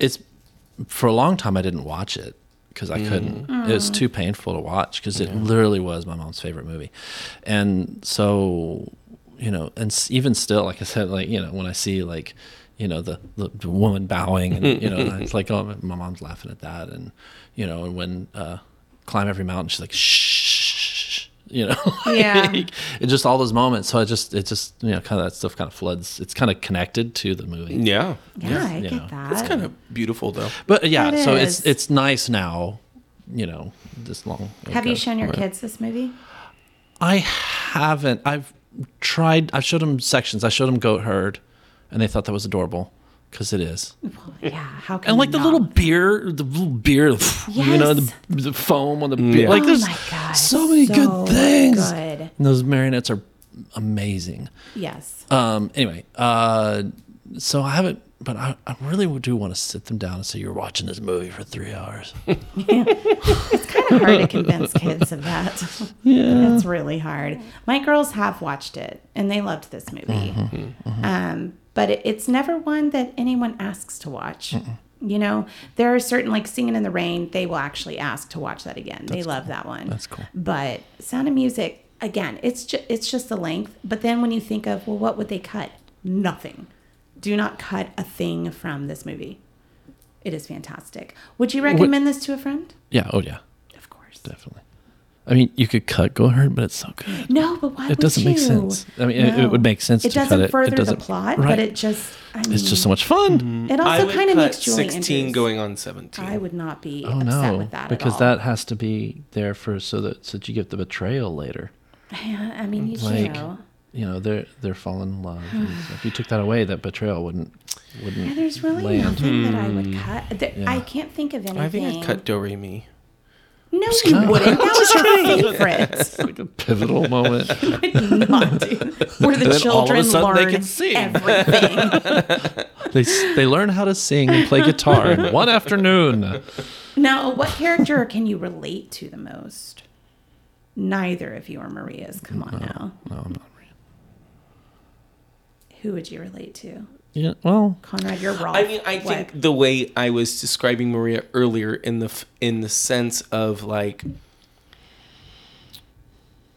[SPEAKER 4] it's for a long time I didn't watch it because I couldn't. It was too painful to watch because it literally was my mom's favorite movie, and so you know, and s- even still, like I said, like you know, when I see like you know the the, the woman bowing, and you know, and it's like oh, my- my mom's laughing at that, and you know, and when uh, climb every mountain, she's like shh, you know,
[SPEAKER 2] Yeah.
[SPEAKER 4] like, it's just all those moments. So I just, it just, you know, kind of that stuff kind of floods. It's kind of connected to the movie.
[SPEAKER 3] Yeah,
[SPEAKER 2] Yeah, I
[SPEAKER 4] you
[SPEAKER 2] get
[SPEAKER 4] know.
[SPEAKER 2] that.
[SPEAKER 3] it's kind of beautiful though.
[SPEAKER 4] But yeah,
[SPEAKER 2] It
[SPEAKER 4] so
[SPEAKER 2] is.
[SPEAKER 4] it's it's nice now, you know, this long.
[SPEAKER 2] Have you
[SPEAKER 4] ago.
[SPEAKER 2] shown your kids this movie?
[SPEAKER 4] I haven't. I've tried. I showed them sections. I showed them Goat Herd, and they thought that was adorable because it is.
[SPEAKER 2] Well, yeah. How can
[SPEAKER 4] And like
[SPEAKER 2] you
[SPEAKER 4] the
[SPEAKER 2] not?
[SPEAKER 4] little beer, the little beer, you know, the, the foam on the beer. Like
[SPEAKER 2] Oh
[SPEAKER 4] there's
[SPEAKER 2] my God,
[SPEAKER 4] so many
[SPEAKER 2] so
[SPEAKER 4] good things.
[SPEAKER 2] good.
[SPEAKER 4] And those marionettes are amazing.
[SPEAKER 2] yes,
[SPEAKER 4] Um. Anyway. Uh. So I haven't but I, I really do want to sit them down and say you're watching this movie for three hours.
[SPEAKER 2] kind of hard to convince kids of that. Yeah. It's really hard. My girls have watched it and they loved this movie.
[SPEAKER 4] Mm-hmm.
[SPEAKER 2] Um, but it, it's never one that anyone asks to watch. You know, there are certain, like Singing in the Rain, they will actually ask to watch that again. they love that one.
[SPEAKER 4] That's cool.
[SPEAKER 2] But Sound of Music, again, it's, ju- it's just the length. But then when you think of, well, what would they cut? Nothing. Do not cut a thing from this movie. It is fantastic. Would you recommend this to a friend?
[SPEAKER 4] Yeah. Oh yeah.
[SPEAKER 2] Of course.
[SPEAKER 4] Definitely. I mean, you could cut Go Hurt, but it's so good.
[SPEAKER 2] No, but why
[SPEAKER 4] It
[SPEAKER 2] would
[SPEAKER 4] doesn't
[SPEAKER 2] you?
[SPEAKER 4] make sense. I mean, it- it would make sense
[SPEAKER 2] It
[SPEAKER 4] to cut
[SPEAKER 2] doesn't
[SPEAKER 4] it. It
[SPEAKER 2] further
[SPEAKER 4] doesn't-
[SPEAKER 2] the plot,
[SPEAKER 4] right.
[SPEAKER 2] but it just. I mean,
[SPEAKER 4] It's just so much fun.
[SPEAKER 2] It also kind of makes Julie
[SPEAKER 3] 16
[SPEAKER 2] Andrews.
[SPEAKER 3] going on 17.
[SPEAKER 2] I would not be
[SPEAKER 4] Oh
[SPEAKER 2] upset
[SPEAKER 4] no,
[SPEAKER 2] with that
[SPEAKER 4] because
[SPEAKER 2] at all.
[SPEAKER 4] that has to be there for so that so that you get the betrayal later.
[SPEAKER 2] Yeah, I mean, you
[SPEAKER 4] like-
[SPEAKER 2] know,
[SPEAKER 4] You know, they're they're falling in love. and so if you took that away, that betrayal wouldn't wouldn't.
[SPEAKER 2] yeah, there's really
[SPEAKER 4] land.
[SPEAKER 2] nothing that I
[SPEAKER 4] Hmm.
[SPEAKER 2] would cut. There, I can't think of anything.
[SPEAKER 3] I think I'd cut Do Re Mi.
[SPEAKER 2] No, you wouldn't. That was your favorite.
[SPEAKER 4] Like a pivotal moment.
[SPEAKER 2] Would not do. Where the
[SPEAKER 4] Then all of a
[SPEAKER 2] children
[SPEAKER 4] sudden
[SPEAKER 2] learn
[SPEAKER 4] they can sing.
[SPEAKER 2] everything.
[SPEAKER 4] they s- they learn how to sing and play guitar in one afternoon.
[SPEAKER 2] now, what character can you relate to the most? Neither of you are Maria's. Come on now.
[SPEAKER 4] No, I'm not.
[SPEAKER 2] Who would you relate to?
[SPEAKER 4] Yeah, well,
[SPEAKER 2] Conrad, you're wrong.
[SPEAKER 3] I mean, I think the way I was describing Maria earlier in the f- in the sense of like,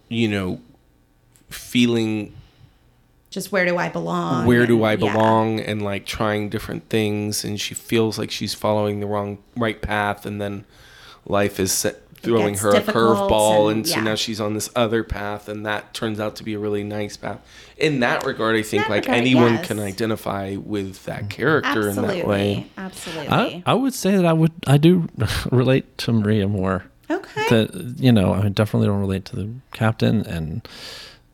[SPEAKER 3] you know, feeling
[SPEAKER 2] just where do I belong?
[SPEAKER 3] where do I
[SPEAKER 2] and- yeah.
[SPEAKER 3] belong and like trying different things, and she feels like she's following the wrong right path, and then life is set, throwing
[SPEAKER 2] gets
[SPEAKER 3] her a
[SPEAKER 2] difficult
[SPEAKER 3] curveball,
[SPEAKER 2] and-
[SPEAKER 3] and, so
[SPEAKER 2] yeah.
[SPEAKER 3] now she's on this other path, and that turns out to be a really nice path. In that regard, I think
[SPEAKER 2] that
[SPEAKER 3] like
[SPEAKER 2] regard,
[SPEAKER 3] anyone
[SPEAKER 2] yes.
[SPEAKER 3] can identify with that character
[SPEAKER 2] Absolutely.
[SPEAKER 3] in that way.
[SPEAKER 2] Absolutely.
[SPEAKER 4] I, I would say that I would I do relate to Maria more.
[SPEAKER 2] okay.
[SPEAKER 4] That you know I definitely don't relate to the captain and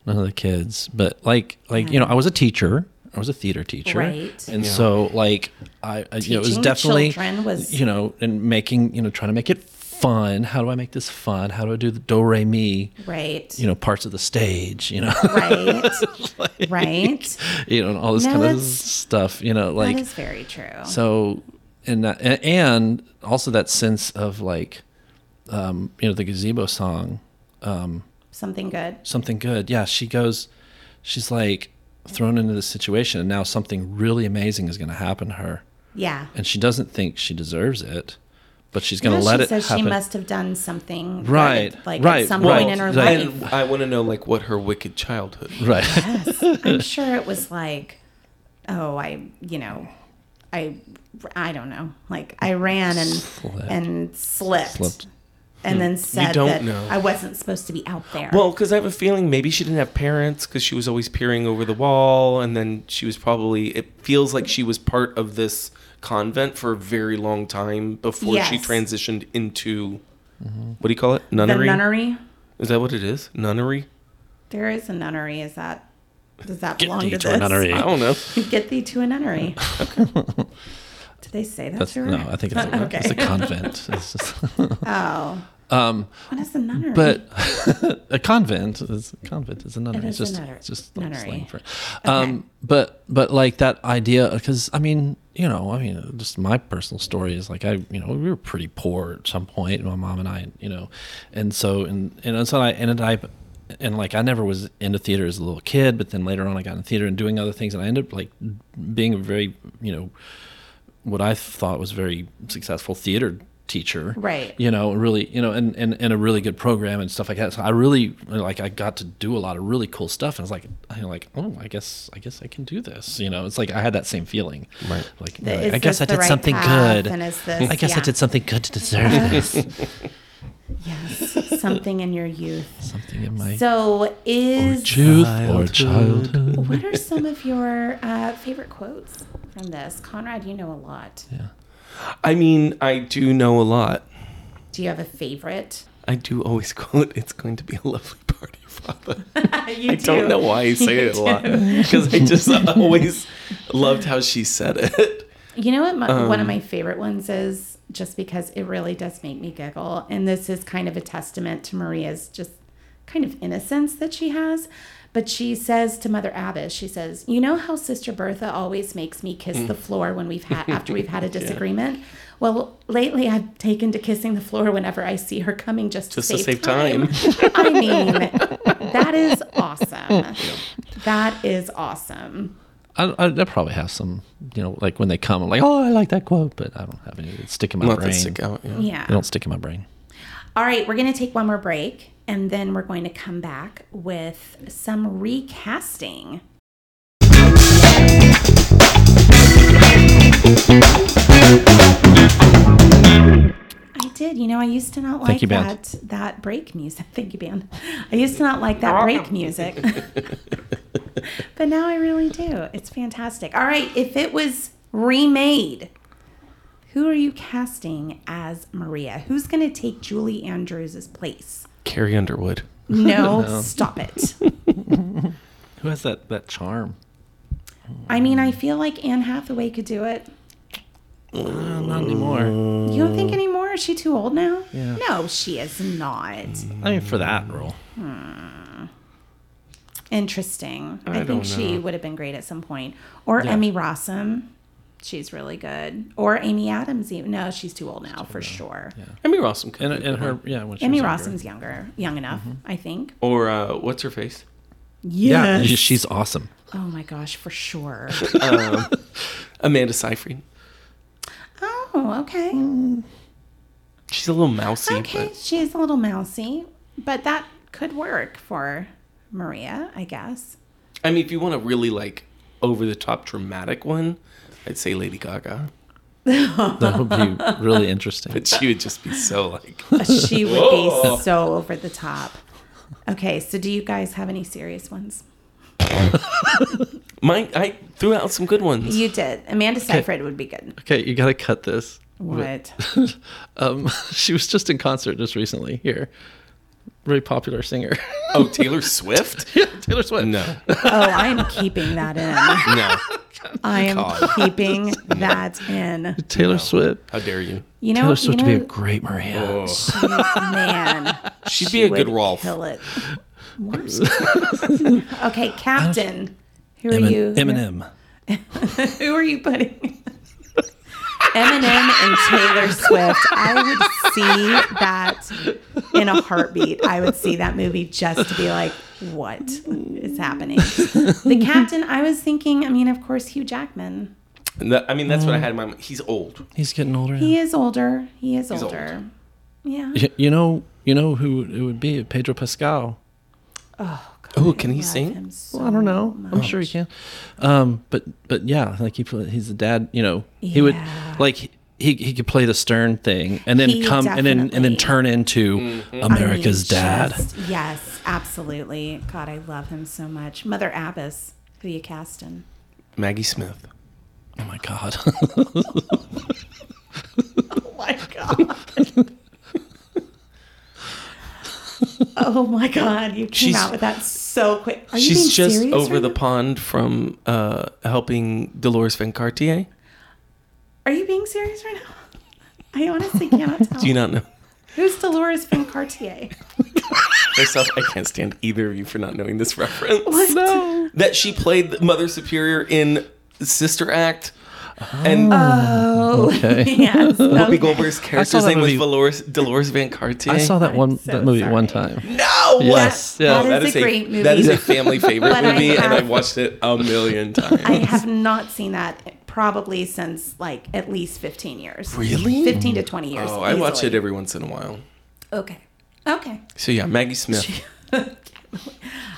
[SPEAKER 4] none of the kids, but like like you know I was a teacher. I was a theater teacher,
[SPEAKER 2] Right.
[SPEAKER 4] and so like I, I you know, it was
[SPEAKER 2] Teaching
[SPEAKER 4] definitely
[SPEAKER 2] children was-
[SPEAKER 4] you know and making you know trying to make it fun. How do I make this fun? How do I do the do re mi?
[SPEAKER 2] right.
[SPEAKER 4] You know parts of the stage. You know,
[SPEAKER 2] right. right.
[SPEAKER 4] you know and all this
[SPEAKER 2] No,
[SPEAKER 4] kind of
[SPEAKER 2] that's-
[SPEAKER 4] stuff. You know, like
[SPEAKER 2] that is very true.
[SPEAKER 4] So, and that, a- and also that sense of like, um, you know, the gazebo song,
[SPEAKER 2] Something good.
[SPEAKER 4] something good. Yeah, she goes, she's like thrown into this situation, and now something really amazing is going to happen to her,
[SPEAKER 2] Yeah.
[SPEAKER 4] and she doesn't think she deserves it, but she's going
[SPEAKER 2] Yeah,
[SPEAKER 4] to let
[SPEAKER 2] she
[SPEAKER 4] it
[SPEAKER 2] says
[SPEAKER 4] happen.
[SPEAKER 2] she must have done something good,
[SPEAKER 4] Right,
[SPEAKER 2] like at
[SPEAKER 4] right,
[SPEAKER 2] some
[SPEAKER 4] right.
[SPEAKER 2] point in her
[SPEAKER 4] Well,
[SPEAKER 2] life.
[SPEAKER 3] And I want to know like what her wicked childhood. was.
[SPEAKER 4] right.
[SPEAKER 2] I'm sure it was like, oh, I, you know, I, I don't know, like I ran and
[SPEAKER 4] Slipped.
[SPEAKER 2] and slipped,
[SPEAKER 4] Slipped. Hmm.
[SPEAKER 2] and then said
[SPEAKER 3] don't
[SPEAKER 2] that
[SPEAKER 3] know.
[SPEAKER 2] I wasn't supposed to be out there.
[SPEAKER 3] Well, because I have a feeling maybe she didn't have parents because she was always peering over the wall, and then she was probably. It feels like she was part of this convent for a very long time before she
[SPEAKER 2] Yes.
[SPEAKER 3] transitioned into what do you call it?
[SPEAKER 2] the
[SPEAKER 3] Nunnery.
[SPEAKER 2] nunnery.
[SPEAKER 3] Is that what it is? Nunnery.
[SPEAKER 2] There is a nunnery. Is that does that
[SPEAKER 4] Get
[SPEAKER 2] belong
[SPEAKER 4] thee
[SPEAKER 2] to,
[SPEAKER 4] to a
[SPEAKER 2] this?
[SPEAKER 4] nunnery.
[SPEAKER 3] I don't know.
[SPEAKER 2] Get thee to a nunnery. Did they say that
[SPEAKER 4] That's,
[SPEAKER 2] to her?
[SPEAKER 4] no, I think it's a,
[SPEAKER 2] Okay.
[SPEAKER 4] it's a convent. It's just-
[SPEAKER 2] Oh. What is the nunnery?
[SPEAKER 4] but a convent is a convent is a nunnery.
[SPEAKER 2] It
[SPEAKER 4] It's
[SPEAKER 2] is a
[SPEAKER 4] just
[SPEAKER 2] nunnery-
[SPEAKER 4] it's just like
[SPEAKER 2] nunnery.
[SPEAKER 4] slang for it. Um, but but like that idea because I mean you know I mean just my personal story is like I you know we were pretty poor at some point my mom and I you know and so and and so I ended up and like I never was into theater as a little kid but then later on I got in theater and doing other things and I ended up like being a very you know what I thought was very successful theater teacher.
[SPEAKER 2] Right.
[SPEAKER 4] You know, really, you know, and, and, and a really good program and stuff like that. So I really like I got to do a lot of really cool stuff and I was like I like, oh, I guess I guess I can do this. You know, it's like I had that same feeling. Right. Like you know,
[SPEAKER 2] is
[SPEAKER 4] I guess
[SPEAKER 2] this
[SPEAKER 4] I
[SPEAKER 2] the
[SPEAKER 4] did
[SPEAKER 2] right
[SPEAKER 4] something
[SPEAKER 2] path?
[SPEAKER 4] good.
[SPEAKER 2] And is this-
[SPEAKER 4] I guess I
[SPEAKER 2] yeah.
[SPEAKER 4] did something good to deserve this.
[SPEAKER 2] yes, something in your youth.
[SPEAKER 4] Something in my
[SPEAKER 2] So is
[SPEAKER 4] youth or childhood.
[SPEAKER 2] What are some of your uh, favorite quotes from this? Conrad, you know a lot.
[SPEAKER 3] I mean, I do know a lot.
[SPEAKER 2] Do you have a favorite?
[SPEAKER 3] I do always quote, "It's going to be a lovely party, Father."
[SPEAKER 2] You
[SPEAKER 3] I don't know why I say it a lot because I just always loved how she said it.
[SPEAKER 2] You know what? My, one
[SPEAKER 3] Um,
[SPEAKER 2] of my favorite ones is just because it really does make me giggle. And this is kind of a testament to Maria's just kind of innocence that she has. But she says to Mother Abbess, she says, "You know how Sister Bertha always makes me kiss
[SPEAKER 3] Mm.
[SPEAKER 2] the floor when we've had after we've had a disagreement." Well, lately I've taken to kissing the floor whenever I see her coming just to
[SPEAKER 3] Just to
[SPEAKER 2] save,
[SPEAKER 3] save time.
[SPEAKER 2] I mean, that is awesome. That is awesome.
[SPEAKER 4] I, I, I probably have some, you know, like when they come, I'm like, oh, I like that quote, but I don't have any that stick in my
[SPEAKER 3] Not
[SPEAKER 4] brain.
[SPEAKER 3] that stick out. Yeah.
[SPEAKER 2] Yeah.
[SPEAKER 4] They don't stick in my brain.
[SPEAKER 2] All right, we're going to take one more break and then we're going to come back with some recasting. I did. You know, I used to not like
[SPEAKER 4] you, Ben.
[SPEAKER 2] that that break music. Thank you, Ben. I used to not like that break music. but now I really do. It's fantastic. All right, if it was remade, who are you casting as Maria? Who's going to take Julie Andrews' place?
[SPEAKER 3] Carrie Underwood.
[SPEAKER 2] No, stop it.
[SPEAKER 4] Who has that that charm?
[SPEAKER 2] I mean, I feel like Anne Hathaway could do it.
[SPEAKER 4] Not
[SPEAKER 3] Mm.
[SPEAKER 4] anymore.
[SPEAKER 2] You don't think anymore? Is she too old now?
[SPEAKER 4] Yeah. Mm.
[SPEAKER 2] No, she is not.
[SPEAKER 4] I mean, for that role,
[SPEAKER 2] Interesting. I, think
[SPEAKER 3] don't
[SPEAKER 2] she would have been great at some point. Or Emmy Rossum. She's really good. Or Amy Adams. Even. No, she's too old now for sure.
[SPEAKER 3] Emmy Rossum. could
[SPEAKER 4] and
[SPEAKER 3] be a
[SPEAKER 4] and
[SPEAKER 3] good
[SPEAKER 4] her,
[SPEAKER 3] one.
[SPEAKER 4] yeah, when she
[SPEAKER 2] Amy
[SPEAKER 4] was younger.
[SPEAKER 2] Rossum's younger, young enough, I think.
[SPEAKER 3] Or uh, what's her face?
[SPEAKER 4] yeah, she- she's awesome.
[SPEAKER 2] Oh my gosh, for sure.
[SPEAKER 3] Amanda Seyfried.
[SPEAKER 2] oh, okay.
[SPEAKER 3] She's a little mousy,
[SPEAKER 2] Okay,
[SPEAKER 3] but
[SPEAKER 2] she is a little mousy, but that could work for Maria, I guess.
[SPEAKER 3] I mean, if you want a really like over the top dramatic one, I'd say Lady Gaga.
[SPEAKER 4] That would be really interesting.
[SPEAKER 3] But she would just be so like.
[SPEAKER 2] She would be so over the top. Okay, so do you guys have any serious ones?
[SPEAKER 3] Mine, I threw out some good ones.
[SPEAKER 2] You did. Amanda Seyfried would be good.
[SPEAKER 4] Okay, you gotta cut this.
[SPEAKER 2] What?
[SPEAKER 4] Um, she was just in concert just recently here. Very popular singer.
[SPEAKER 3] Oh, Taylor Swift?
[SPEAKER 4] Taylor Swift.
[SPEAKER 3] No,
[SPEAKER 2] Oh, I am keeping that in.
[SPEAKER 3] no.
[SPEAKER 2] I am
[SPEAKER 3] God.
[SPEAKER 2] keeping that in.
[SPEAKER 4] Taylor Swift.
[SPEAKER 3] How dare you?
[SPEAKER 2] You know,
[SPEAKER 4] Taylor Swift
[SPEAKER 2] you
[SPEAKER 4] would be a
[SPEAKER 2] know,
[SPEAKER 4] great Maria.
[SPEAKER 2] man.
[SPEAKER 3] She'd be a good
[SPEAKER 2] would
[SPEAKER 3] Rolf.
[SPEAKER 2] Kill it. What? okay, Captain. Who are
[SPEAKER 4] Emin-
[SPEAKER 2] you?
[SPEAKER 4] Eminem.
[SPEAKER 2] Who are you putting? Eminem and Taylor Swift. I would see that in a heartbeat. I would see that movie just to be like, what is happening? The captain, I was thinking, I mean, of course, Hugh Jackman.
[SPEAKER 3] And that- I mean, that's what I had in my mind. He's old.
[SPEAKER 4] He's getting older.
[SPEAKER 2] He is older. He is
[SPEAKER 3] old.
[SPEAKER 2] older. Yeah.
[SPEAKER 4] Y- You know, you know who it would be? Pedro Pascal.
[SPEAKER 3] Oh, can he
[SPEAKER 2] Love
[SPEAKER 3] sing?
[SPEAKER 2] him so
[SPEAKER 4] I don't know. I'm sure he can. Um, but but yeah, like he pl- he's a dad. You know, he would
[SPEAKER 2] Yeah.
[SPEAKER 4] like he he could play the stern thing and then
[SPEAKER 2] He
[SPEAKER 4] come and then and
[SPEAKER 2] definitely- Mm-hmm.
[SPEAKER 4] then turn into
[SPEAKER 2] I mean,
[SPEAKER 4] America's dad.
[SPEAKER 2] just- Yes, absolutely. God, I love him so much. Mother Abbess, who you casting?
[SPEAKER 3] Maggie Smith.
[SPEAKER 4] Oh my god.
[SPEAKER 2] Oh my god. oh my god, you came
[SPEAKER 3] She's-
[SPEAKER 2] out with that so quick. Are you being
[SPEAKER 3] She's just
[SPEAKER 2] serious
[SPEAKER 3] over
[SPEAKER 2] right
[SPEAKER 3] the
[SPEAKER 2] now?
[SPEAKER 3] pond from uh, helping Dolores Van Cartier.
[SPEAKER 2] Are you being serious right now? I honestly cannot tell.
[SPEAKER 3] Do you not know
[SPEAKER 2] Who's Dolores Van Cartier?
[SPEAKER 3] myself? I can't stand either of you for not knowing this reference.
[SPEAKER 2] What?
[SPEAKER 3] That she played Mother Superior in Sister Act, and
[SPEAKER 4] okay.
[SPEAKER 2] Yes.
[SPEAKER 3] Whoopi
[SPEAKER 2] Oh. okay.
[SPEAKER 3] Goldberg's character's
[SPEAKER 4] that
[SPEAKER 3] name was
[SPEAKER 4] movie.
[SPEAKER 3] Dolores, Dolores Van Cartier.
[SPEAKER 4] I saw that one
[SPEAKER 2] so
[SPEAKER 4] that movie
[SPEAKER 2] sorry.
[SPEAKER 4] one time.
[SPEAKER 3] No,
[SPEAKER 4] Yes.
[SPEAKER 3] what?
[SPEAKER 4] Yeah.
[SPEAKER 2] That is a great movie.
[SPEAKER 3] That is a family favorite
[SPEAKER 2] But I
[SPEAKER 3] movie, and
[SPEAKER 2] have-
[SPEAKER 3] I've watched it a million times.
[SPEAKER 2] I have not seen that probably since like at least 15 years.
[SPEAKER 3] Really?
[SPEAKER 2] 15 to 20 years.
[SPEAKER 3] Oh, I watch it
[SPEAKER 2] easily.
[SPEAKER 3] every once in a while.
[SPEAKER 2] Okay. Okay.
[SPEAKER 3] So yeah, Maggie Smith.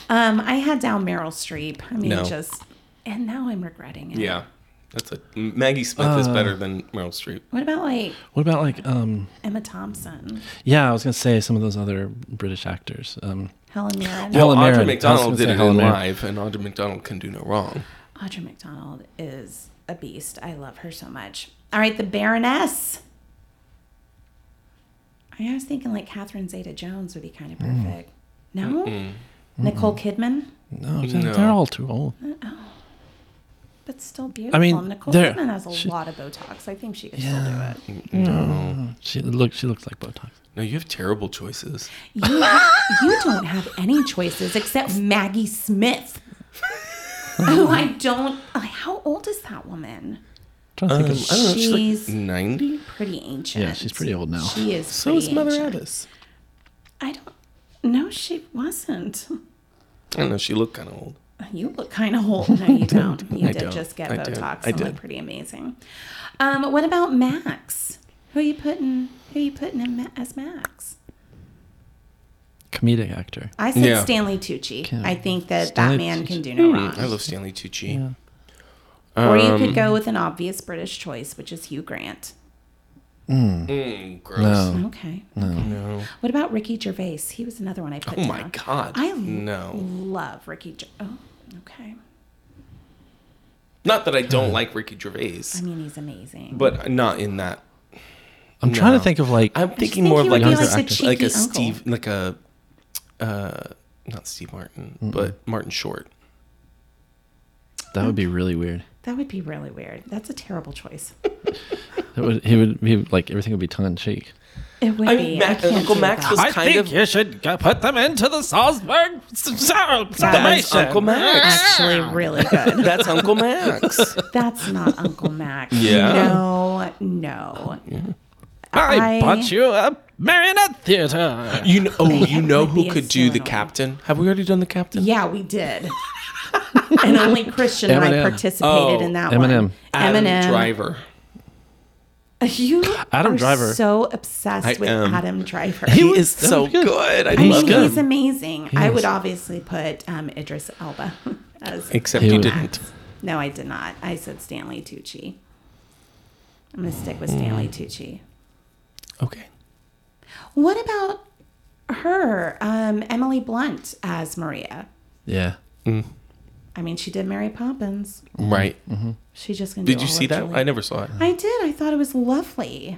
[SPEAKER 2] Um, I had down Meryl Streep. I mean,
[SPEAKER 3] No.
[SPEAKER 2] just, and now I'm regretting it.
[SPEAKER 3] Yeah, that's a Maggie Smith is
[SPEAKER 4] Uh,
[SPEAKER 3] better than Meryl Streep.
[SPEAKER 2] What about like
[SPEAKER 4] What about like um
[SPEAKER 2] Emma Thompson,
[SPEAKER 4] yeah, I was gonna say some of those other British actors. Um
[SPEAKER 2] Helen Mirren?
[SPEAKER 4] Well- Helen
[SPEAKER 3] Audra
[SPEAKER 4] Mirren. I was
[SPEAKER 3] McDonald
[SPEAKER 4] gonna
[SPEAKER 3] did
[SPEAKER 4] say
[SPEAKER 3] it
[SPEAKER 4] Helen
[SPEAKER 3] in
[SPEAKER 4] Mirren.
[SPEAKER 3] live, and Audra McDonald can do no wrong.
[SPEAKER 2] Audra McDonald is a beast. I love her so much. All right, the Baroness. I was thinking like Catherine Zeta Jones would be kind of
[SPEAKER 4] Mm.
[SPEAKER 2] perfect. No? Nicole Kidman,
[SPEAKER 4] no, oh, they're-
[SPEAKER 3] No.
[SPEAKER 4] they're all too old.
[SPEAKER 2] but still beautiful.
[SPEAKER 4] mean,
[SPEAKER 2] Nicole
[SPEAKER 4] there-
[SPEAKER 2] Kidman has a
[SPEAKER 4] she-
[SPEAKER 2] lot of Botox. I think she could still do it.
[SPEAKER 4] She look she looks like Botox.
[SPEAKER 3] No, you have terrible choices.
[SPEAKER 2] You, ha- you don't have any choices except Maggie Smith.
[SPEAKER 3] Oh.
[SPEAKER 2] who I don't. like, How old is that woman?
[SPEAKER 4] trying to think of,
[SPEAKER 3] I don't know. She's
[SPEAKER 2] She's-
[SPEAKER 3] like 90?
[SPEAKER 2] Pretty ancient.
[SPEAKER 4] yeah, she's pretty old now.
[SPEAKER 2] She is.
[SPEAKER 3] So is
[SPEAKER 2] pretty
[SPEAKER 3] Mother
[SPEAKER 2] ancient.
[SPEAKER 3] Abbess.
[SPEAKER 2] I don't. No, she wasn't.
[SPEAKER 3] I don't know. She looked kind of old.
[SPEAKER 2] You look kind of old. No, you don't. You
[SPEAKER 3] I
[SPEAKER 2] did
[SPEAKER 3] don't.
[SPEAKER 2] just get
[SPEAKER 3] I did.
[SPEAKER 2] Botox.
[SPEAKER 3] I
[SPEAKER 2] and look
[SPEAKER 3] did.
[SPEAKER 2] pretty amazing. Um, what about Max? Who are you putting? Who are you putting in Ma- as Max?
[SPEAKER 4] Comedic actor.
[SPEAKER 2] I said
[SPEAKER 3] Yeah.
[SPEAKER 2] Stanley Tucci.
[SPEAKER 4] Can-
[SPEAKER 2] I think that
[SPEAKER 4] Stanley
[SPEAKER 2] that man
[SPEAKER 4] Tucci.
[SPEAKER 2] can do no wrong.
[SPEAKER 3] Hmm, I love Stanley Tucci. Um,
[SPEAKER 4] Yeah.
[SPEAKER 2] or you could go with an obvious British choice, which is Hugh Grant.
[SPEAKER 3] Mm, gross.
[SPEAKER 4] No.
[SPEAKER 2] Okay. No. What about Ricky Gervais? He was another one I put
[SPEAKER 3] Oh
[SPEAKER 2] down.
[SPEAKER 3] my God.
[SPEAKER 2] I l-
[SPEAKER 3] no.
[SPEAKER 2] love Ricky. Ger- oh, okay.
[SPEAKER 3] Not that I don't like Ricky Gervais,
[SPEAKER 2] I mean, he's amazing.
[SPEAKER 3] but not in that.
[SPEAKER 4] I'm trying to
[SPEAKER 3] No.
[SPEAKER 4] think of like
[SPEAKER 3] I'm thinking
[SPEAKER 2] think
[SPEAKER 3] more of
[SPEAKER 2] he
[SPEAKER 3] like,
[SPEAKER 2] would
[SPEAKER 4] be
[SPEAKER 3] a-
[SPEAKER 4] like the
[SPEAKER 3] like
[SPEAKER 2] cheeky
[SPEAKER 3] a
[SPEAKER 2] uncle.
[SPEAKER 3] Steve, like a, uh, not Steve Martin, but Martin Short.
[SPEAKER 4] that would be really weird.
[SPEAKER 2] that would be really weird. That's a terrible choice.
[SPEAKER 4] That would he would be like everything would be tongue in cheek.
[SPEAKER 2] It would
[SPEAKER 3] I
[SPEAKER 2] be.
[SPEAKER 3] mean,
[SPEAKER 2] I
[SPEAKER 3] Mac-
[SPEAKER 2] can't
[SPEAKER 3] Uncle
[SPEAKER 2] do
[SPEAKER 3] Max
[SPEAKER 2] that.
[SPEAKER 3] was
[SPEAKER 5] I
[SPEAKER 3] kind
[SPEAKER 5] think
[SPEAKER 3] of.
[SPEAKER 5] you should g- put them into the Salzburg
[SPEAKER 3] That's Uncle
[SPEAKER 5] Salvation.
[SPEAKER 3] Max.
[SPEAKER 2] actually really good.
[SPEAKER 3] That's Uncle Max.
[SPEAKER 2] That's not Uncle Max.
[SPEAKER 3] Yeah.
[SPEAKER 2] No, no.
[SPEAKER 5] I
[SPEAKER 2] I-
[SPEAKER 5] bought you a marionette theater.
[SPEAKER 3] You know, oh, you know
[SPEAKER 2] would be
[SPEAKER 3] who
[SPEAKER 2] a
[SPEAKER 3] could do the
[SPEAKER 2] silly-
[SPEAKER 3] captain? Have we already done the captain?
[SPEAKER 2] Yeah, we did. and only Christian and I
[SPEAKER 4] Eminem.
[SPEAKER 2] participated
[SPEAKER 3] Oh,
[SPEAKER 2] in that
[SPEAKER 4] Eminem.
[SPEAKER 2] one.
[SPEAKER 3] Adam
[SPEAKER 2] Eminem.
[SPEAKER 3] Driver.
[SPEAKER 2] You
[SPEAKER 4] Adam
[SPEAKER 2] are
[SPEAKER 4] Driver.
[SPEAKER 2] so obsessed
[SPEAKER 3] I
[SPEAKER 2] with
[SPEAKER 3] am.
[SPEAKER 2] Adam Driver.
[SPEAKER 3] He is so good. I
[SPEAKER 2] I
[SPEAKER 3] love
[SPEAKER 2] mean, he's
[SPEAKER 3] him.
[SPEAKER 2] amazing. I would obviously put um, Idris Elba as
[SPEAKER 3] Except
[SPEAKER 4] He
[SPEAKER 3] you
[SPEAKER 4] was-
[SPEAKER 3] didn't.
[SPEAKER 2] No, I did not. I said Stanley Tucci. I'm going to stick with
[SPEAKER 4] Mm.
[SPEAKER 2] Stanley Tucci.
[SPEAKER 3] Okay.
[SPEAKER 2] What about her, um, Emily Blunt as Maria?
[SPEAKER 4] Yeah.
[SPEAKER 2] I mean, she did Mary Poppins.
[SPEAKER 3] Right.
[SPEAKER 2] She just gonna. do
[SPEAKER 3] Did you
[SPEAKER 2] all
[SPEAKER 3] see
[SPEAKER 2] of
[SPEAKER 3] that?
[SPEAKER 2] Julie.
[SPEAKER 3] I never Mm. saw it.
[SPEAKER 2] I did. I thought it was lovely.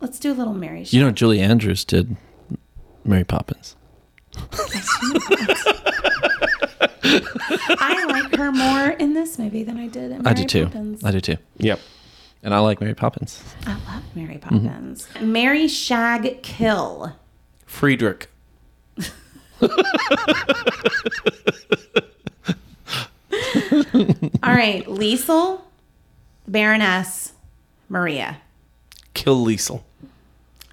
[SPEAKER 2] Let's do a little Mary.
[SPEAKER 4] You know Julie Andrews did Mary Poppins.
[SPEAKER 2] I like her more in this movie than I did in Mary
[SPEAKER 4] I do too.
[SPEAKER 2] Poppins.
[SPEAKER 4] I do too.
[SPEAKER 3] Yep.
[SPEAKER 4] And I like Mary Poppins.
[SPEAKER 2] I love Mary
[SPEAKER 3] Mm-hmm.
[SPEAKER 2] Poppins. Mary Shag Kill.
[SPEAKER 3] Friedrich.
[SPEAKER 2] All right, Liesel, Baroness, Maria.
[SPEAKER 3] Kill Liesel.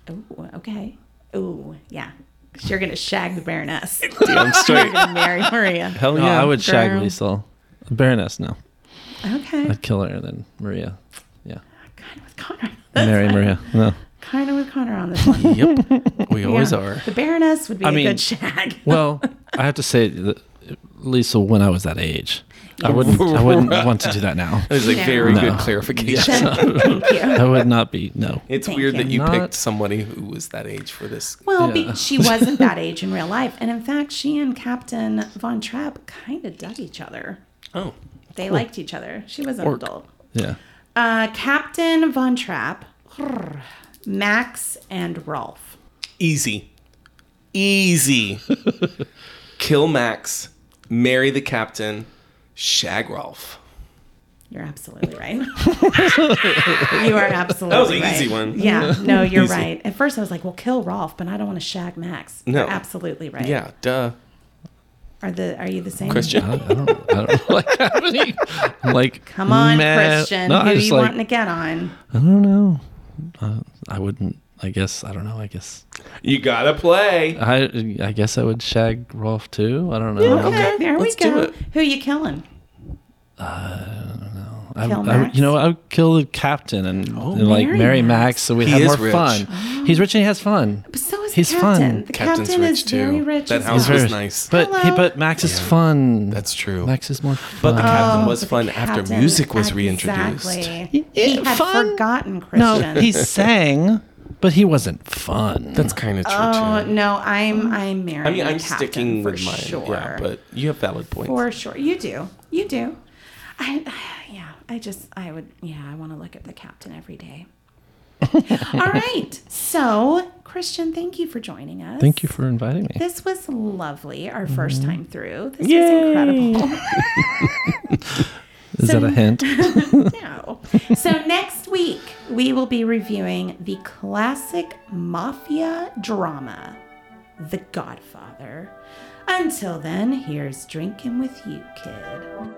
[SPEAKER 2] Ooh, okay. Ooh, yeah. 'Cause You're gonna shag the Baroness.
[SPEAKER 3] Damn straight.
[SPEAKER 2] You're gonna marry Maria.
[SPEAKER 3] Hell
[SPEAKER 4] No,
[SPEAKER 3] yeah.
[SPEAKER 4] Oh, I would shag
[SPEAKER 2] girl.
[SPEAKER 4] Liesel. Baroness, no.
[SPEAKER 2] Okay.
[SPEAKER 4] I'd kill her and then Maria. Yeah.
[SPEAKER 2] Kind of with Connor.
[SPEAKER 4] Marry Maria. No.
[SPEAKER 2] Kind of with Connor on this one.
[SPEAKER 3] Yep. We always
[SPEAKER 2] Yeah.
[SPEAKER 3] are.
[SPEAKER 2] The Baroness would be a
[SPEAKER 4] mean-
[SPEAKER 2] good shag.
[SPEAKER 4] Well, I have to say that Liesel when I was that age. I wouldn't I wouldn't want to do that now.
[SPEAKER 3] That is a
[SPEAKER 2] No.
[SPEAKER 3] very
[SPEAKER 4] No.
[SPEAKER 3] good clarification.
[SPEAKER 2] Thank you.
[SPEAKER 4] I would not be no.
[SPEAKER 3] It's
[SPEAKER 2] Thank
[SPEAKER 3] weird that you
[SPEAKER 2] you.
[SPEAKER 4] Not-
[SPEAKER 3] picked somebody who was that age for this.
[SPEAKER 2] Well,
[SPEAKER 4] Yeah.
[SPEAKER 2] be, she wasn't that age in real life, and in fact, she and Captain Von Trapp kind of dug each other.
[SPEAKER 3] Oh.
[SPEAKER 2] They liked each other. She was an
[SPEAKER 3] Orc.
[SPEAKER 2] adult.
[SPEAKER 4] Yeah.
[SPEAKER 2] Uh, Captain Von Trapp, Max, and Rolf.
[SPEAKER 3] Easy. Easy. Kill Max. Marry the captain. Shag Rolf.
[SPEAKER 2] You're absolutely right. you are absolutely
[SPEAKER 3] That was an
[SPEAKER 2] right.
[SPEAKER 3] easy one.
[SPEAKER 2] Yeah, no, you're
[SPEAKER 3] Easy.
[SPEAKER 2] right. At first, I was like, "Well, kill Rolf," but I don't want to shag Max.
[SPEAKER 3] No.
[SPEAKER 2] You're absolutely right.
[SPEAKER 3] Yeah, duh.
[SPEAKER 2] Are the Are you the same?
[SPEAKER 3] Christian.
[SPEAKER 4] I don't, I don't like have any like
[SPEAKER 2] Come on,
[SPEAKER 4] mad-
[SPEAKER 2] Christian.
[SPEAKER 4] No,
[SPEAKER 2] Who
[SPEAKER 4] I
[SPEAKER 2] are
[SPEAKER 4] just
[SPEAKER 2] you
[SPEAKER 4] like
[SPEAKER 2] wanting to get on?
[SPEAKER 4] I don't know. Uh, I, I wouldn't. I guess I don't know. I guess
[SPEAKER 3] You gotta play.
[SPEAKER 4] I. I guess I would shag Rolf too. I don't know.
[SPEAKER 2] Okay, there
[SPEAKER 3] let's
[SPEAKER 2] we
[SPEAKER 3] do
[SPEAKER 2] go.
[SPEAKER 3] it.
[SPEAKER 2] Who are you killing?
[SPEAKER 4] I,
[SPEAKER 2] Kill
[SPEAKER 4] I-
[SPEAKER 2] Max?
[SPEAKER 4] you know, I would kill the captain and, and, like
[SPEAKER 2] Marry
[SPEAKER 4] marry
[SPEAKER 2] Max.
[SPEAKER 4] Max, so we'd
[SPEAKER 3] Oh, He
[SPEAKER 4] have
[SPEAKER 3] is
[SPEAKER 4] more
[SPEAKER 3] rich.
[SPEAKER 4] fun. He's rich and he has fun.
[SPEAKER 2] But so is
[SPEAKER 4] He's
[SPEAKER 2] the captain.
[SPEAKER 4] fun.
[SPEAKER 2] The
[SPEAKER 3] Captain's
[SPEAKER 2] captain
[SPEAKER 3] rich
[SPEAKER 2] is
[SPEAKER 3] too.
[SPEAKER 2] very rich.
[SPEAKER 3] That
[SPEAKER 2] as
[SPEAKER 3] house
[SPEAKER 2] well.
[SPEAKER 3] was
[SPEAKER 4] Very-
[SPEAKER 3] nice.
[SPEAKER 4] But he,
[SPEAKER 2] Hello.
[SPEAKER 4] but Max is fun.
[SPEAKER 3] That's true.
[SPEAKER 4] Max is more fun.
[SPEAKER 3] But the captain was
[SPEAKER 2] but Um, the
[SPEAKER 3] fun after
[SPEAKER 2] captain-
[SPEAKER 3] music was reintroduced.
[SPEAKER 2] Exactly. He had
[SPEAKER 4] fun?
[SPEAKER 2] forgotten Christian.
[SPEAKER 4] no, he sang, but he wasn't fun.
[SPEAKER 3] That's kind of true
[SPEAKER 2] Oh
[SPEAKER 3] too.
[SPEAKER 2] no, I'm I'm married.
[SPEAKER 3] Mm. I mean, I'm
[SPEAKER 2] captain
[SPEAKER 3] sticking
[SPEAKER 2] for
[SPEAKER 3] with mine.
[SPEAKER 2] Sure.
[SPEAKER 3] Yeah, but you have valid points.
[SPEAKER 2] for sure, you do. You do. I yeah. I just I would yeah. I want to look at the captain every day. All right. So Christian, thank you for joining us.
[SPEAKER 4] Thank you Mm-hmm. for inviting me.
[SPEAKER 2] This was lovely. Our first time through. This was incredible.
[SPEAKER 4] Is that a hint?
[SPEAKER 2] No. So next week we will be reviewing the classic mafia drama, The Godfather. Until then, here's drinking with you, kid.